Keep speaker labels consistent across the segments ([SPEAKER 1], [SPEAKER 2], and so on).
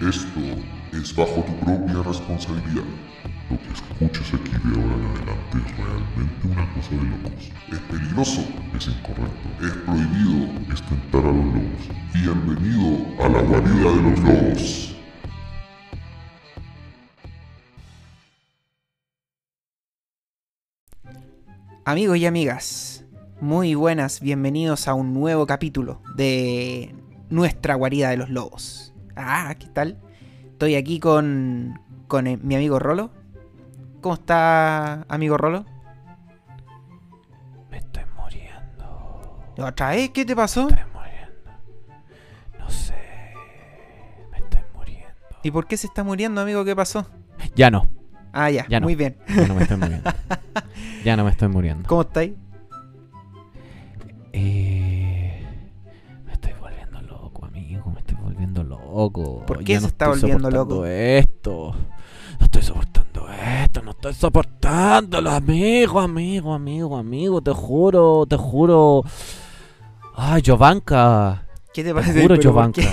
[SPEAKER 1] Esto es bajo tu propia responsabilidad. Lo que escuches aquí de ahora en adelante es realmente una cosa de locos. Es peligroso, es incorrecto, es prohibido, es tentar a los lobos. Bienvenido a la guarida de los lobos.
[SPEAKER 2] Amigos y amigas, muy buenas, bienvenidos a un nuevo capítulo de nuestra guarida de los lobos. Ah, ¿qué tal? Estoy aquí con, con eh, mi amigo Rolo. ¿Cómo está, amigo Rolo?
[SPEAKER 3] Me estoy muriendo.
[SPEAKER 2] ¿Otra vez? ¿Qué te pasó?
[SPEAKER 3] Estoy muriendo. No sé. Me estoy muriendo.
[SPEAKER 2] ¿Y por qué se está muriendo, amigo? ¿Qué pasó?
[SPEAKER 3] Ya no.
[SPEAKER 2] Ah, ya,
[SPEAKER 3] Ya no.
[SPEAKER 2] muy bien.
[SPEAKER 3] Ya no me estoy muriendo. ya no me estoy muriendo.
[SPEAKER 2] ¿Cómo estáis?
[SPEAKER 3] Eh, me estoy volviendo loco, amigo. Me estoy volviendo loco.
[SPEAKER 2] ¿Por
[SPEAKER 3] Ya
[SPEAKER 2] qué
[SPEAKER 3] no
[SPEAKER 2] se está
[SPEAKER 3] estoy
[SPEAKER 2] volviendo
[SPEAKER 3] soportando
[SPEAKER 2] loco?
[SPEAKER 3] Esto. No estoy soportando esto. No estoy soportándolo, amigo, amigo, amigo, amigo. Te juro, te juro. Ay, Jovanka.
[SPEAKER 2] ¿Qué te
[SPEAKER 3] Te
[SPEAKER 2] pasa?
[SPEAKER 3] juro,
[SPEAKER 2] Pero ¿Por qué? Ah,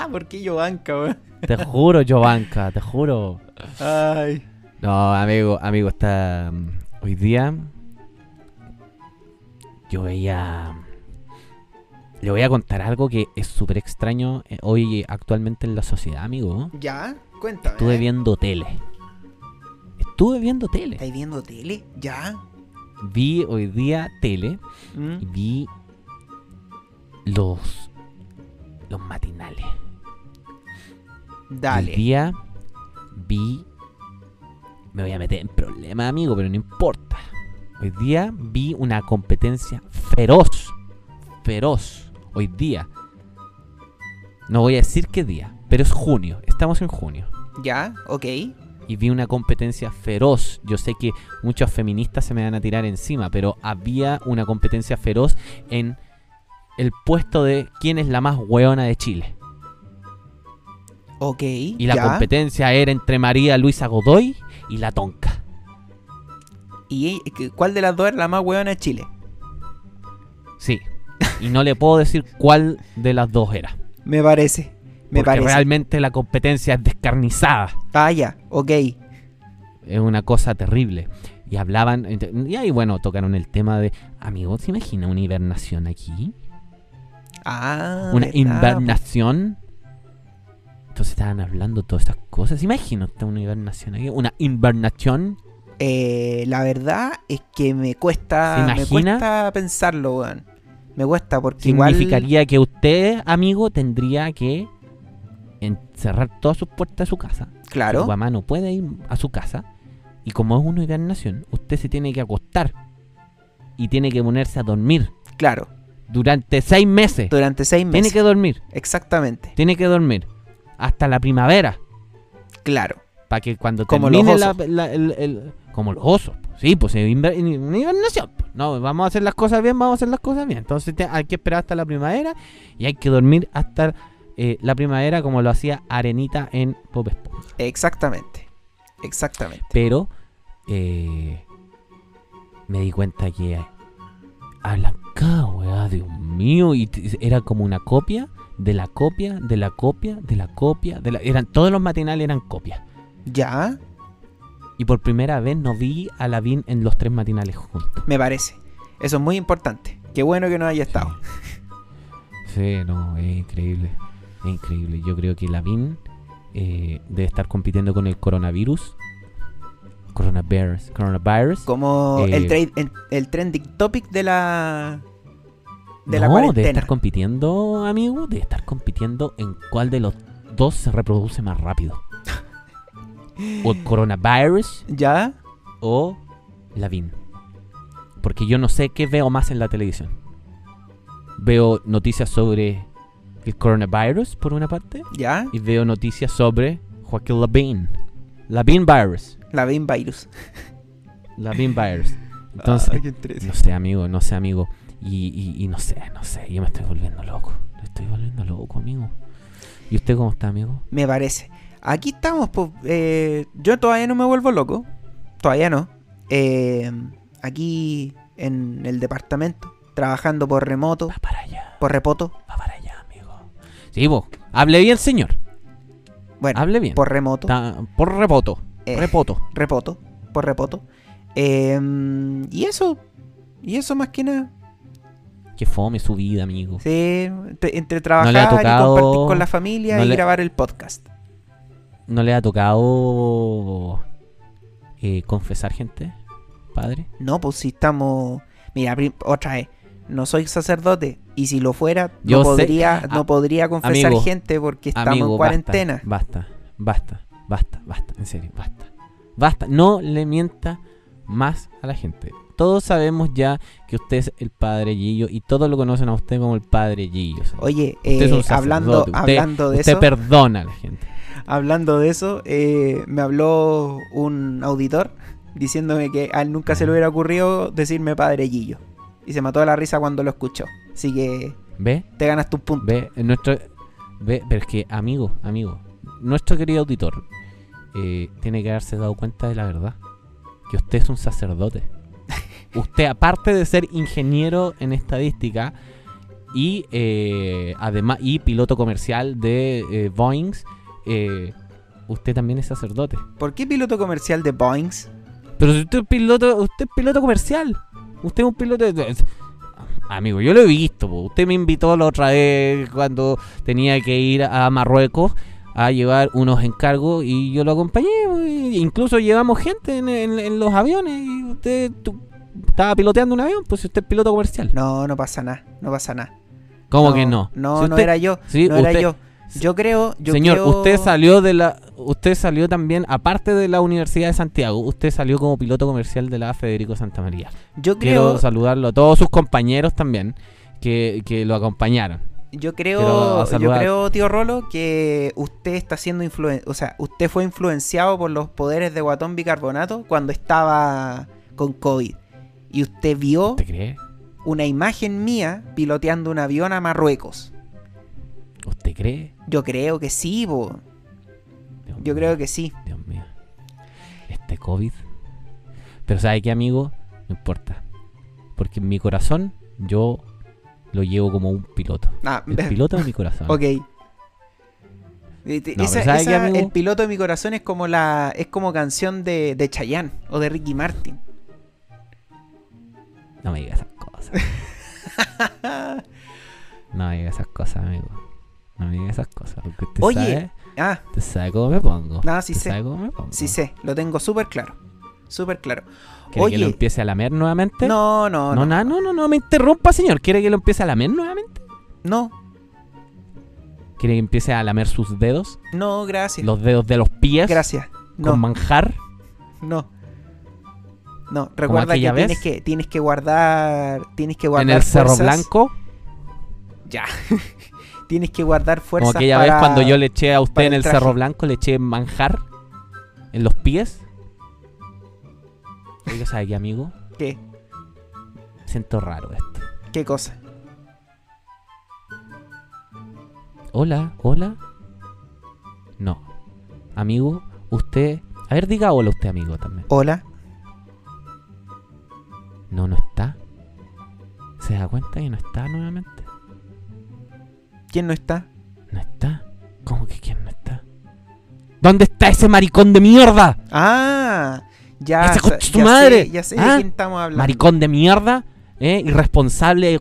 [SPEAKER 3] Jovanka.
[SPEAKER 2] ¿Por qué Yovanka, weón?
[SPEAKER 3] Te juro, Jovanka. Te juro.
[SPEAKER 2] Ay.
[SPEAKER 3] No, amigo, amigo, está. mm, Hoy día. Yo veía. Le voy a contar algo que es súper extraño eh, hoy actualmente en la sociedad, amigo.
[SPEAKER 2] ¿Ya? Cuéntame. ¿eh?
[SPEAKER 3] Estuve viendo tele. Estuve viendo tele.
[SPEAKER 2] ¿Estáis viendo tele? ¿Ya?
[SPEAKER 3] Vi hoy día tele
[SPEAKER 2] ¿Mm?
[SPEAKER 3] y vi los los matinales. Hoy
[SPEAKER 2] Dale.
[SPEAKER 3] día vi. Me voy a meter en problemas, amigo, pero no importa. Hoy día vi una competencia feroz. Feroz. Hoy día. No voy a decir qué día, pero es junio. Estamos en junio.
[SPEAKER 2] ¿Ya? Ok.
[SPEAKER 3] Y vi una competencia feroz. Yo sé que muchos feministas se me van a tirar encima, pero había una competencia feroz en el puesto de quién es la más hueona de Chile.
[SPEAKER 2] Ok.
[SPEAKER 3] Y la
[SPEAKER 2] ya.
[SPEAKER 3] competencia era entre María Luisa Godoy y la Tonca.
[SPEAKER 2] ¿Y eh, cuál de las dos era la más huevona de Chile?
[SPEAKER 3] Sí. Y no le puedo decir cuál de las dos era.
[SPEAKER 2] Me parece. Me
[SPEAKER 3] porque
[SPEAKER 2] parece.
[SPEAKER 3] realmente la competencia es descarnizada.
[SPEAKER 2] Ah, ya. Ok.
[SPEAKER 3] Es una cosa terrible. Y hablaban. Y ahí, bueno, tocaron el tema de. Amigo, ¿se imagina una hibernación aquí?
[SPEAKER 2] Ah.
[SPEAKER 3] Una
[SPEAKER 2] verdad,
[SPEAKER 3] invernación. Entonces estaban hablando todas estas cosas. Imagino una hibernación aquí. Una invernación.
[SPEAKER 2] po. Eh, la verdad es que me cuesta.
[SPEAKER 3] ¿Se
[SPEAKER 2] Me
[SPEAKER 3] imagina?
[SPEAKER 2] cuesta pensarlo, weón. Me cuesta porque igual.
[SPEAKER 3] significaría que usted, amigo, tendría que encerrar todas sus puertas de su casa. Su
[SPEAKER 2] Claro.
[SPEAKER 3] mamá no puede ir a su casa. Y como es una hibernación, usted se tiene que acostar y tiene que ponerse a dormir
[SPEAKER 2] Claro.
[SPEAKER 3] durante seis meses.
[SPEAKER 2] Durante seis
[SPEAKER 3] Tiene
[SPEAKER 2] meses.
[SPEAKER 3] que dormir,
[SPEAKER 2] Exactamente.
[SPEAKER 3] tiene que dormir hasta la primavera.
[SPEAKER 2] Claro.
[SPEAKER 3] Para que cuando
[SPEAKER 2] Como los
[SPEAKER 3] termine la-
[SPEAKER 2] osos.
[SPEAKER 3] la- el- el- como los osos. pues, Sí, pues es inver- una hibernación. pues. No, vamos a hacer las cosas bien, vamos a hacer las cosas bien. Entonces te- hay que esperar hasta la primavera y hay que dormir hasta eh, la primavera como lo hacía Arenita en Pop Esponja.
[SPEAKER 2] Exactamente. Exactamente.
[SPEAKER 3] Pero eh, me di cuenta que hablan cada weá, Dios mío. Y t- era como una copia de la copia, de la copia, de la copia. De la, eran, todos los matinales eran copias.
[SPEAKER 2] Ya.
[SPEAKER 3] Y por primera vez no vi a Lavín en los tres matinales juntos.
[SPEAKER 2] Me parece. Eso es muy importante. Qué bueno que no haya estado.
[SPEAKER 3] Sí, no, es increíble. Es increíble. Yo creo que Lavín eh, debe estar compitiendo con el coronavirus. Coronavirus. Coronavirus.
[SPEAKER 2] Como
[SPEAKER 3] Eh,
[SPEAKER 2] el, trade- el, el trending topic de la. De la
[SPEAKER 3] no, debe
[SPEAKER 2] cuarentena.
[SPEAKER 3] estar compitiendo, amigo. Debe estar compitiendo en cuál de los dos se reproduce más rápido. o el coronavirus
[SPEAKER 2] ¿Ya?
[SPEAKER 3] o Lavín. Porque yo no sé qué veo más en la televisión. Veo noticias sobre el coronavirus, por una parte,
[SPEAKER 2] ¿Ya?
[SPEAKER 3] y veo noticias sobre Joaquín Lavín. Lavín virus.
[SPEAKER 2] La Bean Virus.
[SPEAKER 3] Lavín virus. Entonces,
[SPEAKER 2] Ah, qué
[SPEAKER 3] no
[SPEAKER 2] interesante.
[SPEAKER 3] sé, amigo, no sé, amigo. Y, y- y no sé, no sé. Yo me estoy volviendo loco. Me estoy volviendo loco, amigo. ¿Y usted cómo está, amigo?
[SPEAKER 2] Me parece. Aquí estamos, pues. eh, yo todavía no me vuelvo loco. Todavía no. Eh, aquí en el departamento. Trabajando por remoto,
[SPEAKER 3] Va para allá,
[SPEAKER 2] por repoto.
[SPEAKER 3] va para allá, amigo. Sí, vos. Hable bien, señor.
[SPEAKER 2] Bueno,
[SPEAKER 3] Hable bien.
[SPEAKER 2] por remoto.
[SPEAKER 3] Ta- por repoto.
[SPEAKER 2] Eh.
[SPEAKER 3] Repoto.
[SPEAKER 2] Repoto, por repoto. Em, y eso, y eso más que nada.
[SPEAKER 3] Que fome su vida, amigo.
[SPEAKER 2] Sí, entre, entre trabajar
[SPEAKER 3] tocado-
[SPEAKER 2] y compartir con la familia
[SPEAKER 3] no
[SPEAKER 2] y
[SPEAKER 3] le-
[SPEAKER 2] grabar el podcast.
[SPEAKER 3] ¿No le ha tocado eh, confesar gente, padre?
[SPEAKER 2] No, pues si estamos. Mira, pri- otra vez, no soy sacerdote y si lo fuera,
[SPEAKER 3] Yo
[SPEAKER 2] no
[SPEAKER 3] sé-
[SPEAKER 2] podría, no
[SPEAKER 3] Ah,
[SPEAKER 2] podría confesar
[SPEAKER 3] amigo,
[SPEAKER 2] gente porque estamos en
[SPEAKER 3] Amigo,
[SPEAKER 2] cuarentena.
[SPEAKER 3] Basta, basta, basta, basta, basta, en serio, basta. Basta, no le mienta más a la gente. Todos sabemos ya que usted es el padre Gillo y todos lo conocen a usted como el padre Gillo. señor.
[SPEAKER 2] Oye,
[SPEAKER 3] Usted es
[SPEAKER 2] eh,
[SPEAKER 3] un sacerdote,
[SPEAKER 2] hablando,
[SPEAKER 3] usted-
[SPEAKER 2] hablando de
[SPEAKER 3] usted
[SPEAKER 2] eso,
[SPEAKER 3] perdona a la gente.
[SPEAKER 2] hablando de eso, eh, me habló un auditor diciéndome que a él nunca se le hubiera ocurrido decirme padre Gillo. Y se mató de la risa cuando lo escuchó. Así que
[SPEAKER 3] ¿Ve?
[SPEAKER 2] te ganas tu punto.
[SPEAKER 3] Ve, eh, nuestro, ve, pero es que, amigo, amigo, nuestro querido auditor eh, tiene que haberse dado cuenta de la verdad. Que usted es un sacerdote. Usted, aparte de ser ingeniero en estadística y eh, además y piloto comercial de eh, Boeings, eh, usted también es sacerdote.
[SPEAKER 2] ¿Por qué piloto comercial de Boeings?
[SPEAKER 3] Pero si usted es piloto, usted es piloto comercial. Usted es un piloto de- Amigo, yo lo he visto. po. Usted me invitó la otra vez cuando tenía que ir a Marruecos a llevar unos encargos y yo lo acompañé. po, y Incluso llevamos gente en, en- en los aviones y usted tú- estaba piloteando un avión, pues si usted es piloto comercial.
[SPEAKER 2] No, no pasa nada, no pasa nada.
[SPEAKER 3] ¿Cómo que no?
[SPEAKER 2] No,
[SPEAKER 3] Si
[SPEAKER 2] no
[SPEAKER 3] usted-
[SPEAKER 2] era yo,
[SPEAKER 3] sí,
[SPEAKER 2] no era
[SPEAKER 3] usted-
[SPEAKER 2] yo. Yo creo, yo
[SPEAKER 3] Señor,
[SPEAKER 2] creo-
[SPEAKER 3] usted salió de la usted salió también aparte de la Universidad de Santiago, usted salió como piloto comercial de la Federico Santa María.
[SPEAKER 2] yo
[SPEAKER 3] Quiero
[SPEAKER 2] creo,
[SPEAKER 3] saludarlo a todos sus compañeros también que, que lo acompañaron.
[SPEAKER 2] yo creo,
[SPEAKER 3] quiero
[SPEAKER 2] yo
[SPEAKER 3] saludar-
[SPEAKER 2] creo, tío Rolo, que usted está siendo influen, o sea, usted fue influenciado por los poderes de Guatón Bicarbonato cuando estaba con COVID y usted vio
[SPEAKER 3] ¿Te cree?
[SPEAKER 2] una imagen mía piloteando un avión a Marruecos.
[SPEAKER 3] ¿Usted cree?
[SPEAKER 2] Yo creo que sí, bo.
[SPEAKER 3] Dios
[SPEAKER 2] yo
[SPEAKER 3] mío,
[SPEAKER 2] creo que sí.
[SPEAKER 3] Dios mío. Este COVID. Pero ¿sabe qué, amigo? No importa. Porque en mi corazón yo lo llevo como un piloto.
[SPEAKER 2] Ah,
[SPEAKER 3] El piloto de mi corazón.
[SPEAKER 2] Ok. Eh, te-
[SPEAKER 3] Ah. No,
[SPEAKER 2] esa-
[SPEAKER 3] pero ¿sabes qué,
[SPEAKER 2] esa-
[SPEAKER 3] amigo?
[SPEAKER 2] el piloto de mi corazón es como la es como canción de, de Chayanne o de Ricky Martin.
[SPEAKER 3] No me digas esas cosas. No me digas esas cosas, amigo. No me digas esas cosas. Porque usted
[SPEAKER 2] Oye.
[SPEAKER 3] sabe,
[SPEAKER 2] ah,
[SPEAKER 3] usted sabe cómo me pongo.
[SPEAKER 2] No, sí
[SPEAKER 3] Usted
[SPEAKER 2] sé.
[SPEAKER 3] sabe cómo me pongo.
[SPEAKER 2] sí sé, lo tengo súper claro. Súper claro.
[SPEAKER 3] ¿Quiere que
[SPEAKER 2] Oye,
[SPEAKER 3] lo empiece a lamer nuevamente?
[SPEAKER 2] no, no,
[SPEAKER 3] No,
[SPEAKER 2] no,
[SPEAKER 3] na- no, no, no me interrumpa, señor. ¿Quiere que lo empiece a lamer nuevamente?
[SPEAKER 2] no,
[SPEAKER 3] ¿Quiere que empiece a lamer sus dedos?
[SPEAKER 2] no, gracias.
[SPEAKER 3] ¿Los dedos de los pies?
[SPEAKER 2] Gracias.
[SPEAKER 3] ¿Con
[SPEAKER 2] No,
[SPEAKER 3] manjar?
[SPEAKER 2] no. No, recuerda que
[SPEAKER 3] aquella
[SPEAKER 2] tienes
[SPEAKER 3] vez?
[SPEAKER 2] que tienes que guardar tienes que
[SPEAKER 3] ¿En
[SPEAKER 2] guardar
[SPEAKER 3] el Cerro
[SPEAKER 2] fuerzas-
[SPEAKER 3] Blanco?
[SPEAKER 2] Ya. tienes que guardar
[SPEAKER 3] Como
[SPEAKER 2] fuerzas
[SPEAKER 3] aquella
[SPEAKER 2] para
[SPEAKER 3] vez cuando yo le eché a usted
[SPEAKER 2] para
[SPEAKER 3] en
[SPEAKER 2] el
[SPEAKER 3] el
[SPEAKER 2] traje.
[SPEAKER 3] Cerro Blanco, le eché manjar en los pies. Oiga, ¿sabe qué, amigo?
[SPEAKER 2] ¿Qué?
[SPEAKER 3] Siento raro esto.
[SPEAKER 2] ¿Qué cosa?
[SPEAKER 3] Hola, hola. No. Amigo, usted... A ver, diga hola usted, amigo, también.
[SPEAKER 2] Hola.
[SPEAKER 3] No, no está. ¿Se da cuenta que no está nuevamente?
[SPEAKER 2] ¿Quién no está?
[SPEAKER 3] ¿No está? ¿Cómo que quién no está? ¿Dónde está ese maricón de mierda?
[SPEAKER 2] Ah, ya.
[SPEAKER 3] ¡Esa
[SPEAKER 2] sa-
[SPEAKER 3] concha Este de tu
[SPEAKER 2] ya
[SPEAKER 3] madre!
[SPEAKER 2] Sé, ya sé de
[SPEAKER 3] ¿Ah?
[SPEAKER 2] quién estamos hablando.
[SPEAKER 3] Maricón de mierda, ¿eh? Irresponsable,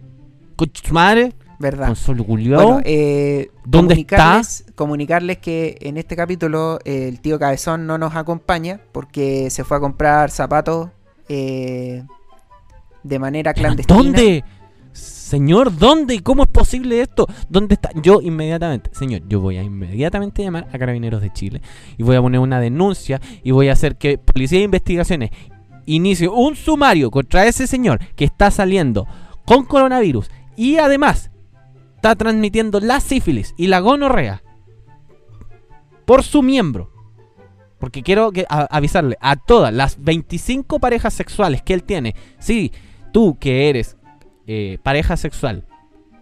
[SPEAKER 3] concha de su madre,
[SPEAKER 2] ¿Verdad?
[SPEAKER 3] Consuelo culiao.
[SPEAKER 2] Bueno, eh,
[SPEAKER 3] ¿Dónde
[SPEAKER 2] comunicarles, Comunicarles que en este capítulo eh, el tío Cabezón no nos acompaña porque se fue a comprar zapatos eh, de manera clandestina.
[SPEAKER 3] ¿Dónde? Señor, ¿dónde? ¿Cómo es posible esto? ¿Dónde está? Yo inmediatamente, señor, yo voy a inmediatamente llamar a Carabineros de Chile y voy a poner una denuncia y voy a hacer que Policía de Investigaciones inicie un sumario contra ese señor que está saliendo con coronavirus y además está transmitiendo la sífilis y la gonorrea por su miembro. Porque quiero que- a- avisarle a todas las 25 parejas sexuales que él tiene. Sí, tú que eres eh, pareja sexual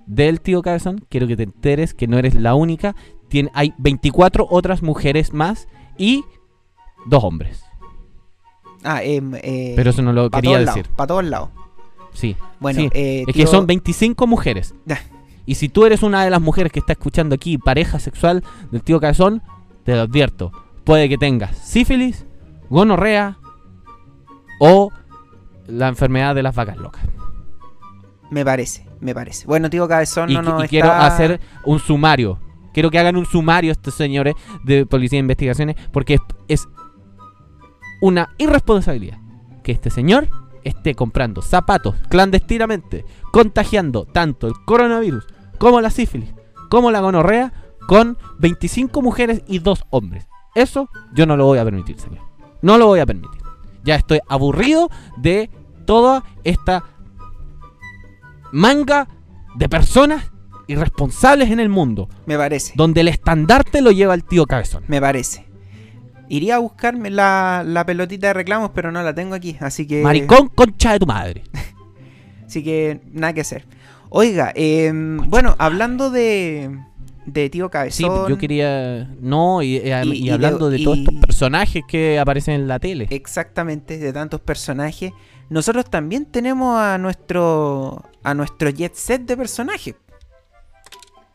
[SPEAKER 3] del tío Cabezón, quiero que te enteres que no eres la única. Tien- hay 24 otras mujeres más y dos hombres.
[SPEAKER 2] Ah, em, eh,
[SPEAKER 3] Pero eso no lo
[SPEAKER 2] pa'
[SPEAKER 3] quería
[SPEAKER 2] todos
[SPEAKER 3] decir.
[SPEAKER 2] Para todos lados.
[SPEAKER 3] Sí.
[SPEAKER 2] Bueno,
[SPEAKER 3] Sí,
[SPEAKER 2] eh,
[SPEAKER 3] es
[SPEAKER 2] tío-
[SPEAKER 3] que son 25 mujeres.
[SPEAKER 2] Ya.
[SPEAKER 3] Y si tú eres una de las mujeres que está escuchando aquí, pareja sexual del tío Cabezón, te lo advierto, puede que tengas sífilis, gonorrea o la enfermedad de las vacas locas.
[SPEAKER 2] Me parece, me parece. Bueno, tío Cabezón
[SPEAKER 3] y
[SPEAKER 2] no
[SPEAKER 3] qui-
[SPEAKER 2] nos
[SPEAKER 3] y
[SPEAKER 2] está-
[SPEAKER 3] quiero hacer un sumario. Quiero que hagan un sumario estos señores de Policía de Investigaciones porque es, es una irresponsabilidad que este señor esté comprando zapatos clandestinamente, contagiando tanto el coronavirus como la sífilis, como la gonorrea, con 25 mujeres y dos hombres. Eso yo no lo voy a permitir, señor. No lo voy a permitir. Ya estoy aburrido de toda esta manga de personas irresponsables en el mundo,
[SPEAKER 2] Me parece,
[SPEAKER 3] donde el estandarte lo lleva el tío Cabezón.
[SPEAKER 2] me parece. Iría a buscarme la, la pelotita de reclamos, pero no la tengo aquí, así que...
[SPEAKER 3] Maricón, concha de tu madre.
[SPEAKER 2] Así que nada que hacer. Oiga, eh, bueno, hablando de, de tío
[SPEAKER 3] Sí, pues,
[SPEAKER 2] Cabezón...
[SPEAKER 3] yo quería. No, y, y-
[SPEAKER 2] Y-
[SPEAKER 3] y
[SPEAKER 2] y
[SPEAKER 3] hablando de
[SPEAKER 2] Leo-
[SPEAKER 3] todos
[SPEAKER 2] y- Eh,
[SPEAKER 3] estos personajes que aparecen en la tele.
[SPEAKER 2] Exactamente, de tantos personajes. Nosotros también tenemos a nuestro, a nuestro jet set de personajes.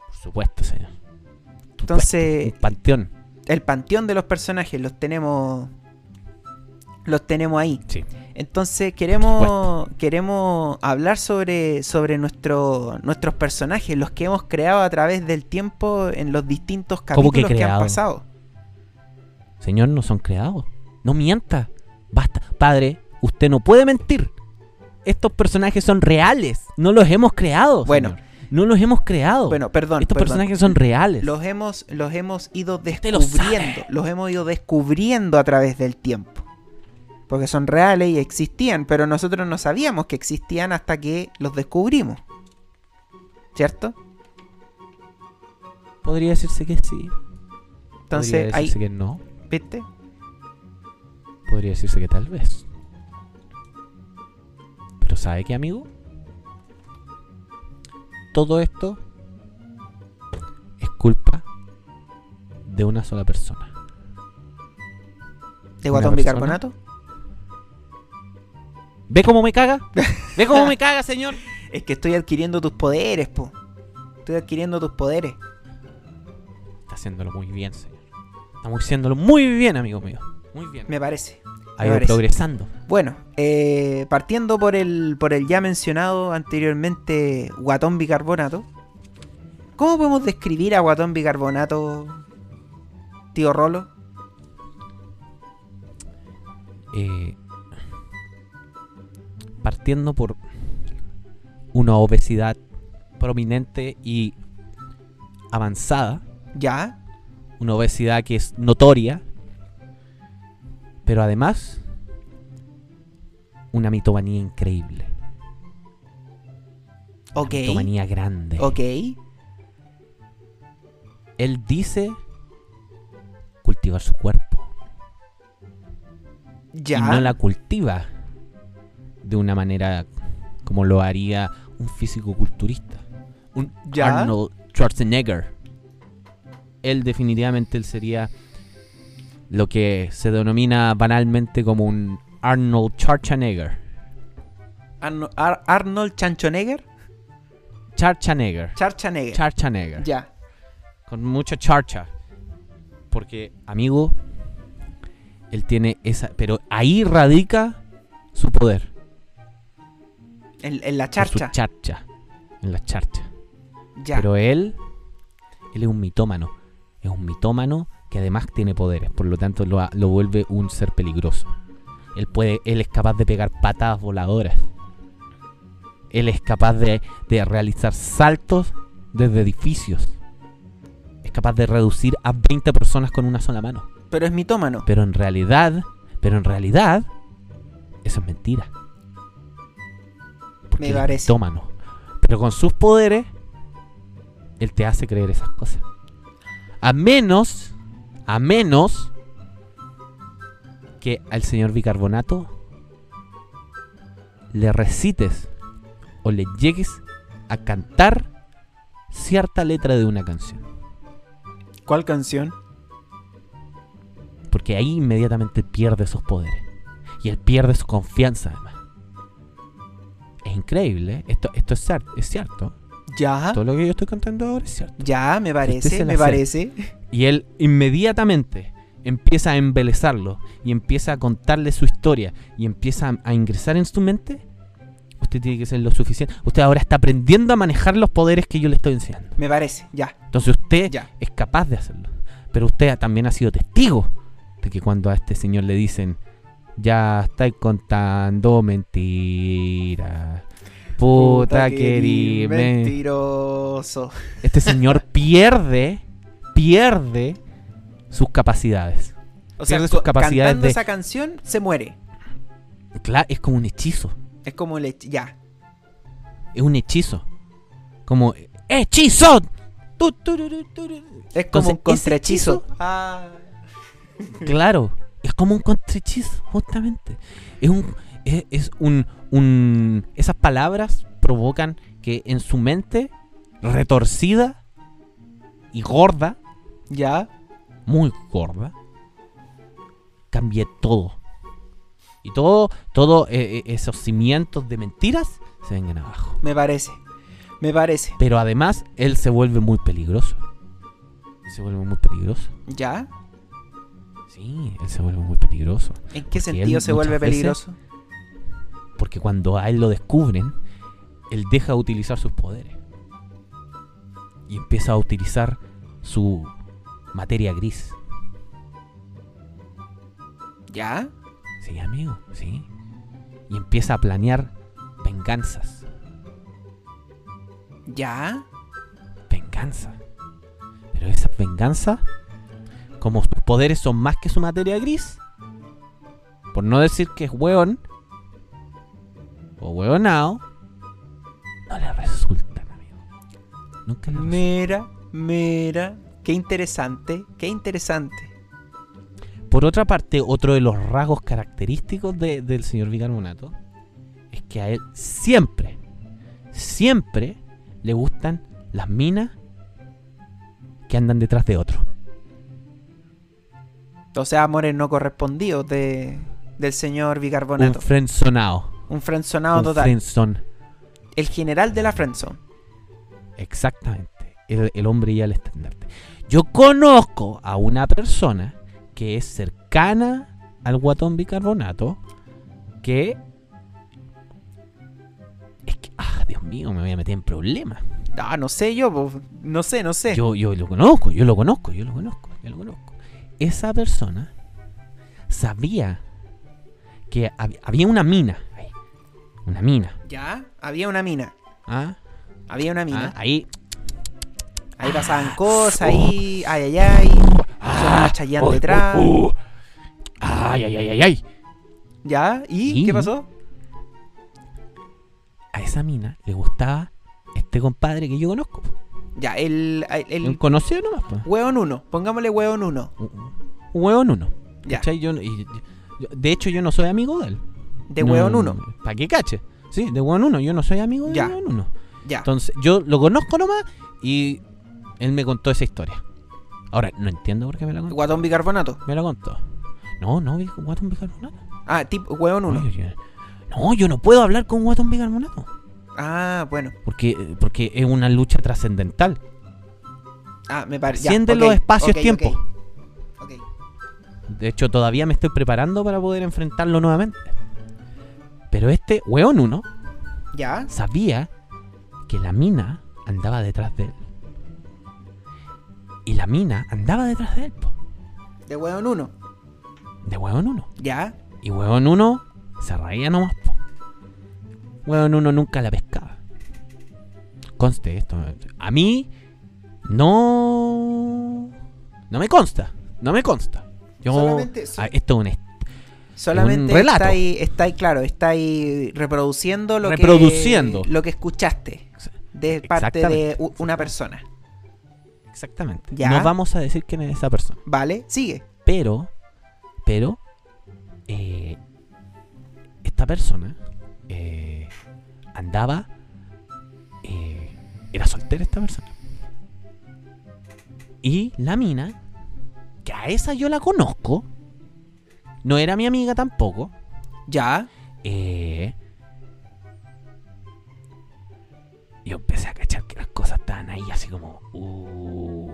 [SPEAKER 3] Por supuesto, señor. Por
[SPEAKER 2] Entonces,
[SPEAKER 3] supuesto, Un panteón.
[SPEAKER 2] el panteón de los personajes los tenemos los tenemos ahí
[SPEAKER 3] Sí.
[SPEAKER 2] entonces queremos queremos hablar sobre sobre nuestro nuestros personajes los que hemos creado a través del tiempo en los distintos
[SPEAKER 3] ¿Cómo que
[SPEAKER 2] capítulos que, han
[SPEAKER 3] creado?
[SPEAKER 2] pasado
[SPEAKER 3] Señor, no son creados. No mienta. Basta. Padre, usted no puede mentir. Estos personajes son reales. No los hemos creado.
[SPEAKER 2] Bueno.
[SPEAKER 3] señor. No los hemos creado.
[SPEAKER 2] bueno perdón
[SPEAKER 3] Oh, Estos
[SPEAKER 2] perdón.
[SPEAKER 3] personajes son reales.
[SPEAKER 2] los hemos los hemos ido
[SPEAKER 3] Usted lo sabe.
[SPEAKER 2] descubriendo los hemos ido descubriendo a través del tiempo porque son reales y existían pero nosotros no sabíamos que existían hasta que los descubrimos cierto
[SPEAKER 3] Podría decirse que sí.
[SPEAKER 2] entonces
[SPEAKER 3] Podría
[SPEAKER 2] ahí
[SPEAKER 3] decirse que no.
[SPEAKER 2] ¿Viste?
[SPEAKER 3] Podría decirse que tal vez. Pero ¿sabe qué, amigo? Todo esto es culpa de una sola persona.
[SPEAKER 2] ¿De
[SPEAKER 3] Una
[SPEAKER 2] Guatón
[SPEAKER 3] persona.
[SPEAKER 2] Bicarbonato?
[SPEAKER 3] ¿Ve cómo me caga? ¿Ve cómo me caga, señor?
[SPEAKER 2] Es que estoy adquiriendo tus poderes, po. Estoy adquiriendo tus poderes.
[SPEAKER 3] Está haciéndolo muy bien, señor. Estamos haciéndolo muy bien, amigo mío. Muy bien.
[SPEAKER 2] Me parece.
[SPEAKER 3] Ha ido
[SPEAKER 2] parece.
[SPEAKER 3] progresando.
[SPEAKER 2] Bueno, eh, partiendo por el, por el ya mencionado anteriormente Guatón Bicarbonato. ¿Cómo podemos describir a Guatón Bicarbonato, tío Rolo?
[SPEAKER 3] eh, partiendo por una obesidad prominente y avanzada,
[SPEAKER 2] ¿Ya?
[SPEAKER 3] una obesidad que es notoria, pero además una mitomanía increíble,
[SPEAKER 2] Ok.
[SPEAKER 3] una mitomanía grande.
[SPEAKER 2] Ok.
[SPEAKER 3] Él dice cultivar su cuerpo
[SPEAKER 2] Ya.
[SPEAKER 3] y no la cultiva de una manera como lo haría un físico culturista. Un
[SPEAKER 2] Ya.
[SPEAKER 3] Arnold Schwarzenegger. Él definitivamente él sería lo que se denomina banalmente como un Arnold Schwarzenegger.
[SPEAKER 2] Arno- Ar- Arnold Chanchonegger.
[SPEAKER 3] Schwarzenegger.
[SPEAKER 2] Charchanegger.
[SPEAKER 3] Schwarzenegger.
[SPEAKER 2] ya.
[SPEAKER 3] Con mucha charcha. Porque, amigo, él tiene esa... Pero ahí radica su poder.
[SPEAKER 2] En, en la
[SPEAKER 3] en su
[SPEAKER 2] charcha.
[SPEAKER 3] charcha. En la charcha.
[SPEAKER 2] ya.
[SPEAKER 3] Pero él, él es un mitómano. Es un mitómano que además tiene poderes, por lo tanto lo, ha- lo vuelve un ser peligroso. Él, puede, él es capaz de pegar patadas voladoras. Él es capaz de, de realizar saltos desde edificios. Es capaz de reducir a 20 personas con una sola mano.
[SPEAKER 2] Pero es mitómano.
[SPEAKER 3] Pero en realidad, pero en realidad, eso es mentira. Porque
[SPEAKER 2] Me
[SPEAKER 3] él es
[SPEAKER 2] parece.
[SPEAKER 3] mitómano. Pero con sus poderes, él te hace creer esas cosas. A menos, a menos que al señor bicarbonato le recites o le llegues a cantar cierta letra de una canción.
[SPEAKER 2] ¿Cuál canción?
[SPEAKER 3] Porque ahí inmediatamente pierde esos poderes. Y él pierde su confianza además. Es increíble, ¿eh? esto, esto es, cier- es cierto.
[SPEAKER 2] Ya,
[SPEAKER 3] Todo lo que yo estoy contando ahora Este es cierto.
[SPEAKER 2] ya, me
[SPEAKER 3] Usted
[SPEAKER 2] parece,
[SPEAKER 3] se la
[SPEAKER 2] me
[SPEAKER 3] sabe.
[SPEAKER 2] parece.
[SPEAKER 3] Y él inmediatamente empieza a embelezarlo y empieza a contarle su historia y empieza a, a ingresar en su mente. Usted tiene que ser lo suficiente. Usted ahora está aprendiendo a manejar los poderes que yo le estoy enseñando.
[SPEAKER 2] Me parece, ya,
[SPEAKER 3] Entonces usted
[SPEAKER 2] ya.
[SPEAKER 3] es capaz de hacerlo. Pero usted ha- también ha sido testigo de que cuando a este señor le dicen, ya estáis contando mentiras. Puta
[SPEAKER 2] querido,
[SPEAKER 3] querida.
[SPEAKER 2] Mentiroso.
[SPEAKER 3] Este señor pierde, pierde sus capacidades.
[SPEAKER 2] O
[SPEAKER 3] Pierde sus
[SPEAKER 2] co-
[SPEAKER 3] capacidades
[SPEAKER 2] cantando
[SPEAKER 3] de-
[SPEAKER 2] esa canción se muere.
[SPEAKER 3] Claro, es como un hechizo.
[SPEAKER 2] Es como le... Ya.
[SPEAKER 3] Es un hechizo. Como hechizo. Tu, tururu, tururu.
[SPEAKER 2] Es como
[SPEAKER 3] Entonces,
[SPEAKER 2] un contrahechizo.
[SPEAKER 3] ese
[SPEAKER 2] Ah,
[SPEAKER 3] Claro, es como un contrahechizo, justamente. Es un, es, es un, un- esas palabras provocan que en su mente retorcida y gorda,
[SPEAKER 2] ya.
[SPEAKER 3] muy gorda, cambie todo. Y todo, todo eh, eh, esos cimientos de mentiras se vengan abajo.
[SPEAKER 2] Me parece. Me parece.
[SPEAKER 3] Pero además, él se vuelve muy peligroso. Se vuelve muy peligroso.
[SPEAKER 2] ¿Ya?
[SPEAKER 3] Sí, él se vuelve muy peligroso.
[SPEAKER 2] ¿En qué
[SPEAKER 3] él
[SPEAKER 2] sentido se
[SPEAKER 3] muchas
[SPEAKER 2] vuelve
[SPEAKER 3] veces-
[SPEAKER 2] peligroso?
[SPEAKER 3] Porque cuando a él lo descubren, él deja de utilizar sus poderes. Y empieza a utilizar su materia gris.
[SPEAKER 2] ¿Ya?
[SPEAKER 3] Sí, amigo, sí. Y empieza a planear venganzas.
[SPEAKER 2] ¿Ya?
[SPEAKER 3] venganza. Pero esa venganza, como sus poderes son más que su materia gris, por no decir que es hueón o hueonao, no le resultan, amigo. Nunca le resultan.
[SPEAKER 2] Mira, mira. Qué interesante, qué interesante.
[SPEAKER 3] Por otra parte, otro de los rasgos característicos de- del señor bicarbonato es que a él siempre, siempre le gustan las minas que andan detrás de otro.
[SPEAKER 2] O sea, amores no correspondidos de, del señor
[SPEAKER 3] Un
[SPEAKER 2] bicarbonato.
[SPEAKER 3] frenzonao.
[SPEAKER 2] Un frenzonado
[SPEAKER 3] un
[SPEAKER 2] total.
[SPEAKER 3] friendzone.
[SPEAKER 2] El general de la friendzone.
[SPEAKER 3] Exactamente. El, el hombre y el estandarte. Yo conozco a una persona que es cercana al guatón bicarbonato que... Es que... Ah, Dios mío, me voy a meter en problemas.
[SPEAKER 2] Ah, no sé yo, po. no sé, no sé.
[SPEAKER 3] Yo, yo lo conozco, yo lo conozco, yo lo conozco, yo lo conozco. Esa persona sabía que hab- había una mina. ahí, Una mina.
[SPEAKER 2] Ya, había una mina.
[SPEAKER 3] ¿ah?
[SPEAKER 2] Había una mina.
[SPEAKER 3] Ah, ahí.
[SPEAKER 2] Ahí pasaban cosas,
[SPEAKER 3] oh.
[SPEAKER 2] ahí, ay, ay, ay. Sonaba Chayanne
[SPEAKER 3] uy,
[SPEAKER 2] detrás.
[SPEAKER 3] uy, uy. oh, Ay, ay, ay, ay, ay.
[SPEAKER 2] ¿Ya? ¿Y
[SPEAKER 3] Sí.
[SPEAKER 2] qué pasó?
[SPEAKER 3] a esa mina le gustaba este compadre que yo conozco.
[SPEAKER 2] Ya, el, el, el
[SPEAKER 3] Un conocido nomás, pues.
[SPEAKER 2] hueón 1. Pongámosle hueón 1.
[SPEAKER 3] Un un huevón uno.
[SPEAKER 2] Ya.
[SPEAKER 3] ¿Cachai? Yo no- y- yo- de hecho, yo no soy amigo de él.
[SPEAKER 2] De hueón 1.
[SPEAKER 3] ¿Para qué cache? Sí, de huevón uno. Yo no soy amigo de
[SPEAKER 2] Ya.
[SPEAKER 3] huevón uno.
[SPEAKER 2] Ya.
[SPEAKER 3] Entonces, yo lo conozco nomás y él me contó esa historia. Ahora, no entiendo por qué me la contó.
[SPEAKER 2] Guatón bicarbonato.
[SPEAKER 3] Me la contó. No, no, vi- Guatón Bicarbonato.
[SPEAKER 2] Ah, tipo, hueón 1.
[SPEAKER 3] No, yo, no, yo no puedo hablar con Guatón Bicarbonato.
[SPEAKER 2] Ah, bueno.
[SPEAKER 3] Porque, porque es una lucha trascendental.
[SPEAKER 2] Ah, me parece.
[SPEAKER 3] Asciende los espacios-tiempo.
[SPEAKER 2] Ok.
[SPEAKER 3] De hecho, todavía me estoy preparando para poder enfrentarlo nuevamente. Pero este weón uno
[SPEAKER 2] Ya.
[SPEAKER 3] sabía que la mina andaba detrás de él. Y la mina andaba detrás de él, po,
[SPEAKER 2] De hueón 1.
[SPEAKER 3] de weón uno.
[SPEAKER 2] Ya.
[SPEAKER 3] Y weón uno se reía nomás, po. Weón uno nunca la pescaba. Conste esto. A mí no... No me consta. No me consta. Yo...
[SPEAKER 2] Solamente-
[SPEAKER 3] Ah, esto es un
[SPEAKER 2] Solamente
[SPEAKER 3] relato.
[SPEAKER 2] está ahí, está ahí, claro, está ahí reproduciendo lo
[SPEAKER 3] Reproduciendo.
[SPEAKER 2] que lo que escuchaste de parte de
[SPEAKER 3] Exactamente.
[SPEAKER 2] u- una persona,
[SPEAKER 3] Exactamente.
[SPEAKER 2] Ya.
[SPEAKER 3] No vamos a decir quién es esa persona.
[SPEAKER 2] ¿vale? Sigue.
[SPEAKER 3] Pero, pero, eh, esta persona eh, andaba, eh, era soltera esta persona. Y la mina, que a esa yo la conozco, no era mi amiga tampoco,
[SPEAKER 2] Ya.
[SPEAKER 3] eh, yo empecé a cachar que era ahí así como. uh.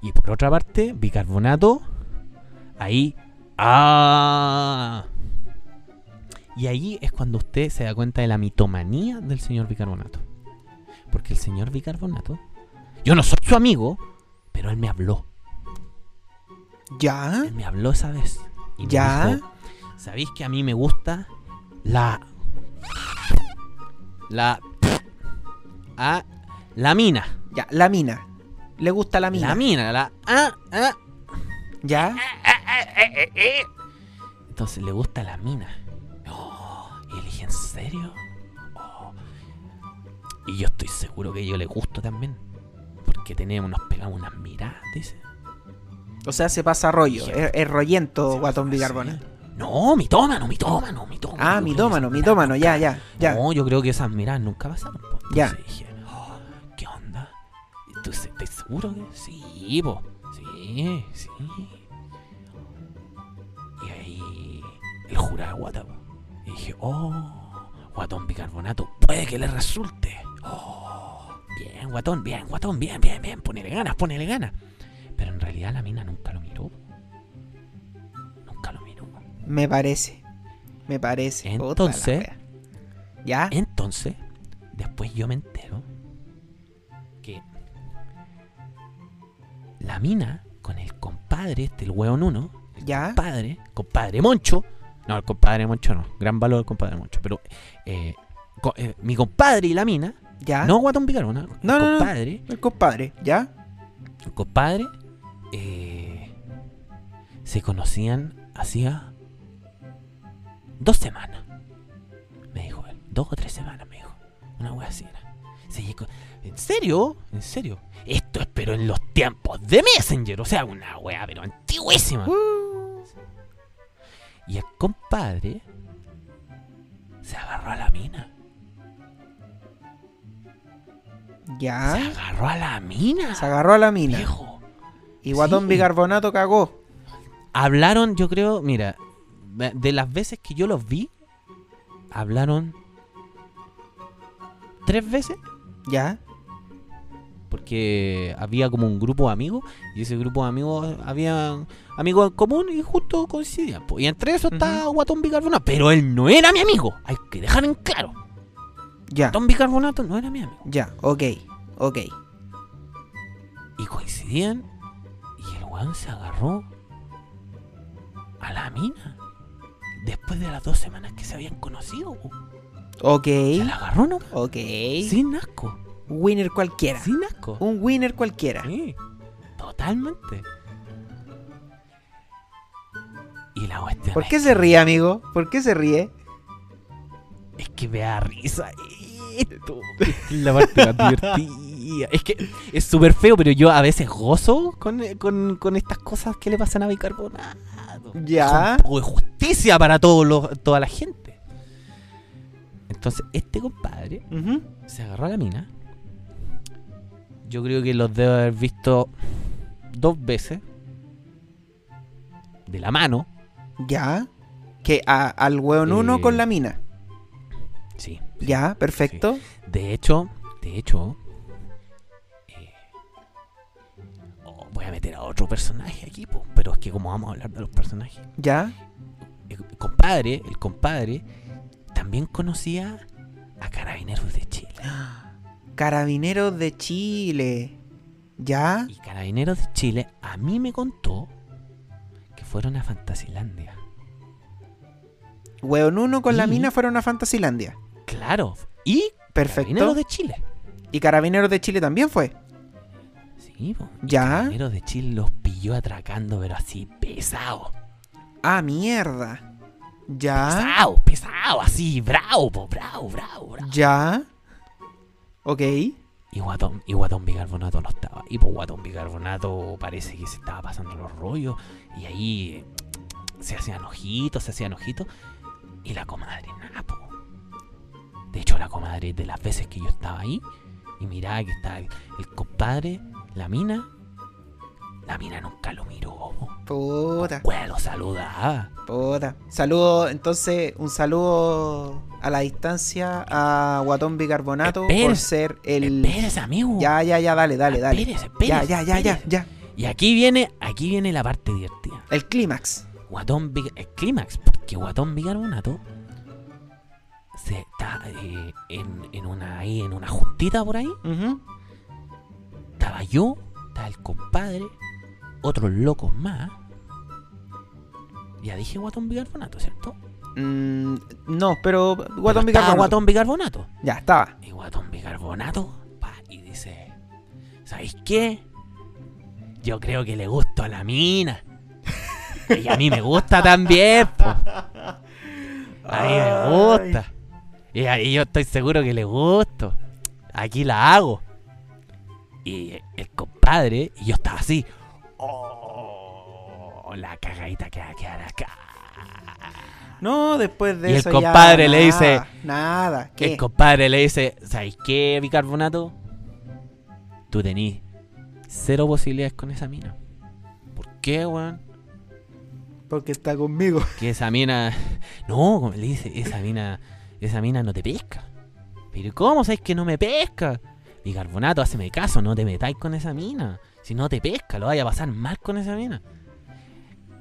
[SPEAKER 3] Y por otra parte, bicarbonato. Ahí. ¡Ah! Y ahí es cuando usted se da cuenta de la mitomanía del señor bicarbonato. Porque el señor bicarbonato. Yo no soy su amigo, pero él me habló.
[SPEAKER 2] ¿Ya?
[SPEAKER 3] Él me habló esa vez. Y me
[SPEAKER 2] ¿Ya?
[SPEAKER 3] dijo, ¿Sabéis que a mí me gusta la. La. A. La mina.
[SPEAKER 2] Ya, la mina. Le gusta la mina.
[SPEAKER 3] La mina, la. ah, ah,
[SPEAKER 2] ¿Ya?
[SPEAKER 3] Entonces le gusta la mina. Oh, y yo le dije, ¿en serio? Oh. Y yo estoy seguro que yo le gusto también. Porque tenemos, nos pegamos unas miradas, dice.
[SPEAKER 2] O sea, se pasa rollo.
[SPEAKER 3] Ya.
[SPEAKER 2] Es, es rollento,
[SPEAKER 3] Sí,
[SPEAKER 2] Oh, guatón
[SPEAKER 3] sí.
[SPEAKER 2] bicarbonato.
[SPEAKER 3] No, mitómano, mitómano, mitómano.
[SPEAKER 2] Ah,
[SPEAKER 3] Yo creo
[SPEAKER 2] mitómano,
[SPEAKER 3] que esas
[SPEAKER 2] mitómano.
[SPEAKER 3] miradas
[SPEAKER 2] Ya, ya, ya.
[SPEAKER 3] No, yo creo que esas miradas nunca pasaron. po. Entonces
[SPEAKER 2] Ya.
[SPEAKER 3] dije, "Oh, ¿qué onda? Entonces, ¿estás seguro que sí, po? Sí, sí. Y ahí el jurado guata, po. Y dije, oh, guatón bicarbonato, puede que le resulte. Oh, bien, guatón, bien, guatón, bien, bien, bien, ponele ganas, ponele ganas. Pero en realidad la mina nunca lo miró. po. Nunca lo miró. po.
[SPEAKER 2] Me parece. Me parece. Puta la
[SPEAKER 3] Entonces-
[SPEAKER 2] wea. ¿Ya?
[SPEAKER 3] Entonces, después yo me entero que la mina con el compadre, este, el hueón uno, el
[SPEAKER 2] ¿Ya?
[SPEAKER 3] compadre, compadre Moncho, no, el compadre Moncho no, gran valor el compadre Moncho, pero eh, co- eh, mi compadre y la mina,
[SPEAKER 2] ¿Ya?
[SPEAKER 3] no Guatón Picarón, no, el
[SPEAKER 2] ¿Ah? No, no, no.
[SPEAKER 3] compadre,
[SPEAKER 2] El compadre. ¿Ya?
[SPEAKER 3] el compadre, eh, se conocían hacía dos semanas. Me dijo él. Dos o tres semanas, me dijo. Una wea así era. Se llegó- ¿En serio? ¿En serio? Esto es pero en los tiempos de Messenger. O sea, una wea pero antiguísima.
[SPEAKER 2] Uh.
[SPEAKER 3] Y el compadre se agarró a la mina. Se
[SPEAKER 2] ¿Ya?
[SPEAKER 3] agarró a la mina.
[SPEAKER 2] ¿Ah? Se agarró a la mina.
[SPEAKER 3] Viejo.
[SPEAKER 2] Y guatón
[SPEAKER 3] Sí.
[SPEAKER 2] bicarbonato cagó.
[SPEAKER 3] Hablaron, yo creo, mira, de de las veces que yo los vi, hablaron tres veces,
[SPEAKER 2] ¿Ya?
[SPEAKER 3] porque había como un grupo de amigos, y ese grupo de amigos había amigos en común y justo coincidían. po. Y entre eso estaba Guatón Bicarbonato, pero él no era mi amigo, hay que dejar en claro.
[SPEAKER 2] Ya.
[SPEAKER 3] Guatón Bicarbonato no era mi amigo.
[SPEAKER 2] Ya. Ok. Ok.
[SPEAKER 3] Y coincidían, y el weón se agarró a la mina. Después de las dos semanas que se habían conocido, po.
[SPEAKER 2] Ok.
[SPEAKER 3] Se la agarró, ¿no?
[SPEAKER 2] Ok.
[SPEAKER 3] Sin asco.
[SPEAKER 2] Winner cualquiera.
[SPEAKER 3] Sin asco.
[SPEAKER 2] ¿Eh? Un winner cualquiera.
[SPEAKER 3] Sí, Totalmente. Y la cuestión
[SPEAKER 2] ¿Por
[SPEAKER 3] es,
[SPEAKER 2] qué se ríe, amigo? ¿Por qué se ríe?
[SPEAKER 3] es que me da risa esto. Es que es la parte más divertida. Es que es súper feo, pero yo a veces gozo con, con- con estas cosas que le pasan a bicarbonato.
[SPEAKER 2] Ya.
[SPEAKER 3] Es un poco de justicia para todos los- toda la gente. Entonces, este compadre
[SPEAKER 2] Ujú.
[SPEAKER 3] Se agarró a la mina. Yo creo que los debo haber visto dos veces. De la mano.
[SPEAKER 2] Ya. Que a- al weón uno
[SPEAKER 3] Eh,
[SPEAKER 2] con la mina.
[SPEAKER 3] Sí.
[SPEAKER 2] Ya, perfecto.
[SPEAKER 3] De hecho, de hecho. eh, oh, voy a meter a otro personaje aquí, po, pero es que como vamos a hablar de los personajes.
[SPEAKER 2] Ya.
[SPEAKER 3] El compadre, el compadre, también conocía a Carabineros de Chile.
[SPEAKER 2] Carabineros de Chile. Ya.
[SPEAKER 3] Y Carabineros de Chile a mí me contó que fueron a Fantasilandia.
[SPEAKER 2] Weón uno con la
[SPEAKER 3] Y-
[SPEAKER 2] mina fueron a Fantasilandia.
[SPEAKER 3] Claro. Y
[SPEAKER 2] Perfecto.
[SPEAKER 3] Carabineros de Chile.
[SPEAKER 2] Y Carabineros de Chile también fue.
[SPEAKER 3] Sí, po. Y
[SPEAKER 2] Ya.
[SPEAKER 3] Carabineros de Chile los pilló atracando, pero así pesado.
[SPEAKER 2] Ah, mierda. Ya.
[SPEAKER 3] Pesado, pesado, así, bravo, po, bravo, bravo, bravo.
[SPEAKER 2] Ya. Ok.
[SPEAKER 3] Y Guatón, y Guatón Bicarbonato no estaba. Y pues Guatón Bicarbonato parece que se estaba pasando los rollos. Y ahí eh, se hacían ojitos, se hacían ojitos. Y la comadre, nada, po. De hecho, la comadre, de las veces que yo estaba ahí, y miraba que estaba el, el compadre, la mina, La mina nunca lo miró. po.
[SPEAKER 2] Puta,
[SPEAKER 3] Wea, lo saludaba.
[SPEAKER 2] puta. Saludo, entonces, un saludo a la distancia a Guatón Bicarbonato por
[SPEAKER 3] Espera,
[SPEAKER 2] ser el.
[SPEAKER 3] Espérese, amigo.
[SPEAKER 2] Ya, ya, ya, dale, dale, dale.
[SPEAKER 3] Espérese,
[SPEAKER 2] Ya,
[SPEAKER 3] espérese,
[SPEAKER 2] ya, ya, ya,
[SPEAKER 3] espérese.
[SPEAKER 2] ya.
[SPEAKER 3] Y aquí viene, aquí viene la parte divertida.
[SPEAKER 2] El clímax.
[SPEAKER 3] Guatón Big- el clímax, porque Guatón Bicarbonato se está eh, en, en una ahí, en una juntita por ahí.
[SPEAKER 2] Ujú.
[SPEAKER 3] Estaba yo, estaba el compadre, otros locos más. Ya dije Guatón Bicarbonato, ¿cierto?
[SPEAKER 2] Mm, no, pero
[SPEAKER 3] Pero
[SPEAKER 2] Guatón
[SPEAKER 3] estaba
[SPEAKER 2] Bicarbonato.
[SPEAKER 3] Guatón Bicarbonato.
[SPEAKER 2] Ya, estaba.
[SPEAKER 3] Y Guatón Bicarbonato pa, y dice, ¿sabéis qué? Yo creo que le gusto a la mina. Y a mí me gusta también. po. A mí me gusta. Y, a- y yo estoy seguro que le gusto. Aquí la hago. Y el compadre, y yo estaba así. Oh, la cagadita que va a quedar acá.
[SPEAKER 2] No, después de
[SPEAKER 3] Y el
[SPEAKER 2] eso. ya
[SPEAKER 3] compadre
[SPEAKER 2] nada,
[SPEAKER 3] le dice-
[SPEAKER 2] Nada,
[SPEAKER 3] Que
[SPEAKER 2] ¿qué?
[SPEAKER 3] El compadre le dice, ¿sabes qué, bicarbonato? Tú tenís cero posibilidades con esa mina. ¿Por qué, weón?
[SPEAKER 2] Porque está conmigo.
[SPEAKER 3] Que esa mina... No, como le dice, esa mina... Esa mina no te pesca. Pero ¿cómo sabes que no me pesca? Bicarbonato, haceme caso, no te metáis con esa mina. Si no te pesca, lo vaya a pasar mal con esa mina.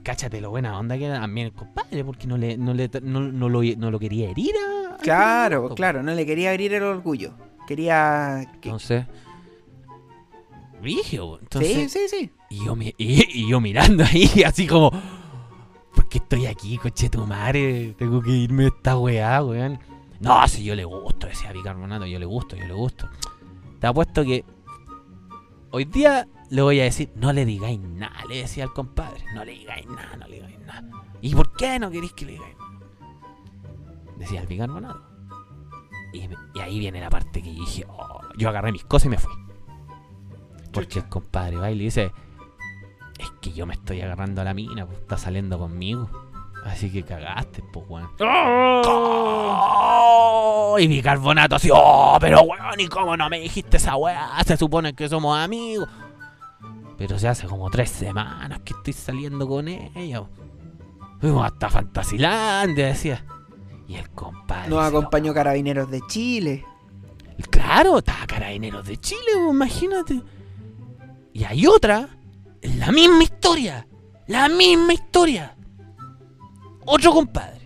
[SPEAKER 3] Cáchate lo buena onda que era también el compadre, porque no, le, no, le, no, no lo, no lo quería herir a-
[SPEAKER 2] Claro,
[SPEAKER 3] al bicarbonato.
[SPEAKER 2] claro, no le quería abrir el orgullo. Quería. que-
[SPEAKER 3] Entonces. Vigio,
[SPEAKER 2] Sí,
[SPEAKER 3] entonces.
[SPEAKER 2] sí, sí.
[SPEAKER 3] Y, yo, mi- y, y yo mirando ahí, así como. ¿Por qué estoy aquí, coche tu madre? Tengo que irme de esta weá, weón. No, si yo le gusto, decía bicarbonato, yo le gusto, yo le gusto. Te apuesto que. Hoy día le voy a decir, no le digáis nada, le decía al compadre. No le digáis nada, no le digáis nada. ¿Y por qué no queréis que le digáis nada? Decía el bicarbonato. Y, me- y ahí viene la parte que yo dije, "Oh", yo agarré mis cosas y me fui. Porque el compadre va y le dice, es que yo me estoy agarrando a la mina, pues, está saliendo conmigo. Así que cagaste, pues, weón. ¡Oh! Y bicarbonato así, oh, pero weón, ¿y cómo no me dijiste esa weá? Se supone que somos amigos. Pero se hace como tres semanas que estoy saliendo con ella. po. Fuimos hasta Fantasilandia, decía. Y el compadre.
[SPEAKER 2] Nos
[SPEAKER 3] se lo-
[SPEAKER 2] acompañó Carabineros de Chile.
[SPEAKER 3] Claro, estaba Carabineros de Chile, vos, imagínate. Y hay otra, la misma historia, la misma historia. Otro compadre,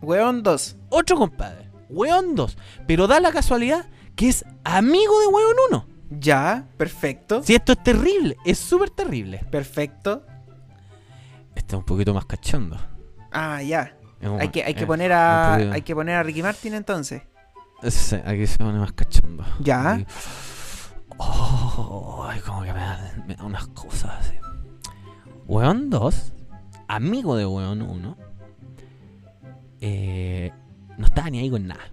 [SPEAKER 2] Weón 2.
[SPEAKER 3] otro compadre, Weón 2, pero da la casualidad que es amigo de Weón 1.
[SPEAKER 2] Ya, perfecto.
[SPEAKER 3] Si esto es terrible, es súper terrible.
[SPEAKER 2] Perfecto.
[SPEAKER 3] Está un poquito más cachondo.
[SPEAKER 2] Ah, ya.
[SPEAKER 3] Es un-
[SPEAKER 2] Hay que, hay que
[SPEAKER 3] eh,
[SPEAKER 2] poner a.
[SPEAKER 3] un poquito-
[SPEAKER 2] Hay que poner a Ricky Martin entonces.
[SPEAKER 3] Sí, aquí se pone más cachondo.
[SPEAKER 2] Ya.
[SPEAKER 3] Y- Oh, ay, como que me da, me da unas cosas así. Weón 2, amigo de Weón 1, eh, no estaba ni ahí con nada.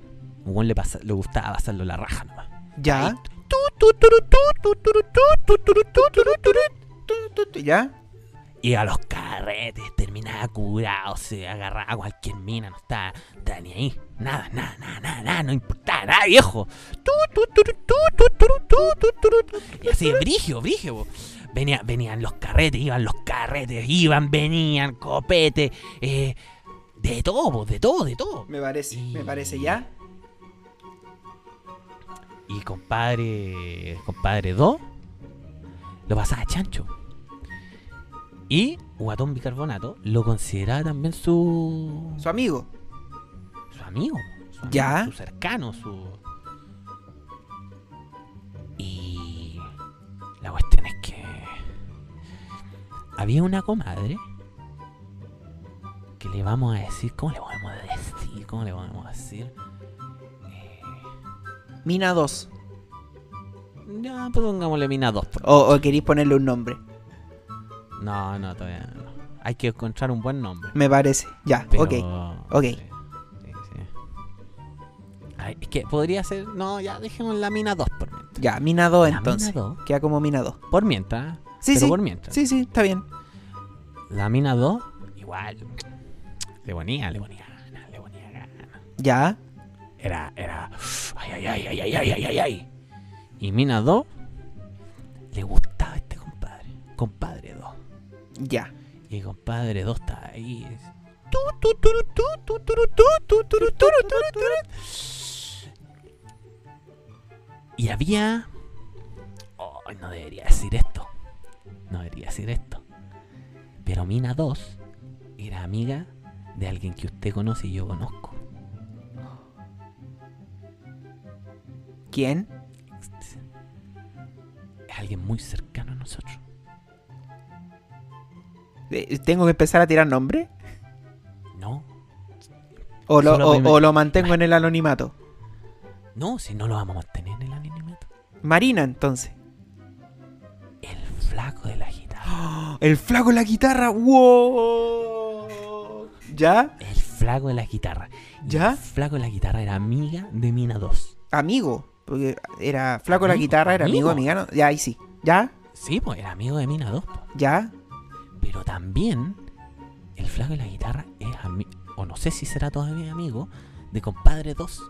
[SPEAKER 3] Weón le, pasa- le gustaba pasarlo la raja nomás.
[SPEAKER 2] Ya.
[SPEAKER 3] Ahí, tu, tu, turu, tu, tu, turu, tu, tu, turu, tu, turu, turu.
[SPEAKER 2] Tu, tu, tu, Ya.
[SPEAKER 3] Y a los carretes, terminaba curado, se agarraba a cualquier mina, no estaba, no estaba ni ahí. Nada, nada, nada, nada, nada, no importaba nada, viejo. Tu, tu, turu, tu, tu, turu, tu, tu, turu, tu. Y así, brigio, brigio. po. Venía, venían los carretes, iban los carretes, iban, venían, copete, eh, de todo, po, de todo, de todo.
[SPEAKER 2] Me parece. Me parece ya.
[SPEAKER 3] Y compadre. Compadre 2 lo pasaba chancho. Y Guatón Bicarbonato lo consideraba también su.
[SPEAKER 2] Su amigo.
[SPEAKER 3] su amigo. su amigo,
[SPEAKER 2] Ya.
[SPEAKER 3] Su cercano, su. Y. La cuestión es que. Había una comadre. Que le vamos a decir. ¿Cómo le podemos decir? ¿Cómo le podemos decir? Eh,
[SPEAKER 2] Mina 2.
[SPEAKER 3] No, pues pongámosle mina 2. por-
[SPEAKER 2] O, o queréis ponerle un nombre.
[SPEAKER 3] No, no, todavía no. Hay que encontrar un buen nombre.
[SPEAKER 2] Me parece. Ya.
[SPEAKER 3] Pero-
[SPEAKER 2] Ok. ok.
[SPEAKER 3] sí, sí, sí. Ay, es que podría ser. No, ya dejemos la mina 2 por mientras.
[SPEAKER 2] Ya. Mina 2
[SPEAKER 3] La
[SPEAKER 2] entonces.
[SPEAKER 3] mina 2.
[SPEAKER 2] Queda como Mina 2.
[SPEAKER 3] Por mientras.
[SPEAKER 2] Sí,
[SPEAKER 3] pero
[SPEAKER 2] sí.
[SPEAKER 3] por mientras.
[SPEAKER 2] Sí, sí. Está bien.
[SPEAKER 3] La mina 2, igual. Le ponía, le ponía ganas, le ponía ganas.
[SPEAKER 2] Ya.
[SPEAKER 3] Era, era. Ay, ay, ay, ay, ay, ay, ay, ay, ay. Y mina 2 le gustaba este compadre. compadre 2.
[SPEAKER 2] Ya.
[SPEAKER 3] Y el compadre 2 está ahí. es, Y había. Oh, no debería decir esto. No debería decir esto. Pero Mina 2 era amiga de alguien que usted conoce y yo conozco.
[SPEAKER 2] ¿Quién?
[SPEAKER 3] Es alguien muy cercano a nosotros.
[SPEAKER 2] Eh, ¿Tengo que empezar a tirar nombre?
[SPEAKER 3] No,
[SPEAKER 2] ¿O lo,
[SPEAKER 3] Solo
[SPEAKER 2] o-
[SPEAKER 3] dime.
[SPEAKER 2] o lo mantengo en el anonimato?
[SPEAKER 3] no, si no lo vamos a mantener en el anonimato.
[SPEAKER 2] Marina, entonces.
[SPEAKER 3] El flaco de la guitarra.
[SPEAKER 2] El flaco en la guitarra. ¡Wow! ¿Ya?
[SPEAKER 3] El flaco de la guitarra. Y
[SPEAKER 2] ¿Ya?
[SPEAKER 3] El flaco de la guitarra era amiga de Mina 2.
[SPEAKER 2] Amigo. Porque era flaco en la
[SPEAKER 3] Amigo,
[SPEAKER 2] guitarra, era amigo,
[SPEAKER 3] amigo.
[SPEAKER 2] amiga. ¿no? Ya, ahí sí. ¿Ya?
[SPEAKER 3] Sí, pues era amigo de Mina 2. po.
[SPEAKER 2] ¿Ya?
[SPEAKER 3] Pero también el flaco de la guitarra es amigo, o no sé si será todavía amigo, de compadre 2.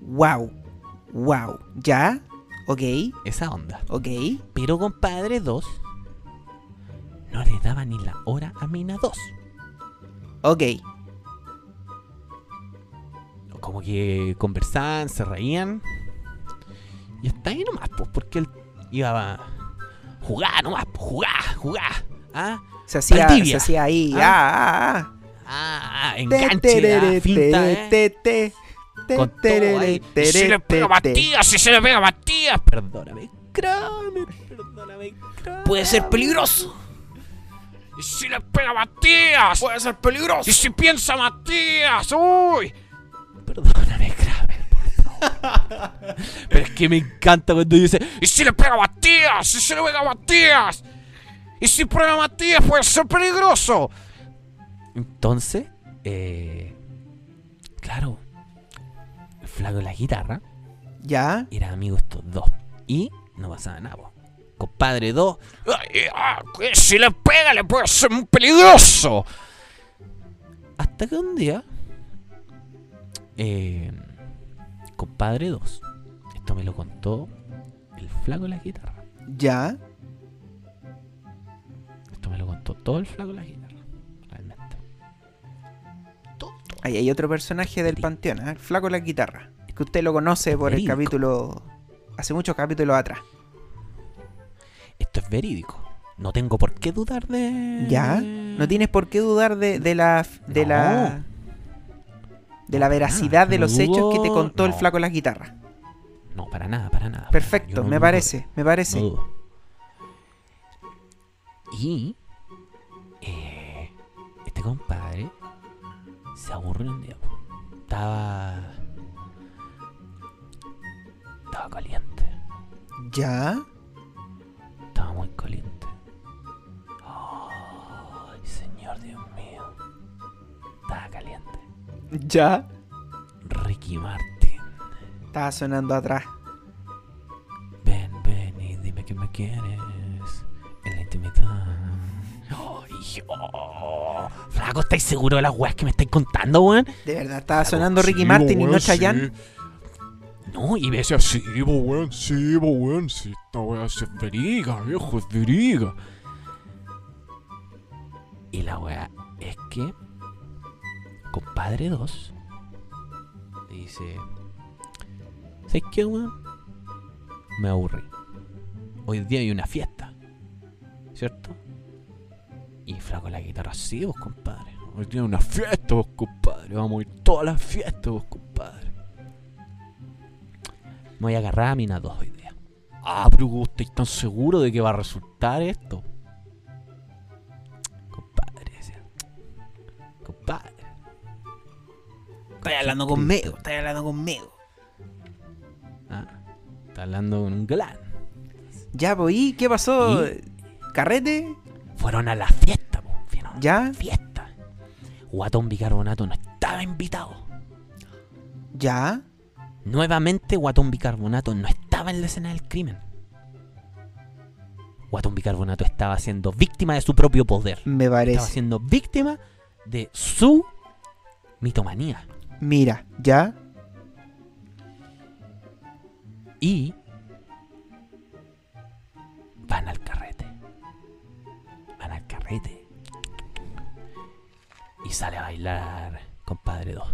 [SPEAKER 2] ¡Wow! ¡Wow! ¿Ya? Ok,
[SPEAKER 3] Esa onda.
[SPEAKER 2] ok.
[SPEAKER 3] Pero compadre 2 no le daba ni la hora a Mina 2.
[SPEAKER 2] Ok.
[SPEAKER 3] como que conversaban, se reían. Y hasta ahí nomás, pues, porque él iba a jugar nomás, pues, jugar, jugar. ¿Ah?
[SPEAKER 2] Se hacía, se
[SPEAKER 3] Valdivia.
[SPEAKER 2] hacía ahí.
[SPEAKER 3] Ah.
[SPEAKER 2] Ah, ah, ah.
[SPEAKER 3] Ah,
[SPEAKER 2] Te,
[SPEAKER 3] enganche, ah,
[SPEAKER 2] terere,
[SPEAKER 3] finta, ¿eh?
[SPEAKER 2] te, te, te,
[SPEAKER 3] Con todo
[SPEAKER 2] terere,
[SPEAKER 3] ahí.
[SPEAKER 2] terere,
[SPEAKER 3] Si le pega a
[SPEAKER 2] te.
[SPEAKER 3] Matías, si se le pega a Matías. Perdóname, créame, perdóname, Puede ser peligroso. Y si le pega a Matías. Puede ser peligroso. Y si piensa Matías, uy. Perdóname, Kramer, por favor. Pero es que me encanta cuando dice, y si le pega a Matías, y si le pega a Matías. Y si prueba a Matías, puede ser peligroso. Entonces, eh, claro, el flaco de la guitarra
[SPEAKER 2] ¿Ya?
[SPEAKER 3] era amigo estos dos. Y no pasaba nada, po. Compadre 2. Si le pega, le puede ser muy peligroso. Hasta que un día. eh, compadre 2. Esto me lo contó el flaco de la guitarra.
[SPEAKER 2] ¿Ya?
[SPEAKER 3] Esto me lo contó todo el flaco de la guitarra. Realmente.
[SPEAKER 2] Ahí hay otro personaje del panteón, ¿eh? el flaco de la guitarra. Que usted lo conoce por el
[SPEAKER 3] Verídico.
[SPEAKER 2] capítulo. Hace muchos capítulos atrás.
[SPEAKER 3] Esto es verídico. No tengo por qué dudar de.
[SPEAKER 2] ¿Ya? No tienes por qué dudar de, de la. de
[SPEAKER 3] No.
[SPEAKER 2] la. de la
[SPEAKER 3] No, para
[SPEAKER 2] veracidad
[SPEAKER 3] nada.
[SPEAKER 2] de
[SPEAKER 3] No
[SPEAKER 2] los hechos que te
[SPEAKER 3] dudo,
[SPEAKER 2] contó el
[SPEAKER 3] no.
[SPEAKER 2] flaco de la guitarra.
[SPEAKER 3] No, para nada, para nada. para nada. Yo
[SPEAKER 2] Perfecto,
[SPEAKER 3] no
[SPEAKER 2] me
[SPEAKER 3] dudo.
[SPEAKER 2] parece, me
[SPEAKER 3] No
[SPEAKER 2] parece.
[SPEAKER 3] dudo. Y eh, este compadre se aburrió un día. po. Estaba. Estaba caliente.
[SPEAKER 2] ¿Ya?
[SPEAKER 3] Estaba muy caliente. Ay, señor Dios mío. Estaba caliente.
[SPEAKER 2] ¿Ya?
[SPEAKER 3] Ricky Martin.
[SPEAKER 2] Estaba sonando atrás.
[SPEAKER 3] Ven, ven y dime que me quieres en la intimidad. Ay, oh, Flaco, ¿estáis seguro de las weas que me estáis contando, weón?
[SPEAKER 2] De verdad, estaba
[SPEAKER 3] Flaco,
[SPEAKER 2] sonando Ricky
[SPEAKER 4] Sí,
[SPEAKER 2] Martin
[SPEAKER 4] bo,
[SPEAKER 2] y no
[SPEAKER 4] weón,
[SPEAKER 2] Chayanne.
[SPEAKER 3] No, y me
[SPEAKER 4] Sí,
[SPEAKER 3] decía,
[SPEAKER 4] sí, sí, bo, weón, sí, bo, weón, sí, esta weá se veriga, viejo, es veriga.
[SPEAKER 3] Y la wea es que. Compadre 2 dice: ¿Sabes qué, weón? Me aburrí. Hoy día hay una fiesta, ¿cierto? Y flaco la guitarra, sí, vos, compadre.
[SPEAKER 4] Hoy tiene una fiesta, vos, compadre, vamos a ir todas las fiestas, vos, compadre.
[SPEAKER 3] Me voy a agarrar a mina 2 hoy día.
[SPEAKER 4] Ah, pero vos estáis tan seguro de que va a resultar esto.
[SPEAKER 3] Compadre, decía. Compadre.
[SPEAKER 2] Estás hablando conmigo, estás hablando conmigo.
[SPEAKER 3] Ah, está hablando con un galán.
[SPEAKER 2] Ya, pues, ¿y qué pasó?
[SPEAKER 3] ¿Y?
[SPEAKER 2] ¿Carrete?
[SPEAKER 3] Fueron a la fiesta, po. Fueron a
[SPEAKER 2] ¿Ya?
[SPEAKER 3] la fiesta. Guatón Bicarbonato no estaba invitado.
[SPEAKER 2] ¿Ya?
[SPEAKER 3] Nuevamente, Guatón Bicarbonato no estaba en la escena del crimen. Guatón Bicarbonato estaba siendo víctima de su propio poder.
[SPEAKER 2] Me
[SPEAKER 3] Estaba
[SPEAKER 2] parece.
[SPEAKER 3] siendo víctima de su mitomanía.
[SPEAKER 2] Mira, ¿ya?
[SPEAKER 3] Y van al carrete. carrete. Y sale a bailar, compadre 2.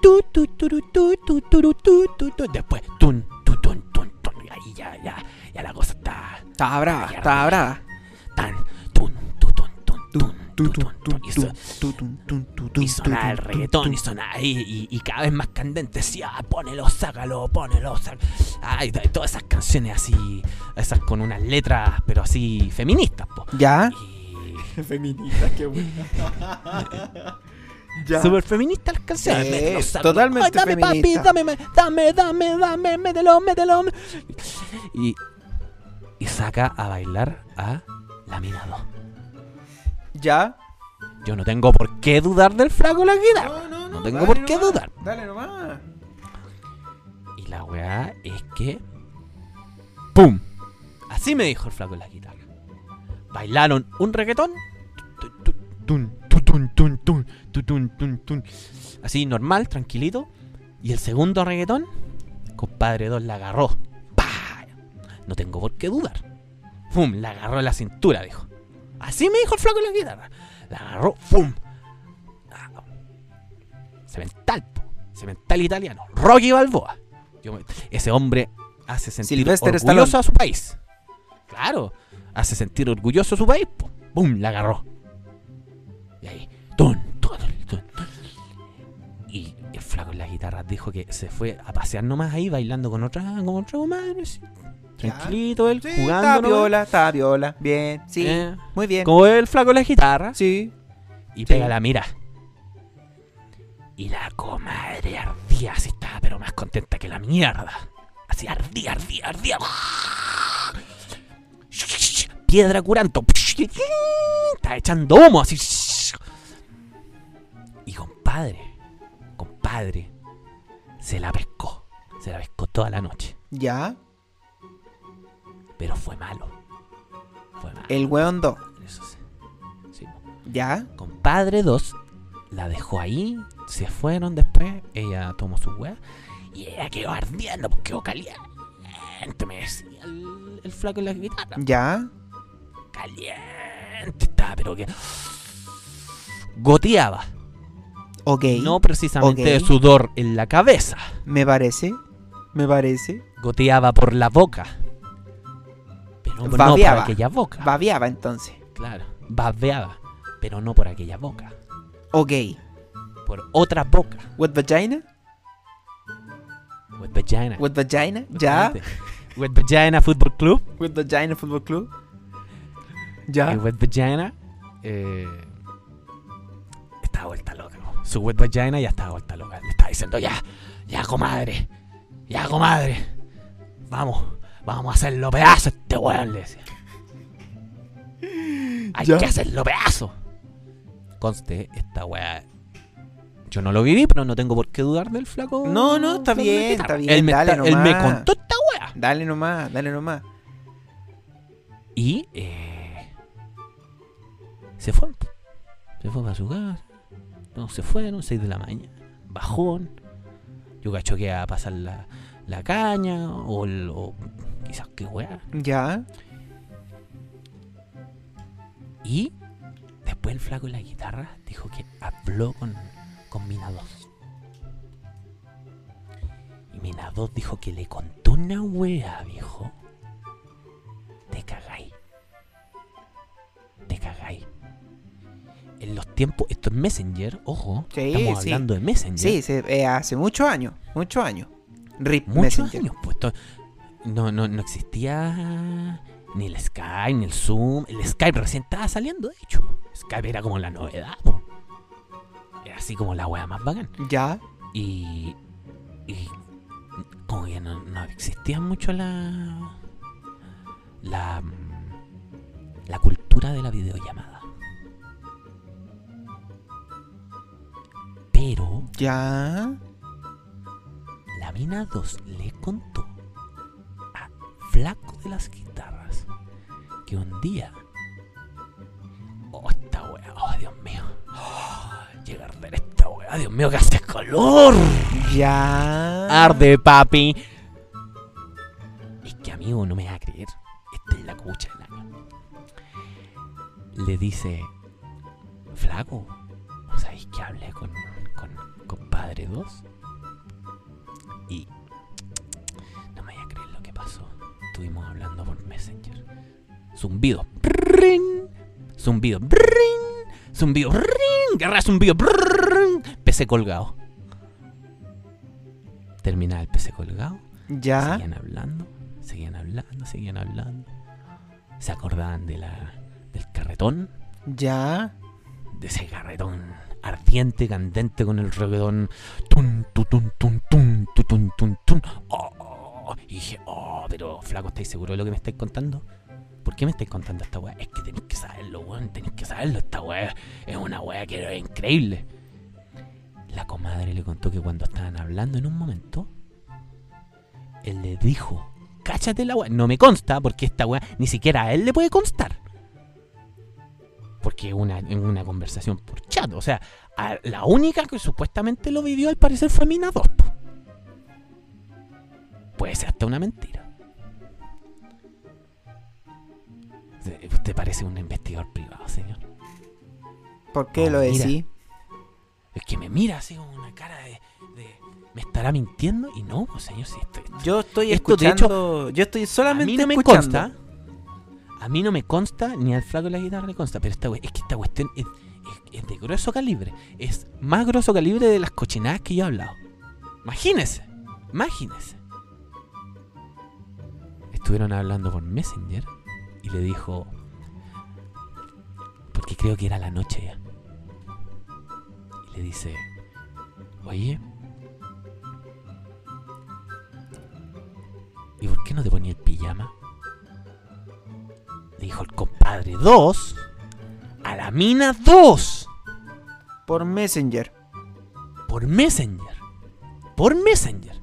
[SPEAKER 3] Tu, tu, turu, tu, tu, turu, tu, tu, tu. Después, tun, tu, tun, tun, tun. Y ahí ya, ya, ya la cosa está
[SPEAKER 2] Estaba brava, estaba brava.
[SPEAKER 3] tan, tun, tu, tun, tun, tun, tu,
[SPEAKER 2] Tun,
[SPEAKER 3] tun,
[SPEAKER 2] tun,
[SPEAKER 3] tun.
[SPEAKER 2] tun, tun,
[SPEAKER 3] Y so-
[SPEAKER 2] tun, tun, tun, tun,
[SPEAKER 3] y sonaba el
[SPEAKER 2] tun, tun,
[SPEAKER 3] reggaetón,
[SPEAKER 2] tun.
[SPEAKER 3] y sonaba ahí, y, y cada vez más candente, decía, ah, ponelo, sácalo, ponelo, sácalo. Ay, t- todas esas canciones así, esas con unas letras, pero así feministas, po.
[SPEAKER 2] ¿Ya?
[SPEAKER 3] Y
[SPEAKER 2] Feminista, ¿Ah? qué buena. ya.
[SPEAKER 3] Súper feminista las canciones.
[SPEAKER 2] Sí,
[SPEAKER 3] mételo, sácalo.
[SPEAKER 2] totalmente
[SPEAKER 3] dame,
[SPEAKER 2] feminista.
[SPEAKER 3] papi, dame, me- dame, dame, dame, mételo, mételo. Y, y saca a bailar a la mina 2.
[SPEAKER 2] ¿Ya?
[SPEAKER 3] Yo no tengo por qué dudar del flaco la guitarra.
[SPEAKER 2] no,
[SPEAKER 3] no tengo por qué dudar.
[SPEAKER 2] Dale nomás.
[SPEAKER 3] Y la weá es que. ¡Pum! Así me dijo el flaco en la guitarra. Bailaron un reggaetón. tu, tu, tun, tu, tun, tun, tun, tu, tun, tun, tun. Así normal, tranquilito. Y el segundo reggaetón, compadre Dos la agarró. ¡Pah! No tengo por qué dudar. ¡Pum! La agarró en la cintura, dijo. Así me dijo el flaco en la guitarra. La agarró. ¡Pum! Ah. Cemental, po. Cemental italiano. Rocky Balboa. Yo me- ese hombre hace sentir
[SPEAKER 2] Sylvester
[SPEAKER 3] orgulloso
[SPEAKER 2] Stallone.
[SPEAKER 3] a su país. Claro, hace sentir orgulloso a su país. po. ¡Bum! La agarró. Y ahí, tun, tun, tun. Y el flaco en las guitarras dijo que se fue a pasear nomás ahí, bailando con otra, con otra comadre, así. Tranquilito él,
[SPEAKER 2] Sí, estaba
[SPEAKER 3] jugando. nomás.
[SPEAKER 2] viola, estaba viola. Bien, sí.
[SPEAKER 3] Eh,
[SPEAKER 2] Muy bien.
[SPEAKER 3] como el flaco en las guitarras
[SPEAKER 2] Sí.
[SPEAKER 3] y
[SPEAKER 2] Sí.
[SPEAKER 3] pega la mira. Y la comadre ardía, así estaba, pero más contenta que la mierda. Así ardía, ardía, ardía. Piedra curanto. Está echando humo así. Y compadre, compadre, se la pescó. Se la pescó toda la noche.
[SPEAKER 2] ¿Ya?
[SPEAKER 3] Pero fue malo. Fue malo.
[SPEAKER 2] El weón 2.
[SPEAKER 3] Eso sí. Sí.
[SPEAKER 2] ¿Ya?
[SPEAKER 3] compadre 2 la dejó ahí, se fueron después, ella tomó su weá y ella quedó ardiendo, porque quedó caliente, me decía el, el flaco en la guitarra.
[SPEAKER 2] ¿Ya?
[SPEAKER 3] Caliente estaba, pero que goteaba,
[SPEAKER 2] Ok.
[SPEAKER 3] no precisamente
[SPEAKER 2] ok.
[SPEAKER 3] de sudor en la cabeza,
[SPEAKER 2] Me parece. Me parece.
[SPEAKER 3] goteaba por la boca, pero no por
[SPEAKER 2] Babeaba.
[SPEAKER 3] aquella boca,
[SPEAKER 2] Babeaba entonces.
[SPEAKER 3] claro, babeaba, pero no por aquella boca,
[SPEAKER 2] Ok.
[SPEAKER 3] por otra boca,
[SPEAKER 2] ¿What vagina?
[SPEAKER 3] with vagina.
[SPEAKER 2] ¿What vagina? ¿Ya?
[SPEAKER 3] Exactamente. Wet Vagina Football Club.
[SPEAKER 2] ¿What vagina Fútbol Club?
[SPEAKER 3] Y
[SPEAKER 2] ¿Ya?
[SPEAKER 3] Wet Vagina. eh, estaba vuelta loca. ¿no? Su Wet Vagina ya estaba vuelta loca. Le estaba diciendo, ya, ya comadre. Ya comadre. Vamos, vamos a hacerlo pedazo a este weón, le decía. Hay
[SPEAKER 2] Ya.
[SPEAKER 3] que hacerlo pedazo. Conste, esta weá. Yo no lo viví, pero no tengo por qué dudar del flaco.
[SPEAKER 2] No, no, está
[SPEAKER 3] flaco de
[SPEAKER 2] bien,
[SPEAKER 3] guitarra.
[SPEAKER 2] está bien,
[SPEAKER 3] Él me,
[SPEAKER 2] dale
[SPEAKER 3] está- él me
[SPEAKER 2] nomás.
[SPEAKER 3] contó esta weá.
[SPEAKER 2] Dale nomás, dale nomás.
[SPEAKER 3] Y eh, se fue. Se fue para su casa. No, se fueron, 6 de la mañana. Bajón. Yo cacho que a pasar la, la caña o, el- o quizás qué weá.
[SPEAKER 2] ¿Ya?
[SPEAKER 3] Y después el flaco de la guitarra dijo que habló con, con Mina 2. Y Mina 2 dijo que le contó una wea, viejo. Te cagáis. Te cagáis. En los tiempos, esto es Messenger, ojo.
[SPEAKER 2] Sí,
[SPEAKER 3] estamos
[SPEAKER 2] sí.
[SPEAKER 3] hablando de Messenger.
[SPEAKER 2] Sí, se- eh, hace muchos años. Muchos años. Rip
[SPEAKER 3] Muchos
[SPEAKER 2] Messenger.
[SPEAKER 3] años, pues. to- No, no, no existía ni el Skype, ni el Zoom. El Skype recién estaba saliendo, de hecho. Skype era como la novedad, po. Era así como la wea más bacán.
[SPEAKER 2] ¿Ya?
[SPEAKER 3] Y. y como que no, no existía mucho la. La. mm, La cultura de la videollamada. Pero
[SPEAKER 2] ¿Ya?
[SPEAKER 3] la mina 2 le contó a Flaco de las Guitarras que un día. Oh, esta weá, oh, Dios mío. Oh, llega a arder esta weá, Dios mío, que hace calor.
[SPEAKER 2] ¿Ya?
[SPEAKER 3] Arde, papi. Es que, amigo, no me vas a creer. Esta es la cucha del año. le dice, flaco, ¿no sabéis que hablé con, con, con Padre 2? Y no me voy a creer lo que pasó. Estuvimos hablando por Messenger. Zumbido. Ring. Zumbido. Ring. Zumbido. Ring. Guerra zumbido. Ring. PC colgado. Terminaba el PC colgado.
[SPEAKER 2] Ya.
[SPEAKER 3] Seguían hablando, seguían hablando, seguían hablando. Se acordaban de la, del carretón,
[SPEAKER 2] Ya.
[SPEAKER 3] de ese carretón ardiente, candente con el reggaetón. Tun, tu, tun, tun, tun, tu, tun, tun, tun. Oh, oh. Y dije, oh, pero flaco, ¿estáis seguro de lo que me estáis contando? ¿Por qué me estáis contando esta weá? Es que tenéis que saberlo, weón, tenéis que saberlo. Esta weá es una weá que es increíble. La comadre le contó que cuando estaban hablando en un momento, él le dijo, cáchate la weá. No me consta porque esta weá ni siquiera a él le puede constar. Porque es una, es una conversación por chat. O sea, a- la única que supuestamente lo vivió al parecer fue Mina 2. po. Puede ser hasta una mentira. Usted- Usted parece un investigador privado, señor.
[SPEAKER 2] ¿Por qué
[SPEAKER 3] Oh,
[SPEAKER 2] lo
[SPEAKER 3] mira.
[SPEAKER 2] decís?
[SPEAKER 3] Es que me mira así con una cara de... de, ¿Me estará mintiendo? Y no, pues, señor, si estoy...
[SPEAKER 2] Yo estoy
[SPEAKER 3] Esto, de
[SPEAKER 2] escuchando. yo estoy
[SPEAKER 3] a
[SPEAKER 2] solamente
[SPEAKER 3] mí no me
[SPEAKER 2] escuchando.
[SPEAKER 3] consta. A mí no me consta, ni al flaco de la guitarra le consta, pero esta, we- es que esta cuestión es, es- es de grueso calibre. Es más grueso calibre de las cochinadas que yo he hablado. Imagínense, imagínense. Estuvieron hablando por Messenger y le dijo. Porque creo que era la noche ya. Y le dice: Oye, ¿Y por qué no te ponía el pijama? Le dijo el compadre 2 a la mina 2
[SPEAKER 2] Por Messenger.
[SPEAKER 3] por Messenger. Por Messenger.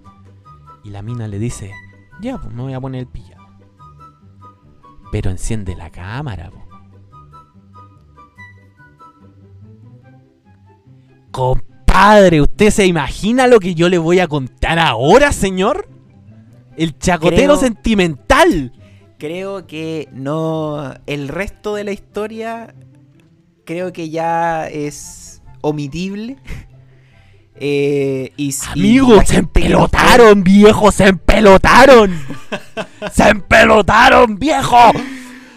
[SPEAKER 3] Y la mina le dice, ya, pues me voy a poner el pijama. Pero enciende la cámara, po. Compadre, ¿usted se imagina lo que yo le voy a contar ahora, señor? El chacotero
[SPEAKER 2] Creo-
[SPEAKER 3] sentimental.
[SPEAKER 2] Creo que no. El resto de la historia. Creo que ya es omitible. Eh, y, si la
[SPEAKER 3] Amigos, se
[SPEAKER 2] gente que nos fue-
[SPEAKER 3] empelotaron, viejo, se empelotaron. se empelotaron, viejo.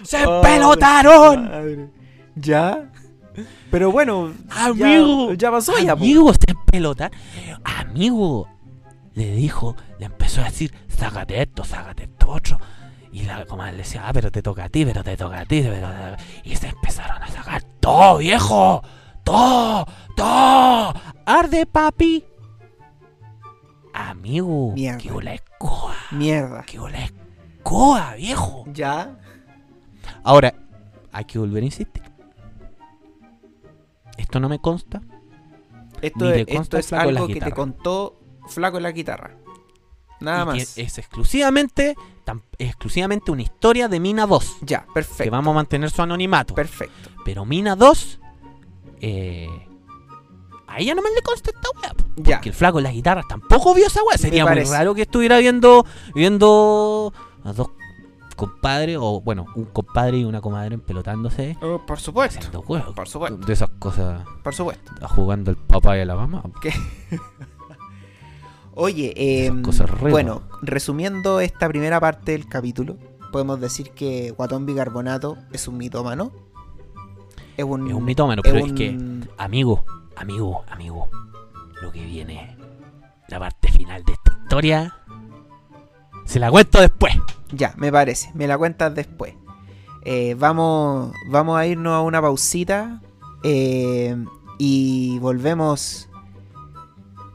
[SPEAKER 3] Se
[SPEAKER 2] Oh,
[SPEAKER 3] empelotaron.
[SPEAKER 2] madre. ¿Ya? Pero bueno, ya-
[SPEAKER 3] Amigo,
[SPEAKER 2] ya, pasó ya. po.
[SPEAKER 3] Amigos, se empelotaron. Amigo, le dijo, le empezó a decir, sácate esto, sácate esto otro. Y la comadre le decía, ah, pero te toca a ti, pero te toca a ti. Pero te- Y se empezaron a sacar todo, viejo. Todo, todo. Arde, papi. Amigo,
[SPEAKER 2] Mierda.
[SPEAKER 3] que la escoba.
[SPEAKER 2] Mierda.
[SPEAKER 3] ¡Qué la escoba, viejo!
[SPEAKER 2] ¿Ya?
[SPEAKER 3] Ahora, hay que volver a insistir. Esto no me consta.
[SPEAKER 2] Esto,
[SPEAKER 3] Ni le
[SPEAKER 2] es- esto
[SPEAKER 3] consta
[SPEAKER 2] es
[SPEAKER 3] Flaco en la
[SPEAKER 2] algo que te
[SPEAKER 3] guitarra.
[SPEAKER 2] contó Flaco en la guitarra. Nada
[SPEAKER 3] y
[SPEAKER 2] más.
[SPEAKER 3] que Es exclusivamente, tam- exclusivamente una historia de Mina 2.
[SPEAKER 2] Ya,
[SPEAKER 3] Que
[SPEAKER 2] perfecto.
[SPEAKER 3] vamos a mantener su anonimato.
[SPEAKER 2] Perfecto.
[SPEAKER 3] Pero Mina 2, eh, a ella nomás le consta esta weá. po.
[SPEAKER 2] Ya.
[SPEAKER 3] Que el flaco de las guitarras tampoco vio esa weá. Sería muy
[SPEAKER 2] parece.
[SPEAKER 3] raro que estuviera viendo, viendo a dos compadres, o bueno, un compadre y una comadre empelotándose.
[SPEAKER 2] Oh, por supuesto.
[SPEAKER 3] Haciendo huevos.
[SPEAKER 2] Por supuesto.
[SPEAKER 3] De esas cosas,
[SPEAKER 2] Por supuesto.
[SPEAKER 3] jugando el papá y la mamá.
[SPEAKER 2] Oye,
[SPEAKER 3] Esas
[SPEAKER 2] em,
[SPEAKER 3] cosas re
[SPEAKER 2] bueno, resumiendo esta primera parte del capítulo, podemos decir que Guatón Bicarbonato es un mitómano. Es un,
[SPEAKER 3] Es un mitómano, pero es que,
[SPEAKER 2] un-
[SPEAKER 3] amigo, amigo, amigo, lo que viene, la parte final de esta historia, se la cuento después.
[SPEAKER 2] Ya, me parece. Me la cuentas después. Eh, vamos, vamos a irnos a una pausita. eh, y volvemos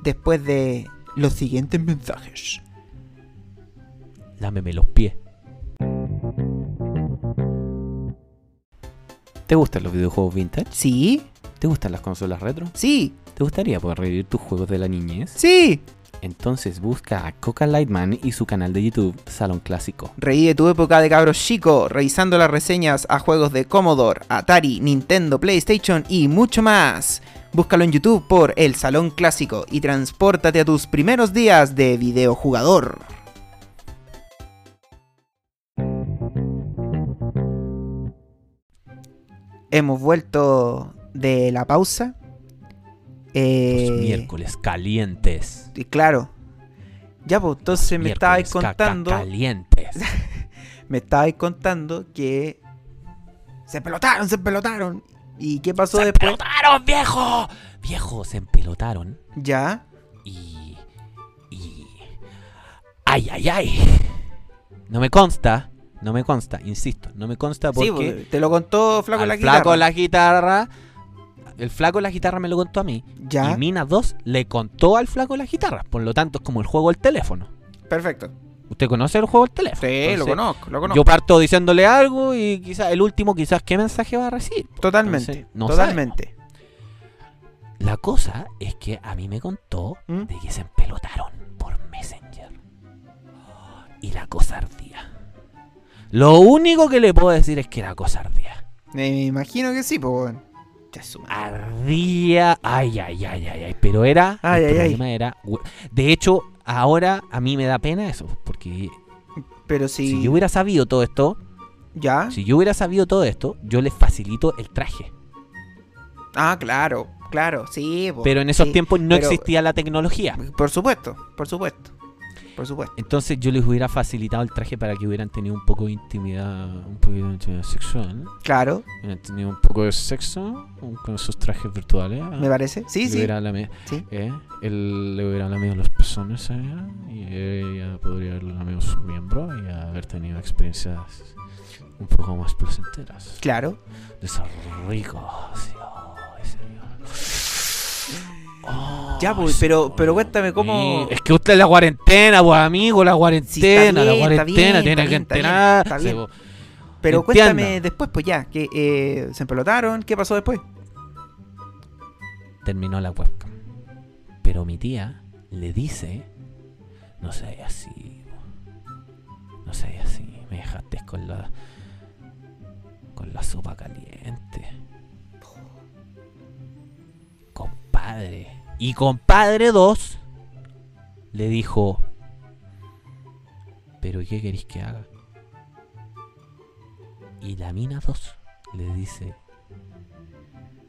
[SPEAKER 2] después de los siguientes mensajes.
[SPEAKER 3] Lámeme los pies. ¿Te gustan los videojuegos vintage?
[SPEAKER 2] Sí,
[SPEAKER 3] ¿Te gustan las consolas retro?
[SPEAKER 2] sí,
[SPEAKER 3] ¿Te gustaría poder revivir tus juegos de la niñez?
[SPEAKER 2] sí.
[SPEAKER 3] Entonces busca a Coca Lightman y su canal de YouTube Salón Clásico.
[SPEAKER 2] Reí de tu época de cabros chico, revisando las reseñas a juegos de Commodore, Atari, Nintendo, PlayStation y mucho más. Búscalo en YouTube por El Salón Clásico y transpórtate a tus primeros días de videojugador. Hemos vuelto de la pausa. Eh,
[SPEAKER 3] Los miércoles calientes.
[SPEAKER 2] y Claro. Ya, pues, entonces me estabais
[SPEAKER 3] Miércoles caca
[SPEAKER 2] contando.
[SPEAKER 3] Calientes.
[SPEAKER 2] Me estabais contando que. Se pelotaron, se pelotaron. ¿Y qué pasó
[SPEAKER 3] ¡Se
[SPEAKER 2] después?
[SPEAKER 3] empelotaron, viejo! Viejo, se empelotaron.
[SPEAKER 2] Ya.
[SPEAKER 3] Y. Y. ¡Ay, ay, ay! No me consta. No me consta, insisto. No me consta
[SPEAKER 2] Sí,
[SPEAKER 3] porque.
[SPEAKER 2] pues, te lo contó Flaco
[SPEAKER 3] al
[SPEAKER 2] la guitarra.
[SPEAKER 3] flaco la guitarra. El flaco de la guitarra me lo contó a mí.
[SPEAKER 2] Ya.
[SPEAKER 3] Y Mina 2 le contó al flaco de la guitarra. Por lo tanto, es como el juego del teléfono.
[SPEAKER 2] Perfecto.
[SPEAKER 3] ¿Usted conoce el juego del teléfono?
[SPEAKER 2] Sí, lo
[SPEAKER 3] Entonces,
[SPEAKER 2] conozco, lo conozco.
[SPEAKER 3] Yo parto diciéndole algo y quizás el último, quizás qué mensaje va a recibir.
[SPEAKER 2] totalmente.
[SPEAKER 3] entonces, no
[SPEAKER 2] totalmente.
[SPEAKER 3] La cosa es que a mí me contó
[SPEAKER 2] ¿Mm?
[SPEAKER 3] de que se empelotaron por Messenger. Y la cosa ardía. Lo único que le puedo decir es que la cosa ardía.
[SPEAKER 2] Me imagino que sí, pues, weón. Ya su madre.
[SPEAKER 3] Ardía. Ay, ay, ay, ay, ay. Pero era.
[SPEAKER 2] Ay,
[SPEAKER 3] el
[SPEAKER 2] ay, ay.
[SPEAKER 3] problema era. De hecho, ahora a mí me da pena eso. Porque
[SPEAKER 2] Pero si.
[SPEAKER 3] si yo hubiera sabido todo esto,
[SPEAKER 2] Ya.
[SPEAKER 3] si yo hubiera sabido todo esto, yo les facilito el traje.
[SPEAKER 2] Ah, claro, claro, sí. po,
[SPEAKER 3] Pero en esos
[SPEAKER 2] Oh, sí.
[SPEAKER 3] tiempos no
[SPEAKER 2] pero-
[SPEAKER 3] existía la tecnología.
[SPEAKER 2] Por supuesto, por supuesto. Por supuesto.
[SPEAKER 3] Entonces yo les hubiera facilitado el traje para que hubieran tenido un poco de intimidad, un poquito de intimidad sexual.
[SPEAKER 2] Claro,
[SPEAKER 3] Hubieran tenido un poco de sexo con esos trajes virtuales.
[SPEAKER 2] me parece. Sí,
[SPEAKER 3] Le
[SPEAKER 2] sí.
[SPEAKER 3] Ah. hubiera lami-
[SPEAKER 2] Sí.
[SPEAKER 3] eh, él le hubiera lamido los pezones a ella y ella podría haberle lamido su miembro y haber tenido experiencias un poco más placenteras.
[SPEAKER 2] Claro.
[SPEAKER 3] De esos ricos. sí, ay, señor. Ay,
[SPEAKER 2] Ya, pues, pero- pero cuéntame,
[SPEAKER 3] amigo.
[SPEAKER 2] ¿cómo-
[SPEAKER 3] Es que usted es la cuarentena, pues, amigo, la
[SPEAKER 2] Sí, está
[SPEAKER 3] cuarentena,
[SPEAKER 2] bien,
[SPEAKER 3] la
[SPEAKER 2] está bien,
[SPEAKER 3] cuarentena,
[SPEAKER 2] está
[SPEAKER 3] tiene que
[SPEAKER 2] bien, está bien,
[SPEAKER 3] enterar.
[SPEAKER 2] está
[SPEAKER 3] Sí,
[SPEAKER 2] bien.
[SPEAKER 3] pues.
[SPEAKER 2] Pero
[SPEAKER 3] Entienda.
[SPEAKER 2] cuéntame después, pues ya, que eh, se empelotaron, ¿qué pasó después?
[SPEAKER 3] Terminó la webcam. Pero mi tía le dice: No sé, así. po. No sé, así. Me dejaste con la. con la sopa caliente. Compadre. Y compadre 2 le dijo: ¿Pero qué queréis que haga? Y la mina 2 le dice: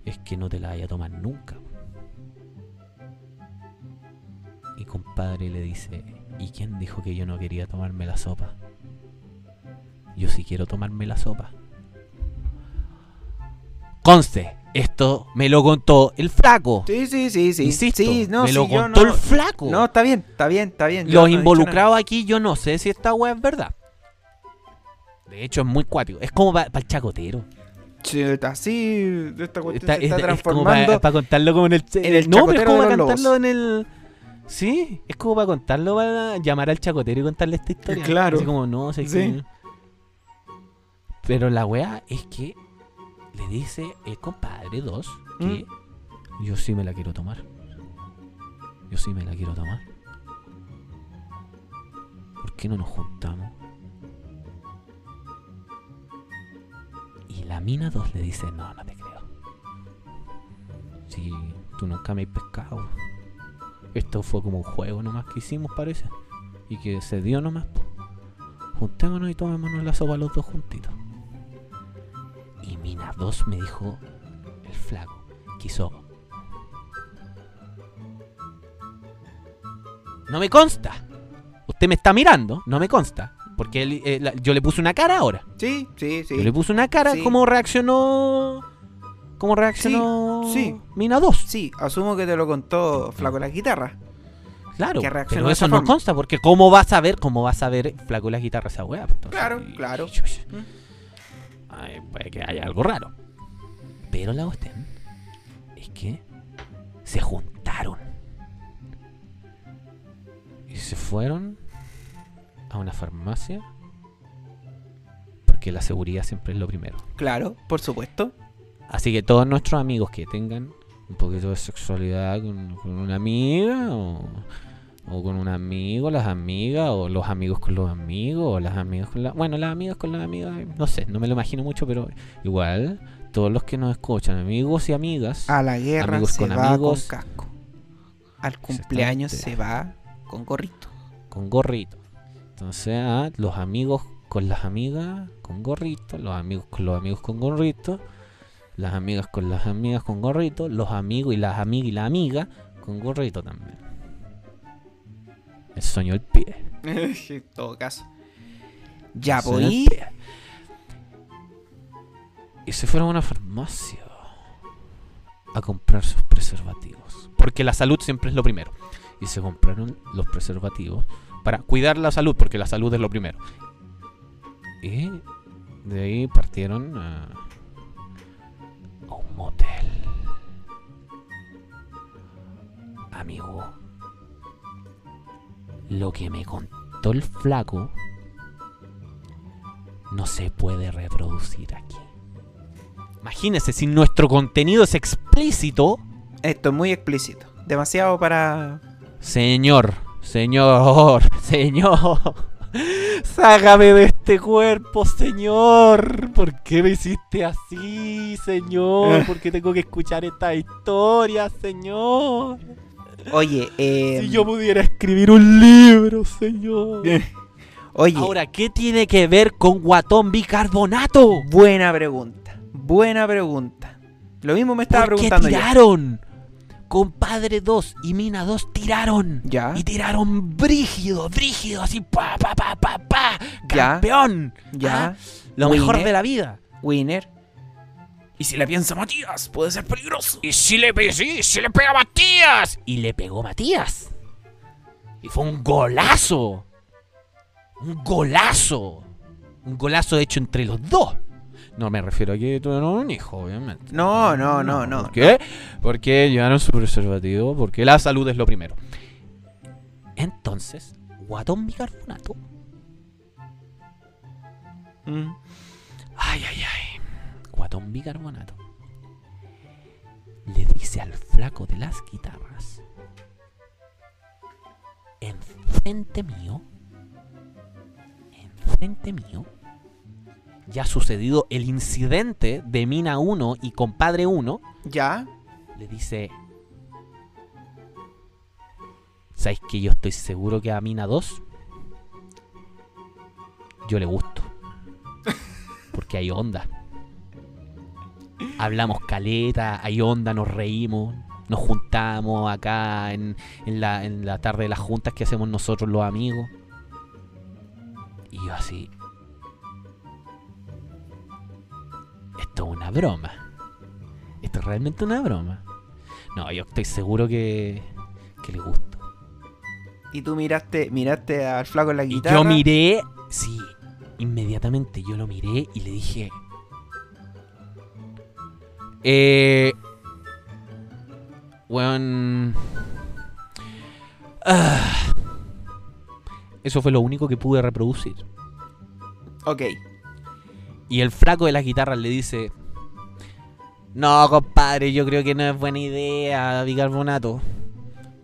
[SPEAKER 3] Es que no te la vaya a tomar nunca. Y compadre le dice: ¿Y quién dijo que yo no quería tomarme la sopa? Yo sí quiero tomarme la sopa. Conste, esto me lo contó el flaco.
[SPEAKER 2] Sí, sí, sí, sí.
[SPEAKER 3] Insisto,
[SPEAKER 2] sí, no,
[SPEAKER 3] me
[SPEAKER 2] sí,
[SPEAKER 3] lo
[SPEAKER 2] yo
[SPEAKER 3] contó
[SPEAKER 2] no,
[SPEAKER 3] el flaco.
[SPEAKER 2] No, está bien, está bien, está bien. yo no
[SPEAKER 3] Los
[SPEAKER 2] he dicho
[SPEAKER 3] involucrados aquí, yo no sé si esta weá es verdad. De hecho, es muy cuático. Es como para el chacotero.
[SPEAKER 2] nada. Sí, está así, de esta cuestión
[SPEAKER 3] Está-
[SPEAKER 2] se está
[SPEAKER 3] es- es como
[SPEAKER 2] transformando.
[SPEAKER 3] para contarlo como en el.
[SPEAKER 2] en el
[SPEAKER 3] no, pero
[SPEAKER 2] chacotero
[SPEAKER 3] es como
[SPEAKER 2] de
[SPEAKER 3] para
[SPEAKER 2] los
[SPEAKER 3] cantarlo
[SPEAKER 2] lobos.
[SPEAKER 3] en el. Sí, es como para contarlo, para llamar al chacotero y contarle esta historia.
[SPEAKER 2] Eh, Claro.
[SPEAKER 3] Así como, no, sé
[SPEAKER 2] Sí.
[SPEAKER 3] que- Pero la weá es que le dice el compadre 2 que yo sí me la quiero tomar. Yo sí me la quiero tomar. ¿Por qué no nos juntamos? Y la mina 2 le dice, no, no te creo. Si tú nunca me has pescado. Esto fue como un juego nomás que hicimos, parece. Y que se dio nomás. po. Juntémonos y tomémonos la sopa los dos juntitos. Y Mina 2 me dijo, el flaco, quiso... No me consta. Usted me está mirando, no me consta. Porque él, eh, la- yo le puse una cara ahora.
[SPEAKER 2] Sí, sí, sí.
[SPEAKER 3] Yo le puse una cara
[SPEAKER 2] Sí.
[SPEAKER 3] como reaccionó. Como reaccionó
[SPEAKER 2] sí.
[SPEAKER 3] Mina 2.
[SPEAKER 2] Sí, asumo que te lo contó Flaco la guitarra.
[SPEAKER 3] Claro.
[SPEAKER 2] que reaccionó
[SPEAKER 3] Pero
[SPEAKER 2] de
[SPEAKER 3] eso
[SPEAKER 2] esa
[SPEAKER 3] no
[SPEAKER 2] forma.
[SPEAKER 3] consta, porque cómo va a saber, cómo va a saber flaco la guitarra esa weá. Entonces,
[SPEAKER 2] Claro,
[SPEAKER 3] y-
[SPEAKER 2] claro.
[SPEAKER 3] y chucha.
[SPEAKER 2] Mm.
[SPEAKER 3] Ay, puede que haya algo raro. Pero la cuestión es que se juntaron. Y se fueron a una farmacia. Porque la seguridad siempre es lo primero.
[SPEAKER 2] Claro, por supuesto.
[SPEAKER 3] Así que todos nuestros amigos que tengan un poquito de sexualidad con, con una amiga o, o con un amigo, las amigas, o los amigos con los amigos, o las amigas con las... Bueno, las amigas con las amigas, no sé, no me lo imagino mucho, pero igual, todos los que nos escuchan, amigos y amigas,
[SPEAKER 2] A la guerra
[SPEAKER 3] Amigos
[SPEAKER 2] se
[SPEAKER 3] con
[SPEAKER 2] va
[SPEAKER 3] amigos.
[SPEAKER 2] con casco. Al cumpleaños se va con gorrito.
[SPEAKER 3] con gorrito. Entonces, ah, los amigos con las amigas, con gorrito, los amigos con los amigos con gorrito, Las amigas con las amigas con gorrito. Los amigos y las amigas y la amiga con gorrito también. El sueño del pie.
[SPEAKER 2] en todo caso. Ya,
[SPEAKER 3] Suena el
[SPEAKER 2] pues. y-
[SPEAKER 3] pie. este. Y se fueron a una farmacia a comprar sus preservativos. Porque la salud siempre es lo primero. Y se compraron los preservativos para cuidar la salud, porque la salud es lo primero. Y de ahí partieron a, a un motel. Amigo, lo que me contó el flaco no se puede reproducir aquí. Imagínense, si nuestro contenido es explícito,
[SPEAKER 2] Esto es muy explícito. Demasiado para.
[SPEAKER 3] señor, señor, señor, sácame de este cuerpo, señor. ¿Por qué me hiciste así, señor? ¿Por qué tengo que escuchar esta historia, señor?
[SPEAKER 2] Oye, eh.
[SPEAKER 3] Si yo pudiera escribir un libro, señor.
[SPEAKER 2] Oye,
[SPEAKER 3] Ahora, ¿qué tiene que ver con guatón bicarbonato?
[SPEAKER 2] buena pregunta. Buena pregunta. Lo mismo me estaba
[SPEAKER 3] ¿Por qué
[SPEAKER 2] preguntando yo.
[SPEAKER 3] tiraron? Compadre 2 y Mina 2 tiraron.
[SPEAKER 2] Ya.
[SPEAKER 3] Y tiraron brígido, brígido, así pa, pa, pa, pa, pa.
[SPEAKER 2] Ya.
[SPEAKER 3] Campeón.
[SPEAKER 2] Ya.
[SPEAKER 3] Ah, Lo
[SPEAKER 2] Winner.
[SPEAKER 3] mejor de la vida.
[SPEAKER 2] Winner.
[SPEAKER 3] Y si la piensa Matías, puede ser peligroso. Y si le, pe- sí, si le pega Matías. Y le pegó Matías. Y fue un golazo. Un golazo. Un golazo hecho entre los dos. No me refiero a que tuvieron un hijo, obviamente.
[SPEAKER 2] No, no, no, no.
[SPEAKER 3] ¿Por qué? Porque llevaron su preservativo, porque la salud es lo primero. Entonces, guatón bicarbonato.
[SPEAKER 2] Mm.
[SPEAKER 3] Ay, ay, ay. Guatón bicarbonato. Le dice al flaco de las guitarras. Enfrente mío. Enfrente mío. Ya ha sucedido el incidente de Mina 1 y Compadre 1.
[SPEAKER 2] Ya.
[SPEAKER 3] le dice: ¿Sabes que yo estoy seguro que a Mina 2 yo le gusto? Porque hay onda. Hablamos caleta, hay onda, nos reímos, nos juntamos acá en, en la, en la tarde de las juntas que hacemos nosotros los amigos. Y yo así. Esto es una broma. Esto es realmente una broma. No, yo estoy seguro que, que le gusto.
[SPEAKER 2] Y tú miraste, miraste al flaco en la
[SPEAKER 3] Y
[SPEAKER 2] guitarra.
[SPEAKER 3] yo miré, sí, inmediatamente yo lo miré y le dije... Eh... Weón... ah". eso fue lo único que pude reproducir.
[SPEAKER 2] Ok.
[SPEAKER 3] Y el flaco de las guitarras le dice: No, compadre, yo creo que no es buena idea bicarbonato.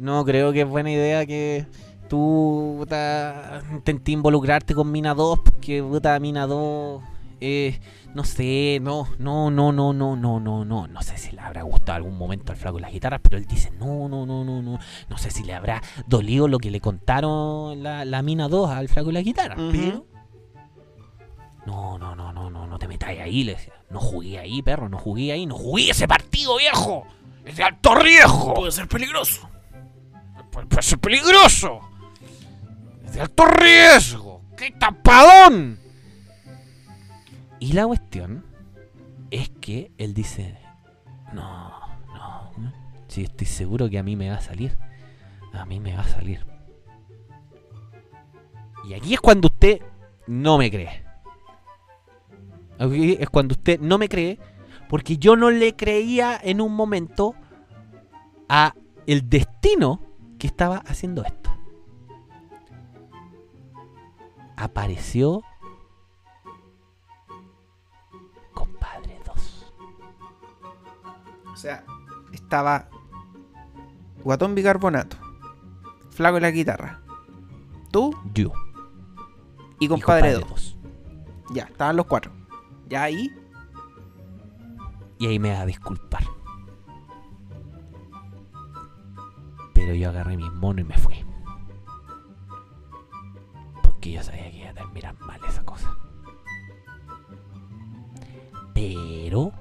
[SPEAKER 3] No creo que es buena idea que tú puta, intentes involucrarte con Mina 2, porque puta, Mina 2. eh, no sé, no, no, no, no, no, no, no, no. No sé si le habrá gustado algún momento al flaco de las guitarras, pero él dice: No, no, no, no, no. No sé si le habrá dolido lo que le contaron la, la Mina 2 al flaco de las guitarras,
[SPEAKER 2] Ujú.
[SPEAKER 3] pero. No, no, no, no, no, no te metáis ahí, le decía. No jugué ahí, perro, no jugué ahí, no jugué ese partido, viejo. Es de alto riesgo. Puede ser peligroso. Puede, ser peligroso. Es de alto riesgo. ¡Qué tapadón! Y la cuestión es que él dice, no, no, sí, estoy seguro que a mí me va a salir. A mí me va a salir. Y aquí es cuando usted no me cree. Aquí es cuando usted no me cree, porque yo no le creía en un momento a el destino que estaba haciendo esto. Apareció compadre 2.
[SPEAKER 2] O sea, estaba Guatón Bicarbonato, Flaco en la guitarra, tú
[SPEAKER 3] Yo.
[SPEAKER 2] y
[SPEAKER 3] y
[SPEAKER 2] compadre dos.
[SPEAKER 3] 2.
[SPEAKER 2] Ya, estaban los cuatro. Ya ahí,
[SPEAKER 3] Y ahí me va a disculpar. Pero yo agarré mis monos y me fui. Porque yo sabía que iba a terminar mal esa cosa. Pero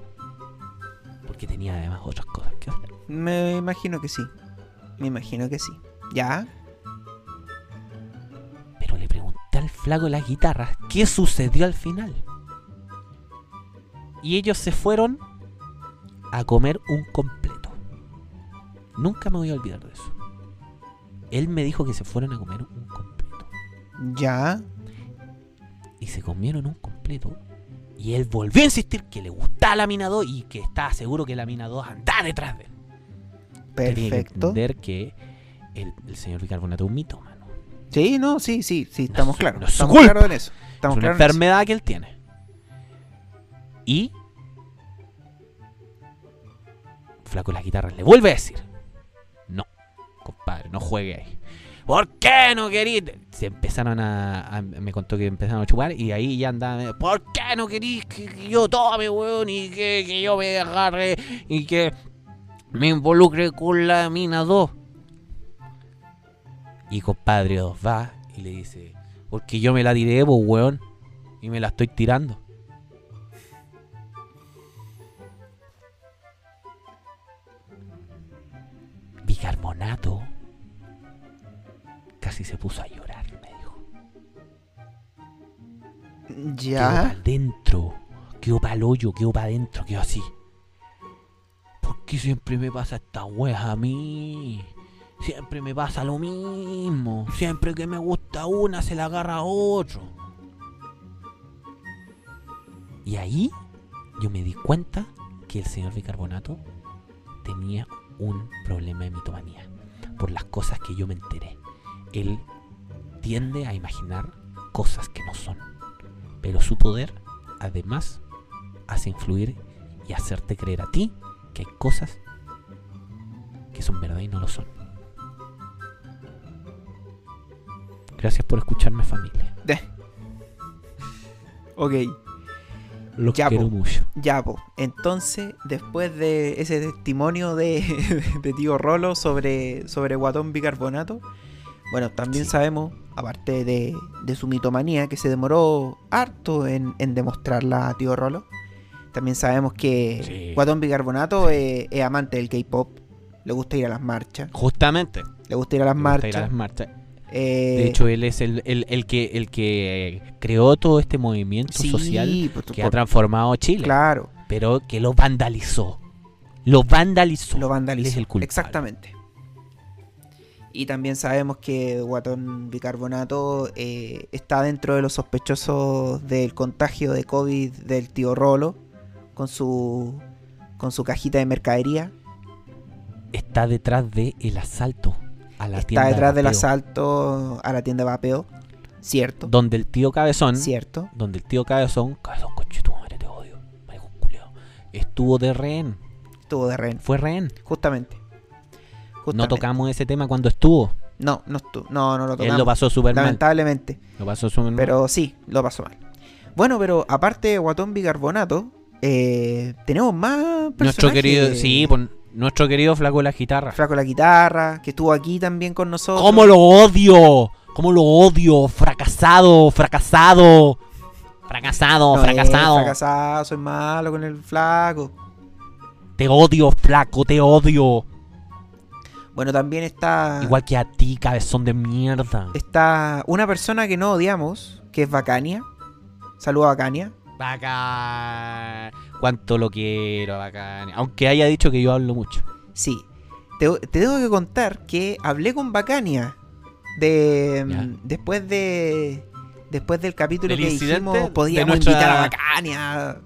[SPEAKER 3] que tenía además otras cosas que hacer.
[SPEAKER 2] Me imagino que sí. Me imagino que sí. ¿Ya?
[SPEAKER 3] Pero le pregunté al flaco de las guitarras qué sucedió al final. Y ellos se fueron a comer un completo. Nunca me voy a olvidar de eso. Él me dijo que se fueron a comer un completo.
[SPEAKER 2] ¿Ya?
[SPEAKER 3] Y se comieron un completo. Y él volvió a insistir que le gustaba la mina 2 y que estaba seguro que la mina 2 andaba detrás de él. Usted tiene que
[SPEAKER 2] Perfecto.
[SPEAKER 3] entender que el, el señor bicarbonato es un mito, mano.
[SPEAKER 2] Sí, no, sí, sí, sí, estamos
[SPEAKER 3] su-
[SPEAKER 2] claros.
[SPEAKER 3] no es su
[SPEAKER 2] estamos
[SPEAKER 3] culpa.
[SPEAKER 2] claros en eso. Estamos
[SPEAKER 3] es una
[SPEAKER 2] claros en eso.
[SPEAKER 3] enfermedad que él tiene. Y. Flaco de las guitarras le vuelve a decir: No, compadre, no juegue ahí. ¿Por qué no querís? Se empezaron a, a- Me contó que empezaron a chupar y ahí ya andaba. medio, ¿Por qué no querís que, que yo tome, weón? Y que, que yo me agarre y que me involucre con la mina 2. Y compadre 2 va y le dice: porque yo me la tiré, pues, weón. Y me la estoy tirando. Bicarbonato. Casi se puso a llorar, me dijo. Quedó para
[SPEAKER 2] Ya.
[SPEAKER 3] adentro. Quedó para el hoyo, quedó para adentro, quedó así. ¿Por qué siempre me pasa esta wea a mí? Siempre me pasa lo mismo. Siempre que me gusta una, se la agarra a otro. Y ahí yo me di cuenta que el señor bicarbonato tenía un problema de mitomanía. Por las cosas que yo me enteré. Él tiende a imaginar cosas que no son pero su poder además hace influir y hacerte creer a ti que hay cosas que son verdad y no lo son. Gracias por escucharme familia.
[SPEAKER 2] Ok,
[SPEAKER 3] Los
[SPEAKER 2] Ya,
[SPEAKER 3] quiero
[SPEAKER 2] po.
[SPEAKER 3] mucho.
[SPEAKER 2] ya, po. Entonces, después de ese testimonio de, de tío Rolo sobre, sobre Guatón Bicarbonato, bueno, también
[SPEAKER 3] Sí.
[SPEAKER 2] sabemos, aparte de, de su mitomanía, que se demoró harto en, en demostrarla a tío Rolo, también sabemos que
[SPEAKER 3] Sí.
[SPEAKER 2] Guatón Bicarbonato es, es amante del K-pop, le gusta ir a las marchas,
[SPEAKER 3] Justamente.
[SPEAKER 2] le gusta ir a las
[SPEAKER 3] me gusta
[SPEAKER 2] marchas.
[SPEAKER 3] ir a las marchas.
[SPEAKER 2] eh,
[SPEAKER 3] De hecho, él es el, el- el que el que creó todo este movimiento
[SPEAKER 2] sí,
[SPEAKER 3] social
[SPEAKER 2] pues,
[SPEAKER 3] que ha
[SPEAKER 2] por-
[SPEAKER 3] transformado Chile,
[SPEAKER 2] claro.
[SPEAKER 3] pero que lo vandalizó. Lo vandalizó.
[SPEAKER 2] Lo vandalizó.
[SPEAKER 3] Él es el culpable.
[SPEAKER 2] Exactamente. Y también sabemos que Guatón Bicarbonato eh, está dentro de los sospechosos del contagio de COVID del tío Rolo con su, con su cajita de mercadería.
[SPEAKER 3] Está detrás de el asalto a la tienda
[SPEAKER 2] está
[SPEAKER 3] de
[SPEAKER 2] detrás del
[SPEAKER 3] Mateo.
[SPEAKER 2] asalto a la tienda de vapeo. Cierto.
[SPEAKER 3] donde el tío Cabezón,
[SPEAKER 2] Cierto.
[SPEAKER 3] donde el tío Cabezón, Cabezón conchetumare, te odio, maricón culiao, estuvo de rehén,
[SPEAKER 2] Estuvo de rehén.
[SPEAKER 3] fue rehén.
[SPEAKER 2] Justamente.
[SPEAKER 3] No
[SPEAKER 2] Justamente.
[SPEAKER 3] tocamos ese tema cuando estuvo,
[SPEAKER 2] No, no, estu- no, no lo tocamos.
[SPEAKER 3] él lo pasó súper mal,
[SPEAKER 2] lamentablemente.
[SPEAKER 3] lo pasó súper mal.
[SPEAKER 2] Pero sí, lo pasó mal. Bueno, pero aparte de Guatón Bicarbonato, eh, tenemos más personajes.
[SPEAKER 3] nuestro querido, sí, pues. pon- nuestro querido flaco de la guitarra.
[SPEAKER 2] Flaco la guitarra, que estuvo aquí también con nosotros.
[SPEAKER 3] ¿Cómo lo odio? ¿Cómo lo odio? Fracasado, fracasado, fracasado,
[SPEAKER 2] No, eh,
[SPEAKER 3] fracasado.
[SPEAKER 2] fracasado, soy malo con el flaco.
[SPEAKER 3] Te odio, flaco, te odio.
[SPEAKER 2] Bueno, también está,
[SPEAKER 3] Igual que a ti, cabezón de mierda.
[SPEAKER 2] está una persona que no odiamos, que es Bacania. Saluda a Bacania.
[SPEAKER 3] Bacán. Cuánto lo quiero, bacán. Aunque haya dicho que yo hablo mucho.
[SPEAKER 2] Sí. Te, te tengo que contar que hablé con Bacania de
[SPEAKER 3] Ya.
[SPEAKER 2] después de después del capítulo
[SPEAKER 3] Del
[SPEAKER 2] que
[SPEAKER 3] incidente
[SPEAKER 2] dijimos
[SPEAKER 3] de
[SPEAKER 2] podíamos
[SPEAKER 3] nuestra-
[SPEAKER 2] invitar a Bacania.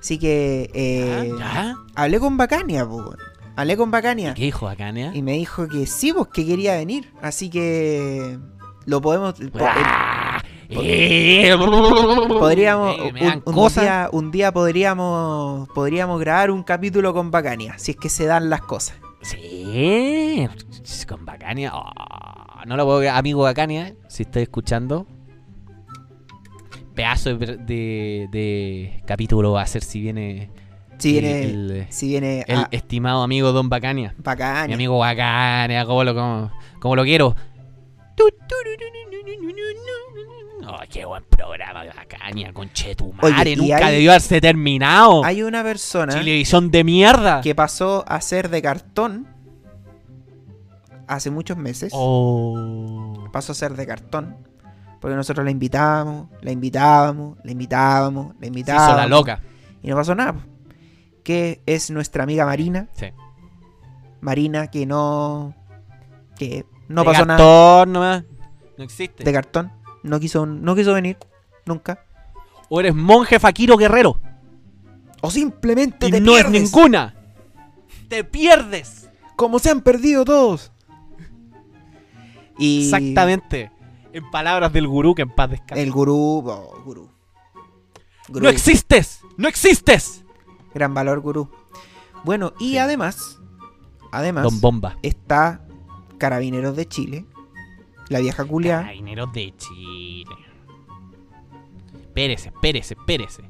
[SPEAKER 2] Así que eh,
[SPEAKER 3] ¿Ya?
[SPEAKER 2] hablé con Bacania, po, weón. hablé con Bacania
[SPEAKER 3] ¿Qué dijo eh? Bacania?
[SPEAKER 2] y me dijo que sí, pues que quería venir, así que lo podemos po-
[SPEAKER 3] Ah, eh,
[SPEAKER 2] podríamos
[SPEAKER 3] eh, me dan
[SPEAKER 2] un, un
[SPEAKER 3] cosas.
[SPEAKER 2] día un día podríamos podríamos grabar un capítulo con Bacania, si es que se dan las cosas.
[SPEAKER 3] Sí, con Bacania. Ah, no lo puedo creer. Amigo Bacania, si estás escuchando. Pedazo de, de- de capítulo va a ser si viene,
[SPEAKER 2] Si viene
[SPEAKER 3] el, el-
[SPEAKER 2] si viene
[SPEAKER 3] el
[SPEAKER 2] a-
[SPEAKER 3] estimado amigo Don eh. Bacania. Mi
[SPEAKER 2] Bacania.
[SPEAKER 3] amigo Bacania, como lo, como, como lo quiero. Ay, qué buen programa de la caña, conchetumare.
[SPEAKER 2] Oye, y
[SPEAKER 3] nunca
[SPEAKER 2] hay-
[SPEAKER 3] debió haberse terminado.
[SPEAKER 2] Hay una persona
[SPEAKER 3] Televisión de mierda.
[SPEAKER 2] que pasó a ser de cartón hace muchos meses.
[SPEAKER 3] Oh.
[SPEAKER 2] pasó a ser de cartón. Porque nosotros la invitábamos, la invitábamos, la invitábamos, la
[SPEAKER 3] Se hizo
[SPEAKER 2] invitábamos.
[SPEAKER 3] la loca.
[SPEAKER 2] Y no pasó nada. po. Que es nuestra amiga Marina.
[SPEAKER 3] Sí.
[SPEAKER 2] Marina que no. que no
[SPEAKER 3] De
[SPEAKER 2] pasó nada
[SPEAKER 3] cartón nomás. No existe.
[SPEAKER 2] de cartón. No quiso, no quiso venir. Nunca.
[SPEAKER 3] O eres monje faquiro guerrero.
[SPEAKER 2] O simplemente
[SPEAKER 3] Y
[SPEAKER 2] te
[SPEAKER 3] no
[SPEAKER 2] pierdes,
[SPEAKER 3] es ninguna. Te pierdes.
[SPEAKER 2] Como se han perdido todos. Y
[SPEAKER 3] Exactamente. En palabras del gurú que en paz descanse.
[SPEAKER 2] El gurú. oh, gurú. Gurú.
[SPEAKER 3] ¡No existes! ¡No existes!
[SPEAKER 2] Gran valor, gurú. Bueno, y
[SPEAKER 3] Sí.
[SPEAKER 2] además. Además.
[SPEAKER 3] Don Bomba.
[SPEAKER 2] está Carabineros de Chile, la vieja culia.
[SPEAKER 3] Carabineros de Chile. Espérese, espérese, espérese.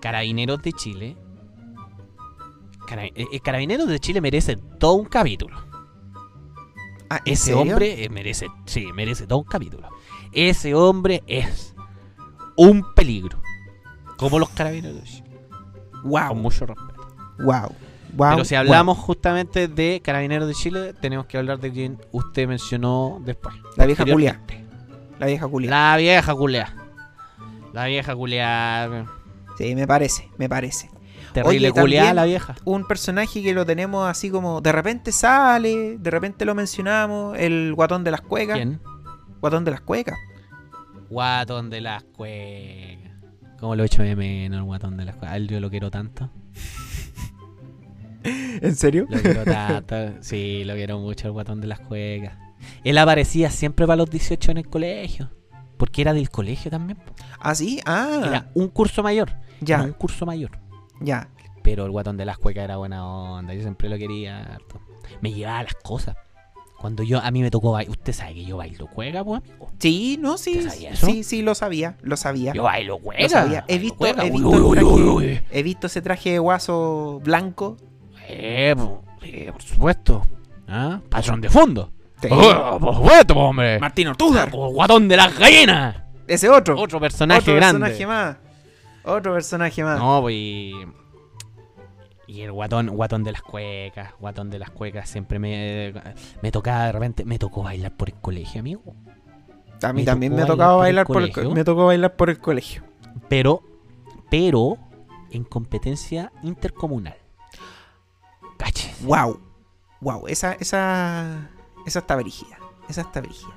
[SPEAKER 3] Carabineros de Chile. Cara- eh, eh, Carabineros de Chile merece todo un capítulo.
[SPEAKER 2] Ah, ¿en
[SPEAKER 3] Ese
[SPEAKER 2] serio?
[SPEAKER 3] hombre eh, merece, sí, merece todo un capítulo. Ese hombre es un peligro. Como los carabineros. de Chile, Con
[SPEAKER 2] Wow,
[SPEAKER 3] mucho respeto.
[SPEAKER 2] wow, wow.
[SPEAKER 3] Pero si hablamos justamente de carabineros de Chile, tenemos que hablar de quien usted mencionó después.
[SPEAKER 2] La vieja culia.
[SPEAKER 3] Posteriormente.
[SPEAKER 2] La vieja culia.
[SPEAKER 3] La vieja culea. La vieja culea.
[SPEAKER 2] Sí, me parece, me parece.
[SPEAKER 3] Terrible
[SPEAKER 2] Oye,
[SPEAKER 3] culea
[SPEAKER 2] también-
[SPEAKER 3] la vieja.
[SPEAKER 2] Un personaje que lo tenemos así como de repente sale, de repente lo mencionamos, el guatón de las cuecas.
[SPEAKER 3] ¿Quién?
[SPEAKER 2] Guatón de las cuecas.
[SPEAKER 3] Guatón de las cuecas. ¿Cómo lo echo de menos el guatón de las cuecas? A él yo lo quiero tanto.
[SPEAKER 2] ¿En serio?
[SPEAKER 3] Lo quiero tanto. Sí, lo quiero mucho el guatón de las cuecas. Él aparecía siempre para los 18 en el colegio. Porque era del colegio también. po.
[SPEAKER 2] Ah, sí, ah,
[SPEAKER 3] Era un curso mayor. Era un
[SPEAKER 2] ya,
[SPEAKER 3] curso mayor.
[SPEAKER 2] ya.
[SPEAKER 3] Pero el guatón de las cuecas era buena onda. Yo siempre lo quería harto. Me llevaba las cosas. Cuando yo, a mí me tocó bailar. Usted sabe que yo bailo cueca, pues, amigo.
[SPEAKER 2] Sí, no, sí,
[SPEAKER 3] ¿Usted sabía eso?
[SPEAKER 2] sí, sí, lo sabía, lo sabía.
[SPEAKER 3] Yo bailo cueca.
[SPEAKER 2] Lo sabía. He
[SPEAKER 3] bailo
[SPEAKER 2] visto,
[SPEAKER 3] cueca.
[SPEAKER 2] he,
[SPEAKER 3] Uy,
[SPEAKER 2] visto
[SPEAKER 3] uy, uy,
[SPEAKER 2] el traje-
[SPEAKER 3] uy, uy.
[SPEAKER 2] he visto ese traje de guaso blanco.
[SPEAKER 3] Eh, po, eh, por supuesto. ¿Ah? Patrón de fondo.
[SPEAKER 2] Sí.
[SPEAKER 3] Oh, por supuesto, po, hombre.
[SPEAKER 2] Martín Ortúzar.
[SPEAKER 3] Como el guatón de las gallinas.
[SPEAKER 2] Ah, Ese otro.
[SPEAKER 3] Otro personaje
[SPEAKER 2] Otro
[SPEAKER 3] grande.
[SPEAKER 2] personaje más. Otro personaje más.
[SPEAKER 3] No, pues. Y, y el guatón, guatón de las cuecas, guatón de las cuecas, siempre me, eh, me tocaba de repente, me tocó bailar por el colegio, amigo.
[SPEAKER 2] a mí
[SPEAKER 3] me
[SPEAKER 2] también
[SPEAKER 3] tocó
[SPEAKER 2] me ha tocado bailar por el
[SPEAKER 3] colegio.
[SPEAKER 2] co- me tocó bailar por el colegio.
[SPEAKER 3] Pero, pero, en competencia intercomunal. Caches.
[SPEAKER 2] Wow. Wow, esa esa esa está brígida. Esa está brígida.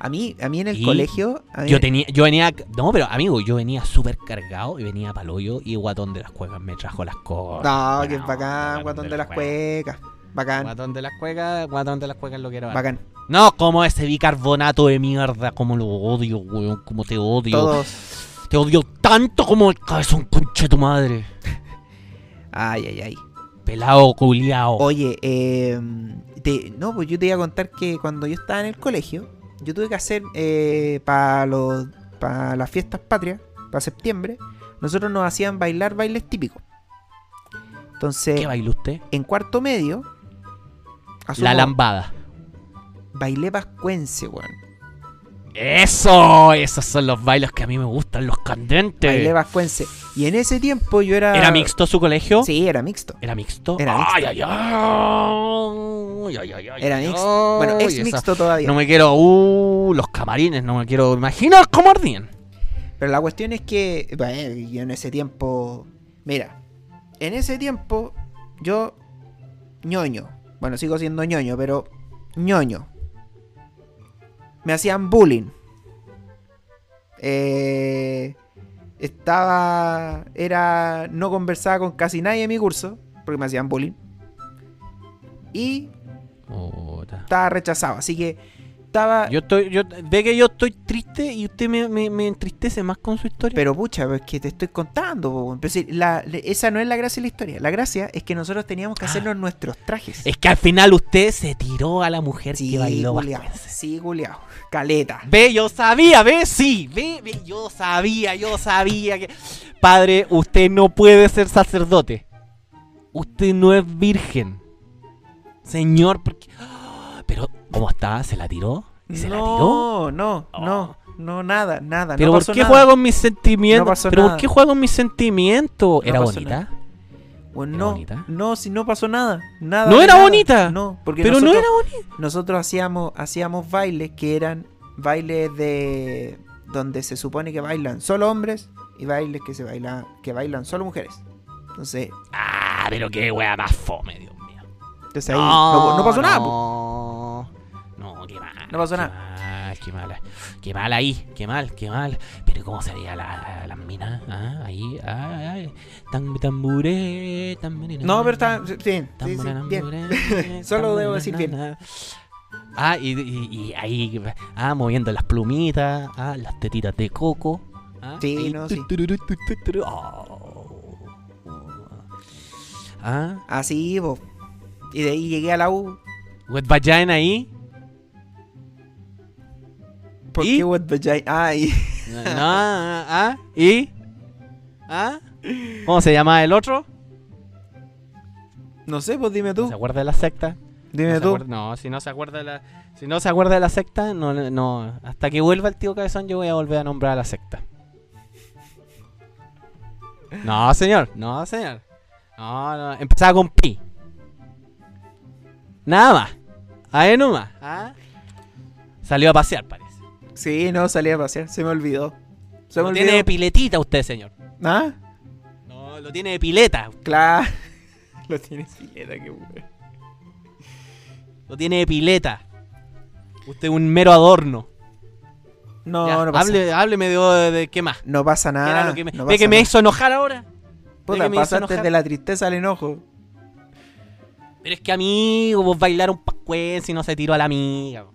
[SPEAKER 2] A mí a mí en el
[SPEAKER 3] Y
[SPEAKER 2] colegio a mí-
[SPEAKER 3] Yo tenía, yo venía, no, pero amigo, yo venía súper cargado y venía paloyo y guatón de las cuecas me trajo las cosas.
[SPEAKER 2] No,
[SPEAKER 3] Buena
[SPEAKER 2] que
[SPEAKER 3] onda,
[SPEAKER 2] bacán, guatón de las cuecas. Bacán.
[SPEAKER 3] Guatón de las cuecas, guatón de las cuecas lo quiero. harto.
[SPEAKER 2] Bacán.
[SPEAKER 3] No, como ese bicarbonato de mierda, como lo odio, weón, como te odio.
[SPEAKER 2] Todos.
[SPEAKER 3] Te odio tanto como el cabezón concha de tu madre.
[SPEAKER 2] Ay, ay, ay.
[SPEAKER 3] Pelado, culiao.
[SPEAKER 2] Oye, eh, te- no, pues yo te iba a contar que cuando yo estaba en el colegio, yo tuve que hacer eh, para los para las fiestas patrias, para septiembre, nosotros nos hacían bailar bailes típicos. Entonces,
[SPEAKER 3] ¿Qué bailó usted?
[SPEAKER 2] en cuarto medio, asumo,
[SPEAKER 3] La lambada.
[SPEAKER 2] bailé pascuense, weón.
[SPEAKER 3] Eso, esos son los bailes que a mí me gustan, los candentes.
[SPEAKER 2] Bailé pascuense. Y en ese tiempo yo era.
[SPEAKER 3] ¿Era mixto su colegio?
[SPEAKER 2] Sí, era mixto.
[SPEAKER 3] ¿Era mixto?
[SPEAKER 2] Era mixto.
[SPEAKER 3] Ay, ay, ay. Ay, ay, ay,
[SPEAKER 2] Era
[SPEAKER 3] ay,
[SPEAKER 2] mixto. Bueno,
[SPEAKER 3] ay,
[SPEAKER 2] es
[SPEAKER 3] esa-
[SPEAKER 2] mixto todavía.
[SPEAKER 3] No me quiero. Uh, los camarines, no me quiero imaginar cómo ardían.
[SPEAKER 2] Pero la cuestión es que bueno, yo en ese tiempo, mira, en ese tiempo yo ñoño, bueno, sigo siendo ñoño, pero ñoño. Me hacían bullying. Eh, estaba era no conversaba con casi nadie en mi curso porque me hacían bullying. Y
[SPEAKER 3] Puta.
[SPEAKER 2] estaba rechazado, así que estaba
[SPEAKER 3] Yo estoy, yo, ve que yo estoy triste y usted me, me- me entristece más con su historia.
[SPEAKER 2] Pero pucha, pero es que te estoy contando. po, weón. Pero si la- le- esa no es la gracia de la historia. La gracia es que nosotros teníamos que
[SPEAKER 3] Ah.
[SPEAKER 2] hacernos nuestros trajes.
[SPEAKER 3] Es que al final usted se tiró a la mujer que bailó
[SPEAKER 2] culiao,
[SPEAKER 3] Vascuence.
[SPEAKER 2] Sí, culiao. Caleta.
[SPEAKER 3] Ve, yo sabía, ve, sí, ve, ve, yo sabía, yo sabía que... Padre, usted no puede ser sacerdote. Usted no es virgen. ¡Ah! Señor, porque... Pero, ¿cómo está? ¿Se la tiró? ¿Y se la tiró?
[SPEAKER 2] No, no, no. no, nada, nada.
[SPEAKER 3] Pero
[SPEAKER 2] no
[SPEAKER 3] ¿por
[SPEAKER 2] pasó
[SPEAKER 3] qué
[SPEAKER 2] nada.
[SPEAKER 3] juega con mis sentimientos?
[SPEAKER 2] No pasó
[SPEAKER 3] ¿Pero
[SPEAKER 2] nada.
[SPEAKER 3] por qué juega con mis sentimientos?
[SPEAKER 2] No
[SPEAKER 3] ¿Era
[SPEAKER 2] pasó
[SPEAKER 3] bonita?
[SPEAKER 2] Bueno,
[SPEAKER 3] ¿Era
[SPEAKER 2] no,
[SPEAKER 3] bonita?
[SPEAKER 2] no, si no pasó nada, nada.
[SPEAKER 3] ¡No
[SPEAKER 2] de
[SPEAKER 3] era
[SPEAKER 2] nada.
[SPEAKER 3] bonita!
[SPEAKER 2] No, porque
[SPEAKER 3] Pero no
[SPEAKER 2] nosotros,
[SPEAKER 3] era bonita.
[SPEAKER 2] nosotros hacíamos, hacíamos bailes que eran bailes de donde se supone que bailan solo hombres y bailes que se baila, que bailan solo mujeres. Entonces,
[SPEAKER 3] Ah, pero qué wea más fome, Dios mío.
[SPEAKER 2] entonces ahí no, no pasó nada. po.
[SPEAKER 3] No, no, qué mal.
[SPEAKER 2] No pasó
[SPEAKER 3] qué Mal, qué mal. Qué mal ahí. Qué mal, qué mal. Pero ¿cómo sería la, la, la mina? Ah, ahí. Ay, ay. Tam, tambure, tambure.
[SPEAKER 2] No, pero está sí, bien, sí, sí, bien. Solo debo decir bien.
[SPEAKER 3] Ah, y, y- y ahí, ah, moviendo las plumitas, ah, las tetitas de coco. Ah,
[SPEAKER 2] Sí,
[SPEAKER 3] y
[SPEAKER 2] no,
[SPEAKER 3] tu,
[SPEAKER 2] sí.
[SPEAKER 3] tu, tu, tu, tu, tu, oh. Ah,
[SPEAKER 2] Así, po. Y de ahí llegué a la U.
[SPEAKER 3] wet vagina ahí.
[SPEAKER 2] ¿Por
[SPEAKER 3] ¿Y?
[SPEAKER 2] qué Wet Vagina? Ah, y-
[SPEAKER 3] No, ah, ah, y. ¿Ah? ¿Cómo se llama el otro?
[SPEAKER 2] no sé, pues dime
[SPEAKER 3] ¿No
[SPEAKER 2] tú.
[SPEAKER 3] ¿Se acuerda de la secta?
[SPEAKER 2] Dime
[SPEAKER 3] no, se
[SPEAKER 2] tú.
[SPEAKER 3] acuerda- no, si no se acuerda de la. Si no se acuerda de la secta, no, no. Hasta que vuelva el tío Cabezón, yo voy a volver a nombrar a la secta. No, señor. No, señor. No, no. Empezaba con pi. Nada más. Ahí nomás. ¿ah? Salió a pasear, parece.
[SPEAKER 2] Sí, no, salí a pasear. Se me olvidó. Se me
[SPEAKER 3] Lo
[SPEAKER 2] olvidó.
[SPEAKER 3] tiene de piletita usted, señor.
[SPEAKER 2] ¿Ah?
[SPEAKER 3] No, lo tiene de pileta.
[SPEAKER 2] Claro. Lo tiene filera, qué bueno.
[SPEAKER 3] Lo tiene de pileta. Usted es un mero adorno.
[SPEAKER 2] No,
[SPEAKER 3] Ya,
[SPEAKER 2] no pasa
[SPEAKER 3] hable- hábleme de, de- de qué más.
[SPEAKER 2] No pasa
[SPEAKER 3] ¿Qué
[SPEAKER 2] nada.
[SPEAKER 3] era lo que me,
[SPEAKER 2] no
[SPEAKER 3] ve
[SPEAKER 2] pasa
[SPEAKER 3] que me
[SPEAKER 2] nada.
[SPEAKER 3] hizo enojar ahora?
[SPEAKER 2] Puta,
[SPEAKER 3] ve que me hizo
[SPEAKER 2] pasaste
[SPEAKER 3] enojar.
[SPEAKER 2] de la tristeza al enojo.
[SPEAKER 3] Pero es que amigo, vos bailaron pascuense y no se tiró a la amiga. po.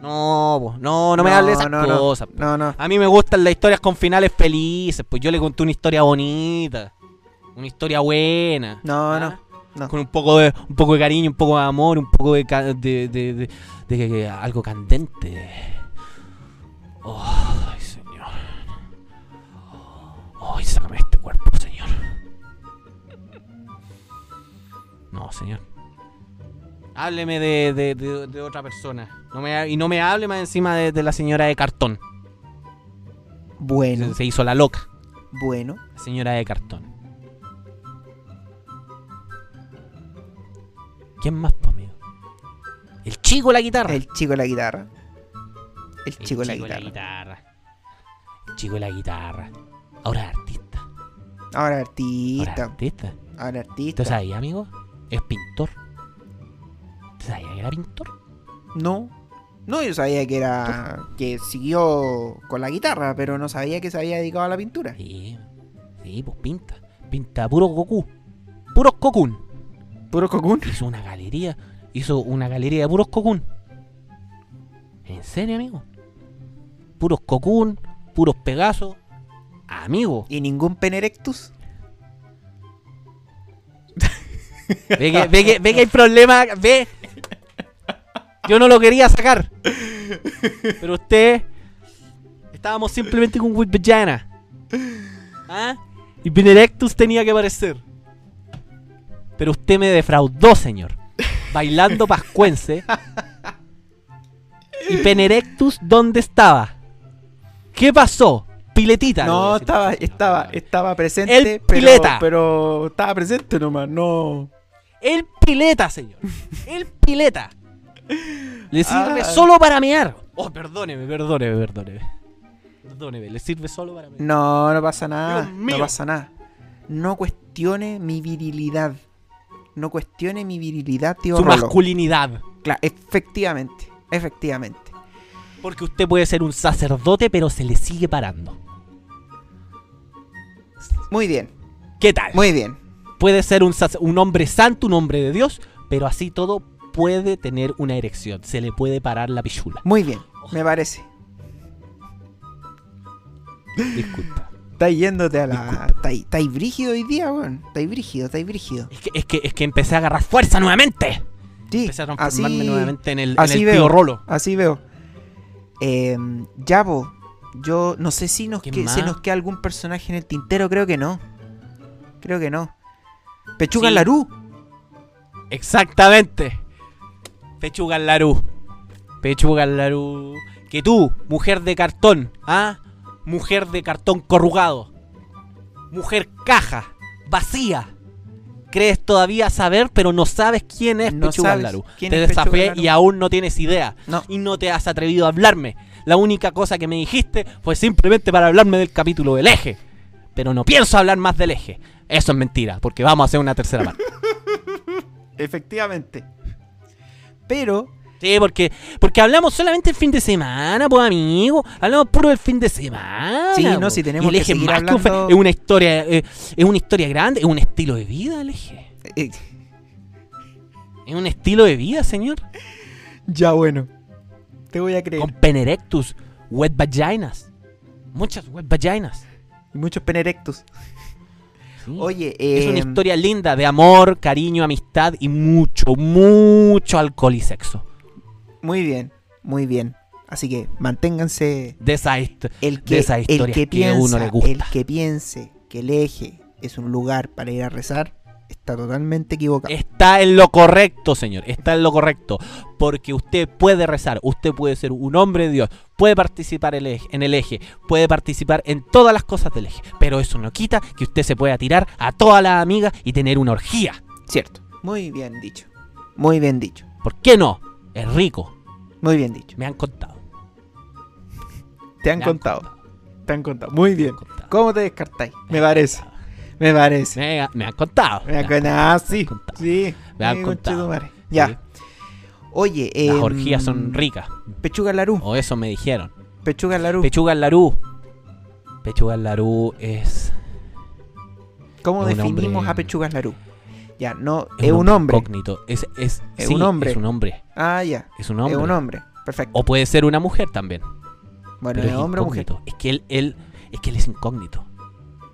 [SPEAKER 3] No, po, no, no me hables de esas
[SPEAKER 2] no, no.
[SPEAKER 3] cosas. po.
[SPEAKER 2] No, no.
[SPEAKER 3] A mí me gustan las historias con finales felices, pues yo le conté una historia bonita. Una historia buena.
[SPEAKER 2] No,
[SPEAKER 3] ¿ah?
[SPEAKER 2] no. no.
[SPEAKER 3] Con un poco de un poco de cariño, un poco de amor, un poco de ca- de, de- de- de- de algo candente. Oh, ay, señor. Ay, sácame este cuerpo, señor. No, señor. Hábleme de, de- de- de otra persona. No me ha- y no me hable más encima de, de la señora de cartón.
[SPEAKER 2] Bueno,
[SPEAKER 3] Se, se hizo la loca.
[SPEAKER 2] bueno.
[SPEAKER 3] La señora de cartón. ¿Quién más, po, amigo? El chico de la guitarra.
[SPEAKER 2] El chico de la guitarra. El
[SPEAKER 3] El
[SPEAKER 2] chico de la
[SPEAKER 3] de
[SPEAKER 2] guitarra.
[SPEAKER 3] guitarra. El chico de la guitarra. Ahora es artista.
[SPEAKER 2] Ahora
[SPEAKER 3] Ahora es
[SPEAKER 2] artista.
[SPEAKER 3] artista.
[SPEAKER 2] Ahora
[SPEAKER 3] ¿Tú
[SPEAKER 2] artista.
[SPEAKER 3] sabías, amigo? Es pintor. ¿Tú sabías que era pintor?
[SPEAKER 2] No. No, yo sabía que era. que siguió con la guitarra, pero no sabía que se había dedicado a la pintura.
[SPEAKER 3] Sí. Sí, pues pinta. Pinta puro Goku. Puros Cocoon.
[SPEAKER 2] ¿Puro cocún?
[SPEAKER 3] Hizo una galería. Hizo una galería de puros cocún. ¿En serio, amigo? Puros cocún, puros pegasos. Amigo,
[SPEAKER 2] ¿Y ningún penerectus?
[SPEAKER 3] ve que, ve que- ve que hay problema. Ve. Yo no lo quería sacar. Pero usted. Estábamos simplemente con With Vagina. ¿Ah? Y Benedictus tenía que aparecer. Pero usted me defraudó, señor. Bailando pascuense. ¿Y Benedictus dónde estaba? ¿Qué pasó? Piletita. le voy a
[SPEAKER 2] No,
[SPEAKER 3] decir.
[SPEAKER 2] estaba, estaba, estaba presente,
[SPEAKER 3] El
[SPEAKER 2] pero,
[SPEAKER 3] pileta.
[SPEAKER 2] pero estaba presente nomás, no.
[SPEAKER 3] El pileta, señor. El pileta. Le sirve
[SPEAKER 2] Ah.
[SPEAKER 3] solo para mear. Oh, perdóneme, perdóneme, perdóneme. Perdóneme, le sirve solo para mear.
[SPEAKER 2] No, no pasa nada,
[SPEAKER 3] Dios mío.
[SPEAKER 2] no pasa nada. No cuestione mi virilidad. No cuestione mi virilidad, tío
[SPEAKER 3] Su
[SPEAKER 2] Rolo.
[SPEAKER 3] masculinidad.
[SPEAKER 2] Cla- efectivamente, efectivamente.
[SPEAKER 3] Porque usted puede ser un sacerdote, pero se le sigue parando.
[SPEAKER 2] Muy bien,
[SPEAKER 3] ¿Qué tal?
[SPEAKER 2] muy bien.
[SPEAKER 3] Puede ser un, sac- un hombre santo, un hombre de Dios, pero así todo puede tener una erección. Se le puede parar la pichula.
[SPEAKER 2] Muy bien, me parece.
[SPEAKER 3] Disculpa.
[SPEAKER 2] Estáis yéndote a la.
[SPEAKER 3] Disculpa.
[SPEAKER 2] Estáis estáis brígido hoy día, weón. Estáis brígido, estáis brígido.
[SPEAKER 3] Es que, es, que, es que empecé a agarrar fuerza nuevamente.
[SPEAKER 2] Sí,
[SPEAKER 3] Empecé a
[SPEAKER 2] así,
[SPEAKER 3] transformarme nuevamente en el, en
[SPEAKER 2] así
[SPEAKER 3] el
[SPEAKER 2] veo.
[SPEAKER 3] tío Rolo.
[SPEAKER 2] Así veo. Eh, ya, po. Yo no sé si nos
[SPEAKER 3] ¿Qué
[SPEAKER 2] que,
[SPEAKER 3] más?
[SPEAKER 2] se nos queda algún personaje en el tintero. Creo que no. Creo que no. Pechuga
[SPEAKER 3] Sí.
[SPEAKER 2] Larú.
[SPEAKER 3] Exactamente. Pechuga Larú. Pechuga Larú. Que tú, mujer de cartón, ¿ah? Mujer de cartón corrugado. Mujer caja, vacía. Crees todavía saber, pero no sabes quién es
[SPEAKER 2] No
[SPEAKER 3] Pechuga
[SPEAKER 2] sabes
[SPEAKER 3] Laru. Te
[SPEAKER 2] quién es Pechuga
[SPEAKER 3] desafié
[SPEAKER 2] Laru.
[SPEAKER 3] y aún no tienes idea.
[SPEAKER 2] No.
[SPEAKER 3] Y no te has atrevido a hablarme. La única cosa que me dijiste fue simplemente para hablarme del capítulo del eje. Pero no pienso hablar más del eje. Eso es mentira, porque vamos a hacer una tercera parte.
[SPEAKER 2] Efectivamente. Pero
[SPEAKER 3] Sí, porque, porque hablamos solamente el fin de semana, pues amigo. Hablamos puro del fin de semana.
[SPEAKER 2] Sí, no,
[SPEAKER 3] pues.
[SPEAKER 2] si tenemos
[SPEAKER 3] Y el
[SPEAKER 2] que
[SPEAKER 3] eje
[SPEAKER 2] seguir
[SPEAKER 3] más que un fe-
[SPEAKER 2] hablando-
[SPEAKER 3] es una historia, eh, es una historia grande, es un estilo de vida el eje.
[SPEAKER 2] eh,
[SPEAKER 3] Es un estilo de vida, señor.
[SPEAKER 2] ya bueno. Te voy a creer.
[SPEAKER 3] Con penerectus, wet vaginas. Muchas wet vaginas.
[SPEAKER 2] Muchos penerectos.
[SPEAKER 3] Sí.
[SPEAKER 2] Oye,
[SPEAKER 3] Mm. es una
[SPEAKER 2] eh,
[SPEAKER 3] historia linda de amor, cariño, amistad y mucho, mucho alcohol y sexo.
[SPEAKER 2] muy bien, muy bien. Así que manténganse
[SPEAKER 3] De esa hist-
[SPEAKER 2] el
[SPEAKER 3] de
[SPEAKER 2] que,
[SPEAKER 3] esas
[SPEAKER 2] el
[SPEAKER 3] historias
[SPEAKER 2] que
[SPEAKER 3] que a
[SPEAKER 2] piensa,
[SPEAKER 3] uno le gusta.
[SPEAKER 2] el que piense que el eje es un lugar para ir a rezar, está totalmente equivocado.
[SPEAKER 3] Está en lo correcto, señor. Está en lo correcto. Porque usted puede rezar, usted puede ser un hombre de Dios, puede participar el eje- en el eje, puede participar en todas las cosas del eje. Pero eso no quita que usted se pueda tirar a todas las amigas y tener una orgía.
[SPEAKER 2] Cierto. Muy bien dicho. Muy bien dicho.
[SPEAKER 3] ¿Por qué no? Es rico,
[SPEAKER 2] Muy bien dicho.
[SPEAKER 3] me han contado.
[SPEAKER 2] Te han
[SPEAKER 3] Me
[SPEAKER 2] contado. Te han contado. Muy bien.
[SPEAKER 3] contado.
[SPEAKER 2] ¿Cómo te descartáis?
[SPEAKER 3] Me
[SPEAKER 2] Me
[SPEAKER 3] han
[SPEAKER 2] parece.
[SPEAKER 3] contado.
[SPEAKER 2] Me parece.
[SPEAKER 3] Me, me han contado.
[SPEAKER 2] Me han
[SPEAKER 3] Ya,
[SPEAKER 2] contado. Ah, sí.
[SPEAKER 3] contado.
[SPEAKER 2] Sí.
[SPEAKER 3] Me han
[SPEAKER 2] Ay,
[SPEAKER 3] contado.
[SPEAKER 2] conchetumare.
[SPEAKER 3] sí.
[SPEAKER 2] Ya. Oye.
[SPEAKER 3] Las
[SPEAKER 2] em,
[SPEAKER 3] orgías son ricas. Oh.
[SPEAKER 2] Pechuga Larú.
[SPEAKER 3] O eso me dijeron.
[SPEAKER 2] Pechuga Larú.
[SPEAKER 3] Pechuga al Larú. Pechuga al Larú es.
[SPEAKER 2] ¿Cómo
[SPEAKER 3] es un
[SPEAKER 2] definimos
[SPEAKER 3] hombre-
[SPEAKER 2] a Pechuga Larú? Ya, no.
[SPEAKER 3] es
[SPEAKER 2] Es un hombre.
[SPEAKER 3] incógnito. Es, es,
[SPEAKER 2] Es
[SPEAKER 3] sí,
[SPEAKER 2] un hombre.
[SPEAKER 3] Es un hombre.
[SPEAKER 2] Ah, ya.
[SPEAKER 3] Es un hombre.
[SPEAKER 2] Es un hombre. Perfecto.
[SPEAKER 3] O puede ser una mujer también.
[SPEAKER 2] bueno,
[SPEAKER 3] Pero
[SPEAKER 2] ¿es
[SPEAKER 3] es
[SPEAKER 2] hombre o mujer?
[SPEAKER 3] incógnito. Es que él, él, es que él es incógnito.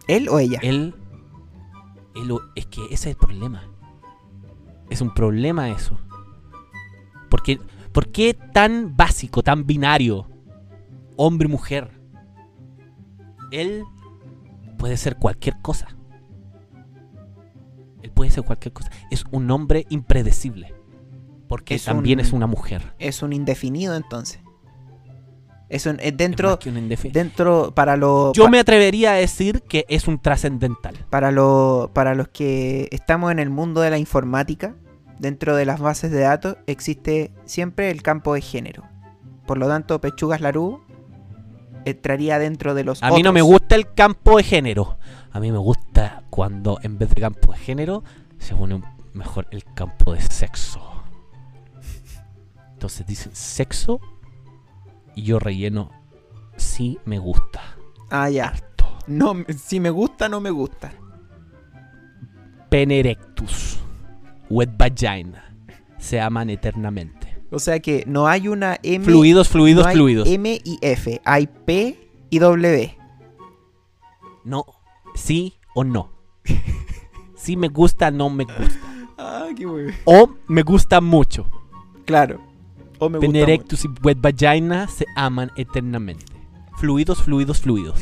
[SPEAKER 2] ¿Él o ella?
[SPEAKER 3] Él, él o- es que ese es el problema. Es un problema eso. Porque, ¿por qué tan básico, tan binario, hombre mujer? Él puede ser cualquier cosa. Él puede ser cualquier cosa. Es un hombre impredecible. Porque
[SPEAKER 2] Es
[SPEAKER 3] también
[SPEAKER 2] un-
[SPEAKER 3] es una mujer.
[SPEAKER 2] Es un indefinido entonces. Es un, es
[SPEAKER 3] Es
[SPEAKER 2] dentro,
[SPEAKER 3] más que un indefi-
[SPEAKER 2] dentro, para los...
[SPEAKER 3] Yo me atrevería a decir que es un trascendental.
[SPEAKER 2] para, lo- para los que estamos en el mundo de la informática, dentro de las bases de datos existe siempre el campo de género. Por lo tanto, Pechugas Larú entraría dentro de los...
[SPEAKER 3] A mí no
[SPEAKER 2] otros.
[SPEAKER 3] me gusta el campo de género. A mí me gusta cuando en vez de campo de género se pone un- mejor el campo de sexo. Entonces dicen sexo y yo relleno sí me gusta.
[SPEAKER 2] Ah, ya.
[SPEAKER 3] Harto.
[SPEAKER 2] No, me- si me gusta, no me gusta.
[SPEAKER 3] Penerectus. Wet vagina. Se aman eternamente.
[SPEAKER 2] O sea que no hay una M...
[SPEAKER 3] Fluidos,
[SPEAKER 2] Em,
[SPEAKER 3] fluidos,
[SPEAKER 2] no hay em.
[SPEAKER 3] fluidos.
[SPEAKER 2] M y F. Hay P y W.
[SPEAKER 3] No. Sí o no. Sí me gusta, no me gusta.
[SPEAKER 2] Ah, qué bueno.
[SPEAKER 3] O me gusta mucho.
[SPEAKER 2] Claro. O me gusta mucho.
[SPEAKER 3] Venerectus y wet vagina se aman eternamente. Fluidos, fluidos, fluidos.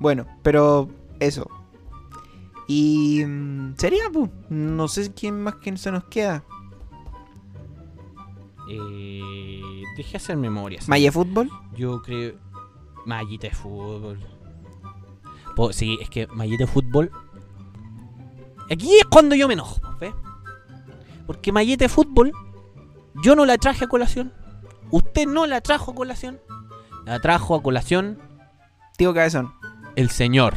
[SPEAKER 2] Bueno, pero eso. Y mm, sería, pu. no sé quién más que se nos queda.
[SPEAKER 3] Eh, deje hacer memorias.
[SPEAKER 2] Maya Fútbol.
[SPEAKER 3] Yo creo. Mallita de fútbol. Po- sí, es que mallita de fútbol. Aquí es cuando yo me enojo, ¿ves? Porque mallita de fútbol, yo no la traje a colación. Usted no la trajo a colación. La trajo a colación
[SPEAKER 2] Tío Cabezón.
[SPEAKER 3] El señor.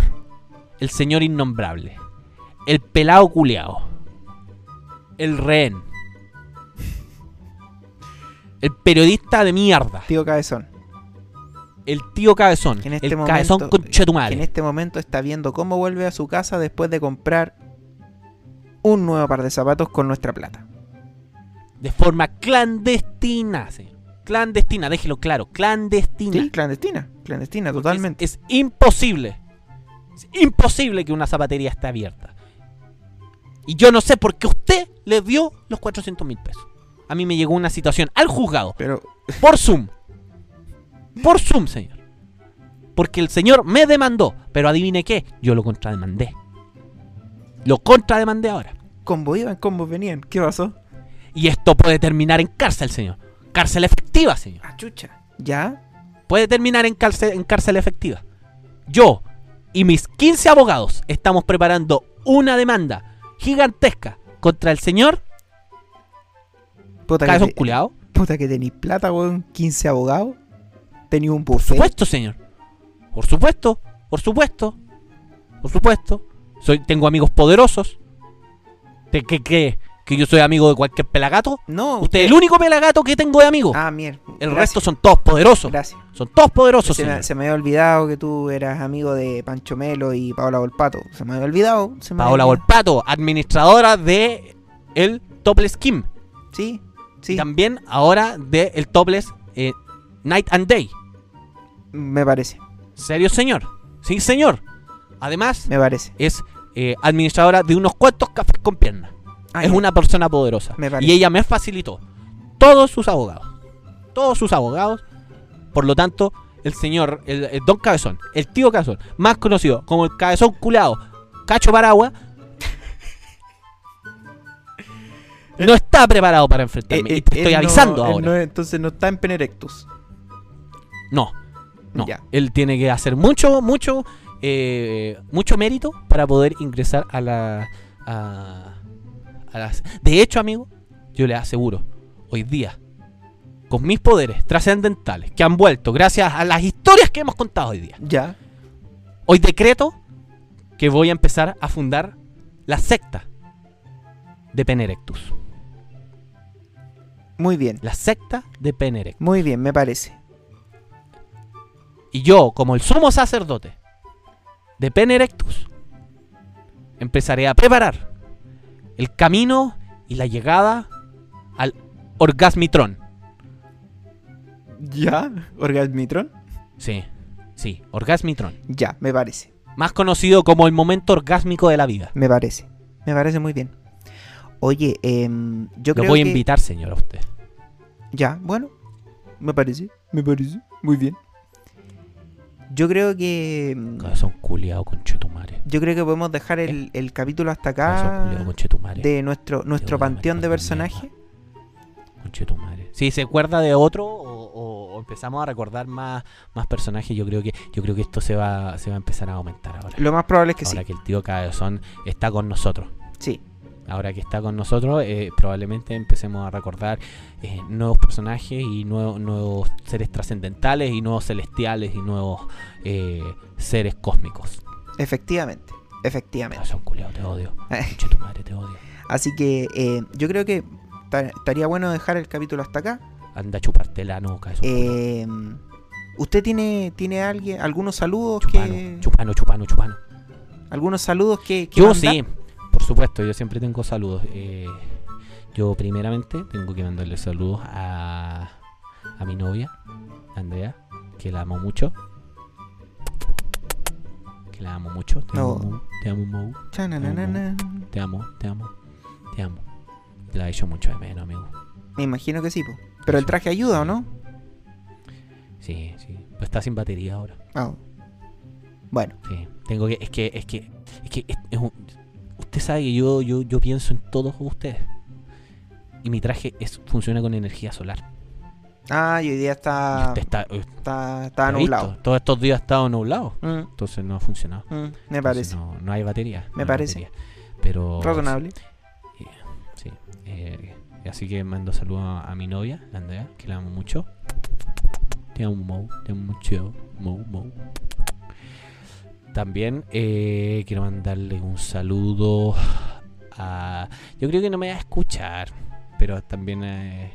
[SPEAKER 3] El señor innombrable. El pelado culeado. El rehén. El periodista de mierda.
[SPEAKER 2] Tío Cabezón.
[SPEAKER 3] El tío cabezón.
[SPEAKER 2] Que en este
[SPEAKER 3] el
[SPEAKER 2] momento-
[SPEAKER 3] cabezón
[SPEAKER 2] Que en
[SPEAKER 3] conchetumare.
[SPEAKER 2] este momento está viendo cómo vuelve a su casa después de comprar un nuevo par de zapatos con nuestra plata.
[SPEAKER 3] De forma clandestina, señor. Clandestina, déjelo claro. Clandestina.
[SPEAKER 2] Sí, clandestina. Clandestina,
[SPEAKER 3] Porque
[SPEAKER 2] totalmente.
[SPEAKER 3] Es, es imposible. Es imposible que una zapatería esté abierta. Y yo no sé por qué usted le dio los 400 mil pesos. A mí me llegó una situación al juzgado.
[SPEAKER 2] Pero
[SPEAKER 3] Por Zoom. Por Zoom, señor. Porque el señor me demandó. Pero adivine qué, yo lo contrademandé. Lo contrademandé ahora.
[SPEAKER 2] combo iban, combo venían. ¿Qué pasó?
[SPEAKER 3] Y esto puede terminar en cárcel, señor. Cárcel efectiva, señor.
[SPEAKER 2] Ah, chucha. ¿Ya?
[SPEAKER 3] puede terminar en cárcel, en cárcel efectiva. Yo y mis 15 abogados estamos preparando una demanda gigantesca contra el señor
[SPEAKER 2] Puta que,
[SPEAKER 3] Cabezón
[SPEAKER 2] te-
[SPEAKER 3] Culeado.
[SPEAKER 2] puta que tenéis plata, weón. 15 abogados. Tenía un
[SPEAKER 3] Por
[SPEAKER 2] buffet.
[SPEAKER 3] supuesto, señor. Por supuesto, por supuesto. Por supuesto. Soy, tengo amigos poderosos. ¿De qué crees? ¿Que yo soy amigo de cualquier pelagato?
[SPEAKER 2] No,
[SPEAKER 3] Usted es el único pelagato que tengo de amigo.
[SPEAKER 2] Ah, mierda.
[SPEAKER 3] el
[SPEAKER 2] Gracias,
[SPEAKER 3] resto son todos poderosos.
[SPEAKER 2] Gracias.
[SPEAKER 3] Son todos poderosos,
[SPEAKER 2] Se me,
[SPEAKER 3] señor.
[SPEAKER 2] se me había olvidado que tú eras amigo de Pancho Melo y Paola Volpato. Se me había olvidado. se me
[SPEAKER 3] Paola
[SPEAKER 2] había olvidado.
[SPEAKER 3] Volpato, administradora de el Topless Kim.
[SPEAKER 2] Sí,
[SPEAKER 3] Y
[SPEAKER 2] sí.
[SPEAKER 3] también ahora de el Topless eh, Night and Day.
[SPEAKER 2] Me parece,
[SPEAKER 3] ¿Serio, señor? Sí, señor. Además,
[SPEAKER 2] me parece.
[SPEAKER 3] es eh, administradora de unos cuantos cafés con piernas.
[SPEAKER 2] Ah,
[SPEAKER 3] es
[SPEAKER 2] ya.
[SPEAKER 3] una persona poderosa.
[SPEAKER 2] Me parece.
[SPEAKER 3] y ella me facilitó todos sus abogados. Todos sus abogados. Por lo tanto, el señor, el, el don Cabezón, el tío Cabezón, más conocido como el Cabezón Culado, Cacho Paraguas, no está preparado para
[SPEAKER 2] Eh,
[SPEAKER 3] enfrentarme.
[SPEAKER 2] eh,
[SPEAKER 3] y te estoy
[SPEAKER 2] él no-
[SPEAKER 3] avisando
[SPEAKER 2] él
[SPEAKER 3] ahora.
[SPEAKER 2] no- entonces no está en Penerectus.
[SPEAKER 3] No, no.
[SPEAKER 2] Ya.
[SPEAKER 3] Él tiene que hacer mucho, mucho, eh, mucho mérito para poder ingresar a la. A, a las... De hecho, amigo, yo le aseguro, hoy día, con mis poderes trascendentales que han vuelto gracias a las historias que hemos contado hoy día,
[SPEAKER 2] Ya.
[SPEAKER 3] hoy decreto que voy a empezar a fundar la secta de Penerectus.
[SPEAKER 2] Muy bien,
[SPEAKER 3] La secta de Penerectus.
[SPEAKER 2] muy bien, me parece.
[SPEAKER 3] Y yo, como el sumo sacerdote de Penerectus, empezaré a preparar el camino y la llegada al Orgasmitrón.
[SPEAKER 2] ¿Ya? ¿Orgasmitron?
[SPEAKER 3] Sí, sí, Orgasmitrón.
[SPEAKER 2] Ya, me parece.
[SPEAKER 3] Más conocido como el momento orgásmico de la vida.
[SPEAKER 2] Me parece. Me parece muy bien. Oye, em, yo
[SPEAKER 3] Lo
[SPEAKER 2] creo
[SPEAKER 3] voy a
[SPEAKER 2] que-
[SPEAKER 3] invitar, señor, a usted.
[SPEAKER 2] Ya, bueno. Me parece. Me parece. Muy bien. Yo creo que. mm,
[SPEAKER 3] Cabezón culiado con Chetumare.
[SPEAKER 2] Yo creo que podemos dejar
[SPEAKER 3] Eh.
[SPEAKER 2] el, el capítulo hasta
[SPEAKER 3] Cabezón culiado
[SPEAKER 2] acá
[SPEAKER 3] con Chetumare.
[SPEAKER 2] de nuestro, nuestro
[SPEAKER 3] voy a
[SPEAKER 2] panteón de
[SPEAKER 3] matar también,
[SPEAKER 2] personajes.
[SPEAKER 3] Si se acuerda de otro o, o- o empezamos a recordar más, más personajes, yo creo que yo creo que esto se va, se va a empezar a aumentar ahora.
[SPEAKER 2] Lo más probable es que
[SPEAKER 3] ahora
[SPEAKER 2] sí.
[SPEAKER 3] que el tío Cabezón está con nosotros.
[SPEAKER 2] Sí.
[SPEAKER 3] Ahora que está con nosotros, eh, probablemente empecemos a recordar eh, nuevos personajes y nuevo- nuevos seres trascendentales y nuevos celestiales y nuevos eh, seres cósmicos.
[SPEAKER 2] Efectivamente. Efectivamente.
[SPEAKER 3] Cabezón culiao, te odio.
[SPEAKER 2] Eh.
[SPEAKER 3] Conche tu madre, te odio.
[SPEAKER 2] Así que eh, yo creo que ta- estaría bueno dejar el capítulo hasta acá.
[SPEAKER 3] Anda a chuparte la nuca, cabezón culiao.
[SPEAKER 2] Eh, ¿Usted tiene, tiene alguien, algunos saludos
[SPEAKER 3] Chupano,
[SPEAKER 2] que.
[SPEAKER 3] chupano, chupano, chupano.
[SPEAKER 2] algunos saludos que. que
[SPEAKER 3] Yo
[SPEAKER 2] mandar?
[SPEAKER 3] sí, por supuesto, yo siempre tengo saludos. Eh, yo primeramente tengo que mandarle saludos a, a mi novia, Andrea, que la amo mucho. Que la amo mucho. Te amo,
[SPEAKER 2] No.
[SPEAKER 3] Mau, te amo, Mau,
[SPEAKER 2] Chananana.
[SPEAKER 3] Te amo, te amo, te amo. La he hecho mucho de menos, amigo.
[SPEAKER 2] Me imagino que sí, po. Pero el traje ayuda, ¿o no?
[SPEAKER 3] Sí, sí. Pero está sin batería ahora.
[SPEAKER 2] Ah. Bueno,
[SPEAKER 3] Sí, tengo que, es que, es que, es que, es- es un- usted sabe que yo, yo, yo pienso en todos ustedes. Y mi traje es, funciona con energía solar.
[SPEAKER 2] ah, y hoy día
[SPEAKER 3] y
[SPEAKER 2] está,
[SPEAKER 3] usted está, usted
[SPEAKER 2] está, está
[SPEAKER 3] ha visto,
[SPEAKER 2] nublado.
[SPEAKER 3] Todos estos días ha estado nublado.
[SPEAKER 2] Mm,
[SPEAKER 3] Entonces no ha funcionado.
[SPEAKER 2] mm, me
[SPEAKER 3] Entonces
[SPEAKER 2] parece.
[SPEAKER 3] No, no hay batería.
[SPEAKER 2] Me
[SPEAKER 3] no hay
[SPEAKER 2] parece.
[SPEAKER 3] batería. Pero.
[SPEAKER 2] Razonable.
[SPEAKER 3] Sí. eh, así que mando saludos a, a mi novia, la Andrea, que la amo mucho. Te amo, Mo. Te amo mucho, Mo, Mo. También eh, quiero mandarle un saludo a. Yo creo que no me va a escuchar, pero también eh,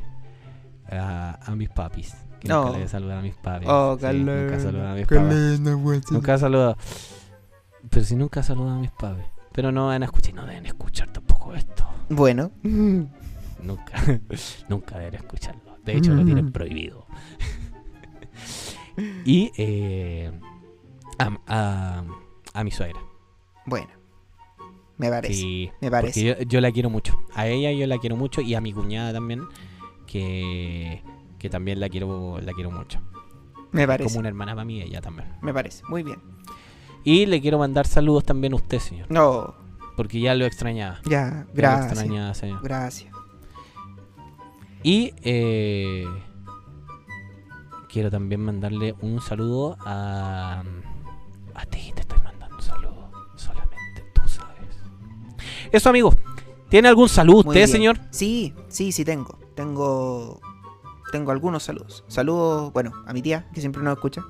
[SPEAKER 3] a, a mis papis. Que
[SPEAKER 2] No.
[SPEAKER 3] nunca le saludan a mis papis.
[SPEAKER 2] Oh,
[SPEAKER 3] Sí,
[SPEAKER 2] Carlos.
[SPEAKER 3] Nunca saludan a mis papis.
[SPEAKER 2] Carlos.
[SPEAKER 3] Nunca he saludado. Pero si nunca he saludado a mis padres. Pero no van a escuchar, no deben escuchar tampoco esto.
[SPEAKER 2] Bueno,
[SPEAKER 3] Nunca, nunca deben escucharlo. De hecho, lo tienen prohibido. y eh, a, a- a mi suegra.
[SPEAKER 2] bueno. Me parece.
[SPEAKER 3] Sí,
[SPEAKER 2] me
[SPEAKER 3] porque
[SPEAKER 2] parece.
[SPEAKER 3] yo, yo la quiero mucho. A ella yo la quiero mucho y a mi cuñada también, que, que también la quiero, la quiero mucho.
[SPEAKER 2] Me
[SPEAKER 3] Es
[SPEAKER 2] parece.
[SPEAKER 3] como una hermana para mí, ella también.
[SPEAKER 2] Me parece. Muy bien.
[SPEAKER 3] Y le quiero mandar saludos también a usted, señor.
[SPEAKER 2] No,
[SPEAKER 3] Porque ya lo extrañaba.
[SPEAKER 2] ya,
[SPEAKER 3] Ya lo
[SPEAKER 2] gracias.
[SPEAKER 3] extrañaba, señor.
[SPEAKER 2] Gracias.
[SPEAKER 3] Y eh, quiero también mandarle un saludo a. A ti te estoy mandando un saludo. Solamente tú sabes. Eso, amigos. ¿Tiene algún saludo
[SPEAKER 2] Muy
[SPEAKER 3] usted,
[SPEAKER 2] bien.
[SPEAKER 3] señor?
[SPEAKER 2] Sí, sí, sí tengo. Tengo tengo algunos saludos. Saludos, bueno, a mi tía, que siempre nos escucha.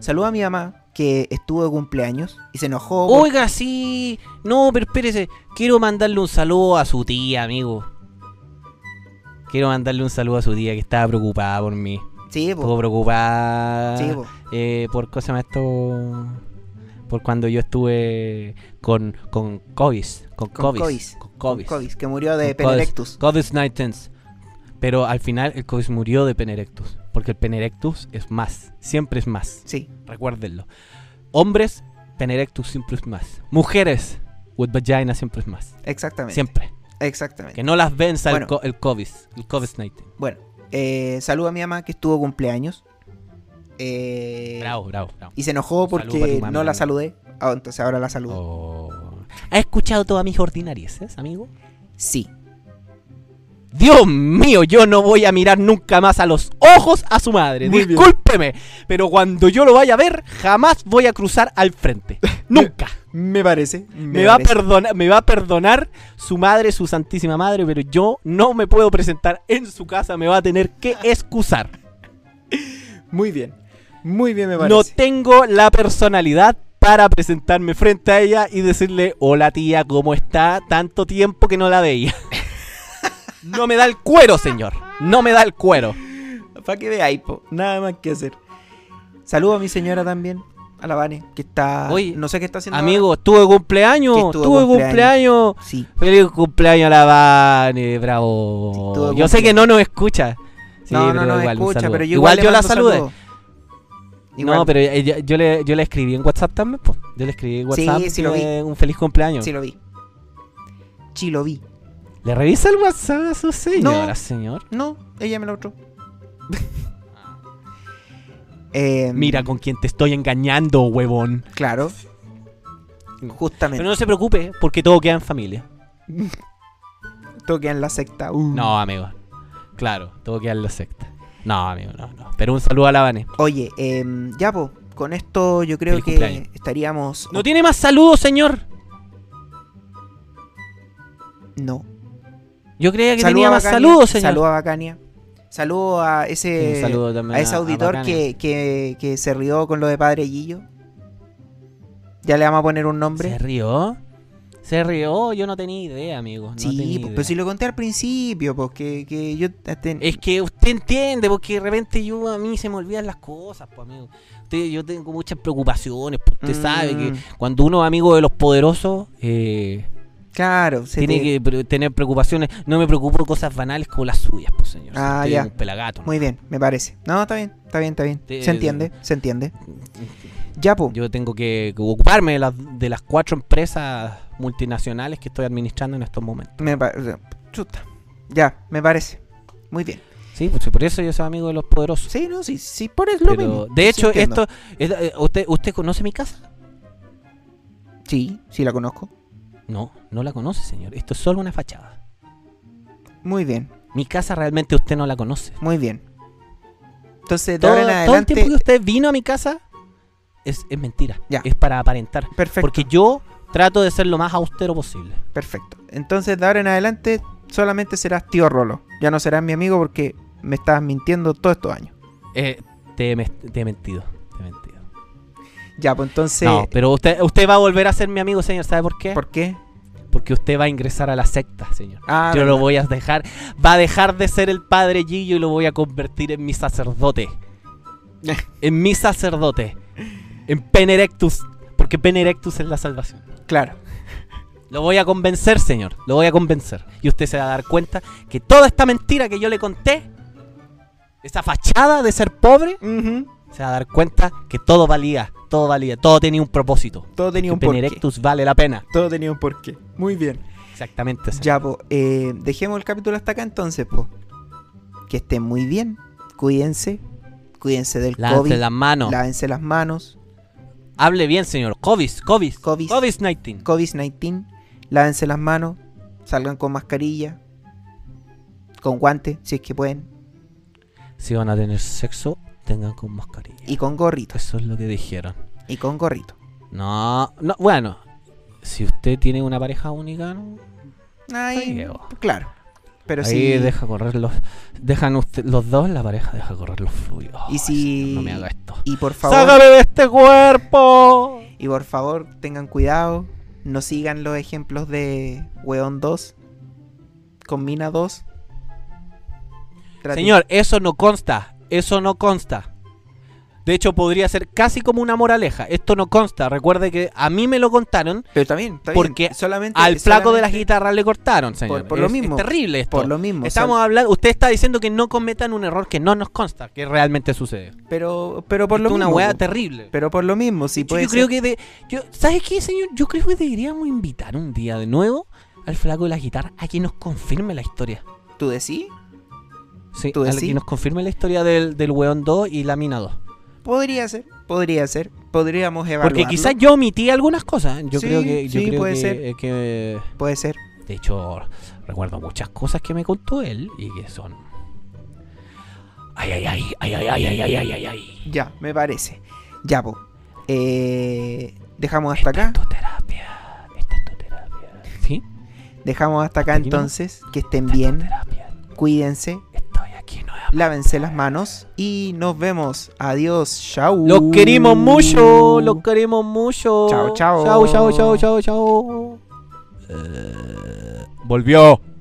[SPEAKER 2] Saludo a mi mamá, que estuvo de cumpleaños y se enojó. por-
[SPEAKER 3] Oiga, sí. No, pero espérese. Quiero mandarle un saludo a su tía, amigo. Quiero mandarle un saludo a su tía que estaba preocupada por mí.
[SPEAKER 2] Sí,
[SPEAKER 3] Estuvo
[SPEAKER 2] po,
[SPEAKER 3] preocupada.
[SPEAKER 2] sí, po.
[SPEAKER 3] eh, por cosa más esto por cuando yo estuve con con COVID,
[SPEAKER 2] Con
[SPEAKER 3] con COVID,
[SPEAKER 2] Covis.
[SPEAKER 3] con COVID,
[SPEAKER 2] Covis, que murió de
[SPEAKER 3] Con Covis.
[SPEAKER 2] Penelectus.
[SPEAKER 3] COVID-19. Pero al final el COVID murió de penerectus, porque el penerectus es más, siempre es más.
[SPEAKER 2] Sí,
[SPEAKER 3] Recuérdenlo. Hombres, penerectus siempre es más. Mujeres, with vagina siempre es más.
[SPEAKER 2] exactamente.
[SPEAKER 3] Siempre.
[SPEAKER 2] Exactamente.
[SPEAKER 3] Que no las venza
[SPEAKER 2] Bueno.
[SPEAKER 3] el, co- el COVID, el COVID-19.
[SPEAKER 2] Bueno, eh, saludo a mi mamá, que estuvo de cumpleaños. Eh,
[SPEAKER 3] Bravo, bravo, bravo.
[SPEAKER 2] Y se enojó
[SPEAKER 3] Saludo para
[SPEAKER 2] porque
[SPEAKER 3] tu mamá.
[SPEAKER 2] no la saludé. Ah, entonces ahora la saludo.
[SPEAKER 3] Oh. ¿Has escuchado todas mis ordinarieces, amigo?
[SPEAKER 2] Sí.
[SPEAKER 3] Dios mío, yo no voy a mirar nunca más a los ojos a su madre.
[SPEAKER 4] Muy bien.
[SPEAKER 3] Discúlpeme, pero cuando yo lo vaya a ver, jamás voy a cruzar al frente. Nunca.
[SPEAKER 2] Me parece. Me,
[SPEAKER 3] Me, va a perdonar, me va a perdonar su madre, su santísima madre, pero yo no me puedo presentar en su casa, me va a tener que excusar.
[SPEAKER 2] Muy bien. Muy bien me
[SPEAKER 3] No tengo la personalidad para presentarme frente a ella y decirle, hola tía, ¿cómo está? Tanto tiempo que no la veía. No me da el cuero, señor. No me da el cuero.
[SPEAKER 2] Para que veáis, po. Nada más que hacer. Saludo a mi señora también, a la Vane, que está.
[SPEAKER 3] Oye,
[SPEAKER 2] no sé qué está haciendo.
[SPEAKER 3] Amigo, estuvo de cumpleaños.
[SPEAKER 2] Que estuvo
[SPEAKER 3] Estuvo,
[SPEAKER 2] de
[SPEAKER 3] de cumpleaños.
[SPEAKER 2] ahora. Sí.
[SPEAKER 3] Feliz cumpleaños a la Vane, bravo.
[SPEAKER 2] Sí,
[SPEAKER 3] Yo
[SPEAKER 2] estuvo de
[SPEAKER 3] sé que
[SPEAKER 2] cumpleaños.
[SPEAKER 3] no nos escucha. Sí,
[SPEAKER 2] no,
[SPEAKER 3] pero
[SPEAKER 2] no, no,
[SPEAKER 3] igual, un
[SPEAKER 2] escucha,
[SPEAKER 3] saludo.
[SPEAKER 2] pero yo
[SPEAKER 3] igual,
[SPEAKER 2] igual, le
[SPEAKER 3] yo la
[SPEAKER 2] mando
[SPEAKER 3] saludé.
[SPEAKER 2] saludos. Igual,
[SPEAKER 3] No, pero eh, yo, yo le, yo le escribí en WhatsApp también, pues. Yo le escribí en
[SPEAKER 2] Sí,
[SPEAKER 3] WhatsApp
[SPEAKER 2] sí lo vi.
[SPEAKER 3] eh, un feliz cumpleaños.
[SPEAKER 2] Sí, lo vi. Sí, lo vi.
[SPEAKER 3] ¿Le revisa el WhatsApp a su señora,
[SPEAKER 2] No.
[SPEAKER 3] señor?
[SPEAKER 2] No, ella me lo otro. eh,
[SPEAKER 3] Mira con quién te estoy engañando, huevón.
[SPEAKER 2] Claro.
[SPEAKER 3] Pero
[SPEAKER 2] Justamente.
[SPEAKER 3] no se preocupe, porque todo queda en familia.
[SPEAKER 2] Esto queda en la secta. uh.
[SPEAKER 3] No, amigo. Claro, todo queda en la secta. No, amigo, no, no. Pero un saludo a la Vane.
[SPEAKER 2] Oye, eh, ya, po. Con esto yo creo
[SPEAKER 3] Feliz
[SPEAKER 2] que
[SPEAKER 3] cumpleaños.
[SPEAKER 2] estaríamos.
[SPEAKER 3] ¿No tiene más saludos, señor?
[SPEAKER 2] no.
[SPEAKER 3] Yo creía que
[SPEAKER 2] Saludo
[SPEAKER 3] tenía
[SPEAKER 2] a
[SPEAKER 3] más
[SPEAKER 2] Bacania,
[SPEAKER 3] saludos, señor.
[SPEAKER 2] Saludo a Bacania. Saludo a ese,
[SPEAKER 3] Un saludo también
[SPEAKER 2] a ese
[SPEAKER 3] a- a
[SPEAKER 2] auditor
[SPEAKER 3] Bacania.
[SPEAKER 2] que, que- que se rió con lo de Padre Gillo. Ya le vamos a poner un
[SPEAKER 3] ¿Se
[SPEAKER 2] nombre.
[SPEAKER 3] rió? Se rió, yo no tenía idea, amigo. no tenía
[SPEAKER 2] sí, pues,
[SPEAKER 3] idea.
[SPEAKER 2] pero si lo conté al principio, pues que, que yo... este, ten-
[SPEAKER 3] Es que usted entiende, porque de repente yo a mí se me olvidan las cosas, pues, amigo. Usted- yo tengo muchas preocupaciones, pues, usted
[SPEAKER 2] Mm.
[SPEAKER 3] sabe que cuando uno es amigo de los poderosos, eh,
[SPEAKER 2] claro, se
[SPEAKER 3] tiene
[SPEAKER 2] te-
[SPEAKER 3] que pre- tener preocupaciones. No me preocupo por cosas banales como las suyas, pues, señor. Si
[SPEAKER 2] Ah,
[SPEAKER 3] usted
[SPEAKER 2] ya.
[SPEAKER 3] es un pelagato. ¿no?
[SPEAKER 2] Muy bien, me parece. No, está bien, está bien, está bien.
[SPEAKER 3] Te-
[SPEAKER 2] Se entiende, se entiende. Ya, po.
[SPEAKER 3] Mm, Yo tengo que ocuparme de las, de las cuatro empresas multinacionales que estoy administrando en estos momentos.
[SPEAKER 2] Me pa- eh, chuta. Ya, me parece. Muy bien.
[SPEAKER 3] Sí, pues, por eso yo soy amigo de los poderosos.
[SPEAKER 2] Sí, no, sí, sí, pones lo
[SPEAKER 3] Pero,
[SPEAKER 2] mismo.
[SPEAKER 3] De
[SPEAKER 2] Sí,
[SPEAKER 3] hecho,
[SPEAKER 2] entiendo.
[SPEAKER 3] esto. es- eh, ¿usted, ¿Usted conoce mi casa?
[SPEAKER 2] Sí, sí la conozco.
[SPEAKER 3] No, no la conoce, señor. Esto es solo una fachada.
[SPEAKER 2] Muy bien.
[SPEAKER 3] Mi casa realmente usted no la conoce.
[SPEAKER 2] Muy bien. Entonces, de
[SPEAKER 3] Todo,
[SPEAKER 2] ahora en
[SPEAKER 3] todo el
[SPEAKER 2] adelante.
[SPEAKER 3] tiempo que usted vino a mi casa es, es mentira.
[SPEAKER 2] Ya.
[SPEAKER 3] Es para aparentar.
[SPEAKER 2] Perfecto,
[SPEAKER 3] Porque yo trato de ser lo más austero posible.
[SPEAKER 2] perfecto. Entonces, de ahora en adelante, solamente serás tío Rolo. Ya no serás mi amigo porque me estabas mintiendo todos estos años.
[SPEAKER 3] Eh, te, he mes- te he mentido. Te he mentido.
[SPEAKER 2] Ya, pues entonces.
[SPEAKER 3] No, pero usted, usted va a volver a ser mi amigo, señor. ¿Sabe por qué?
[SPEAKER 2] ¿Por qué?
[SPEAKER 3] Porque usted va a ingresar a la secta, señor.
[SPEAKER 2] Ah,
[SPEAKER 3] Yo lo
[SPEAKER 2] verdad.
[SPEAKER 3] voy a dejar. Va a dejar de ser el padre Gillo y lo voy a convertir en mi sacerdote. en mi sacerdote. En Penerectus. Porque Penerectus es la salvación.
[SPEAKER 2] Claro.
[SPEAKER 3] Lo voy a convencer, señor. Lo voy a convencer. Y usted se va a dar cuenta que toda esta mentira que yo le conté, esa fachada de ser pobre,
[SPEAKER 2] Ujú.
[SPEAKER 3] se va a dar cuenta que todo valía. Todo valía. Todo tenía un propósito.
[SPEAKER 2] Todo tenía
[SPEAKER 3] Que
[SPEAKER 2] un porqué.
[SPEAKER 3] Penerectus vale la pena.
[SPEAKER 2] Todo tenía un porqué. Muy bien.
[SPEAKER 3] Exactamente. señor.
[SPEAKER 2] Ya, pues, eh, dejemos el capítulo hasta acá entonces, pues. Que estén muy bien. Cuídense. Cuídense del COVID.
[SPEAKER 3] Lávate las manos.
[SPEAKER 2] Lávense las manos.
[SPEAKER 3] Hable bien, señor. COVID, COVID.
[SPEAKER 2] COVID.
[SPEAKER 3] COVID-19.
[SPEAKER 2] COVID-19, lávense las manos, salgan con mascarilla, con guantes, si es que pueden.
[SPEAKER 3] Si van a tener sexo, tengan con mascarilla.
[SPEAKER 2] Y con gorrito.
[SPEAKER 3] Eso es lo que dijeron.
[SPEAKER 2] Y con gorrito.
[SPEAKER 3] No, no, bueno. Si usted tiene una pareja única, ¿no? Ahí
[SPEAKER 2] Ahí,
[SPEAKER 3] quedó.
[SPEAKER 2] claro. Pero
[SPEAKER 3] ahí
[SPEAKER 2] si.
[SPEAKER 3] deja correr los. Dejan usted- los dos, la pareja deja correr los fluidos.
[SPEAKER 2] Y
[SPEAKER 3] Ay,
[SPEAKER 2] si-
[SPEAKER 3] señor, No me haga esto.
[SPEAKER 2] Y por favor.
[SPEAKER 3] ¡Sácame de este cuerpo!
[SPEAKER 2] Y por favor, tengan cuidado. No sigan los ejemplos de Weón 2. Con Mina 2. Traten-
[SPEAKER 3] Señor, eso no consta. Eso no consta. De hecho, podría ser casi como una moraleja. Esto no consta. Recuerde que a mí me lo contaron.
[SPEAKER 2] Pero también, está bien.
[SPEAKER 3] porque
[SPEAKER 2] solamente,
[SPEAKER 3] Al placo de las
[SPEAKER 2] solamente-
[SPEAKER 3] guitarras le cortaron, señor.
[SPEAKER 2] por lo
[SPEAKER 3] Es- es
[SPEAKER 2] mismo.
[SPEAKER 3] terrible esto.
[SPEAKER 2] Por lo mismo.
[SPEAKER 3] Estamos hablando, usted está diciendo que no cometan un error que no nos consta, que realmente sucede.
[SPEAKER 2] sol- pero, pero por
[SPEAKER 3] Esto
[SPEAKER 2] lo
[SPEAKER 3] es una
[SPEAKER 2] mismo.
[SPEAKER 3] hueá
[SPEAKER 2] po.
[SPEAKER 3] terrible.
[SPEAKER 2] Pero por lo mismo, si
[SPEAKER 3] Yo-
[SPEAKER 2] puede
[SPEAKER 3] yo creo
[SPEAKER 2] ser-
[SPEAKER 3] que de, yo, ¿sabes qué, señor? Yo creo que deberíamos invitar un día de nuevo al flaco de la guitarra a que nos confirme la historia.
[SPEAKER 2] ¿Tú decís?
[SPEAKER 3] Sí,
[SPEAKER 2] ¿Tú
[SPEAKER 3] a
[SPEAKER 2] decís?
[SPEAKER 3] que nos confirme la historia del, del weón 2 y la mina 2.
[SPEAKER 2] Podría ser, podría ser. Podríamos evaluarlo.
[SPEAKER 3] Porque quizás yo omití algunas cosas. ¿eh? Yo
[SPEAKER 2] Sí,
[SPEAKER 3] creo que. Yo
[SPEAKER 2] sí,
[SPEAKER 3] creo
[SPEAKER 2] puede
[SPEAKER 3] que- eh,
[SPEAKER 2] ser.
[SPEAKER 3] que-
[SPEAKER 2] Puede ser.
[SPEAKER 3] de hecho, recuerdo muchas cosas que me contó él y que son. Ay, ay, ay, ay, ay, ay, ay, ay, ay, ay, ay.
[SPEAKER 2] Ya, me parece. Ya, po. Eh, dejamos hasta acá.
[SPEAKER 3] tu terapia. Esta es tu terapia. ¿Sí?
[SPEAKER 2] Dejamos hasta acá
[SPEAKER 3] hasta aquí nomás.
[SPEAKER 2] entonces. Que estén
[SPEAKER 3] Esta es tu
[SPEAKER 2] bien.
[SPEAKER 3] terapia.
[SPEAKER 2] Cuídense.
[SPEAKER 3] Estoy aquí nuevamente.
[SPEAKER 2] Lávense las manos. Y nos vemos. Adiós. Chau.
[SPEAKER 3] Los queremos mucho. Los queremos mucho.
[SPEAKER 2] Uh. Chao, chao.
[SPEAKER 3] Chao, chao, chao, chao, chao. Eh, volvió.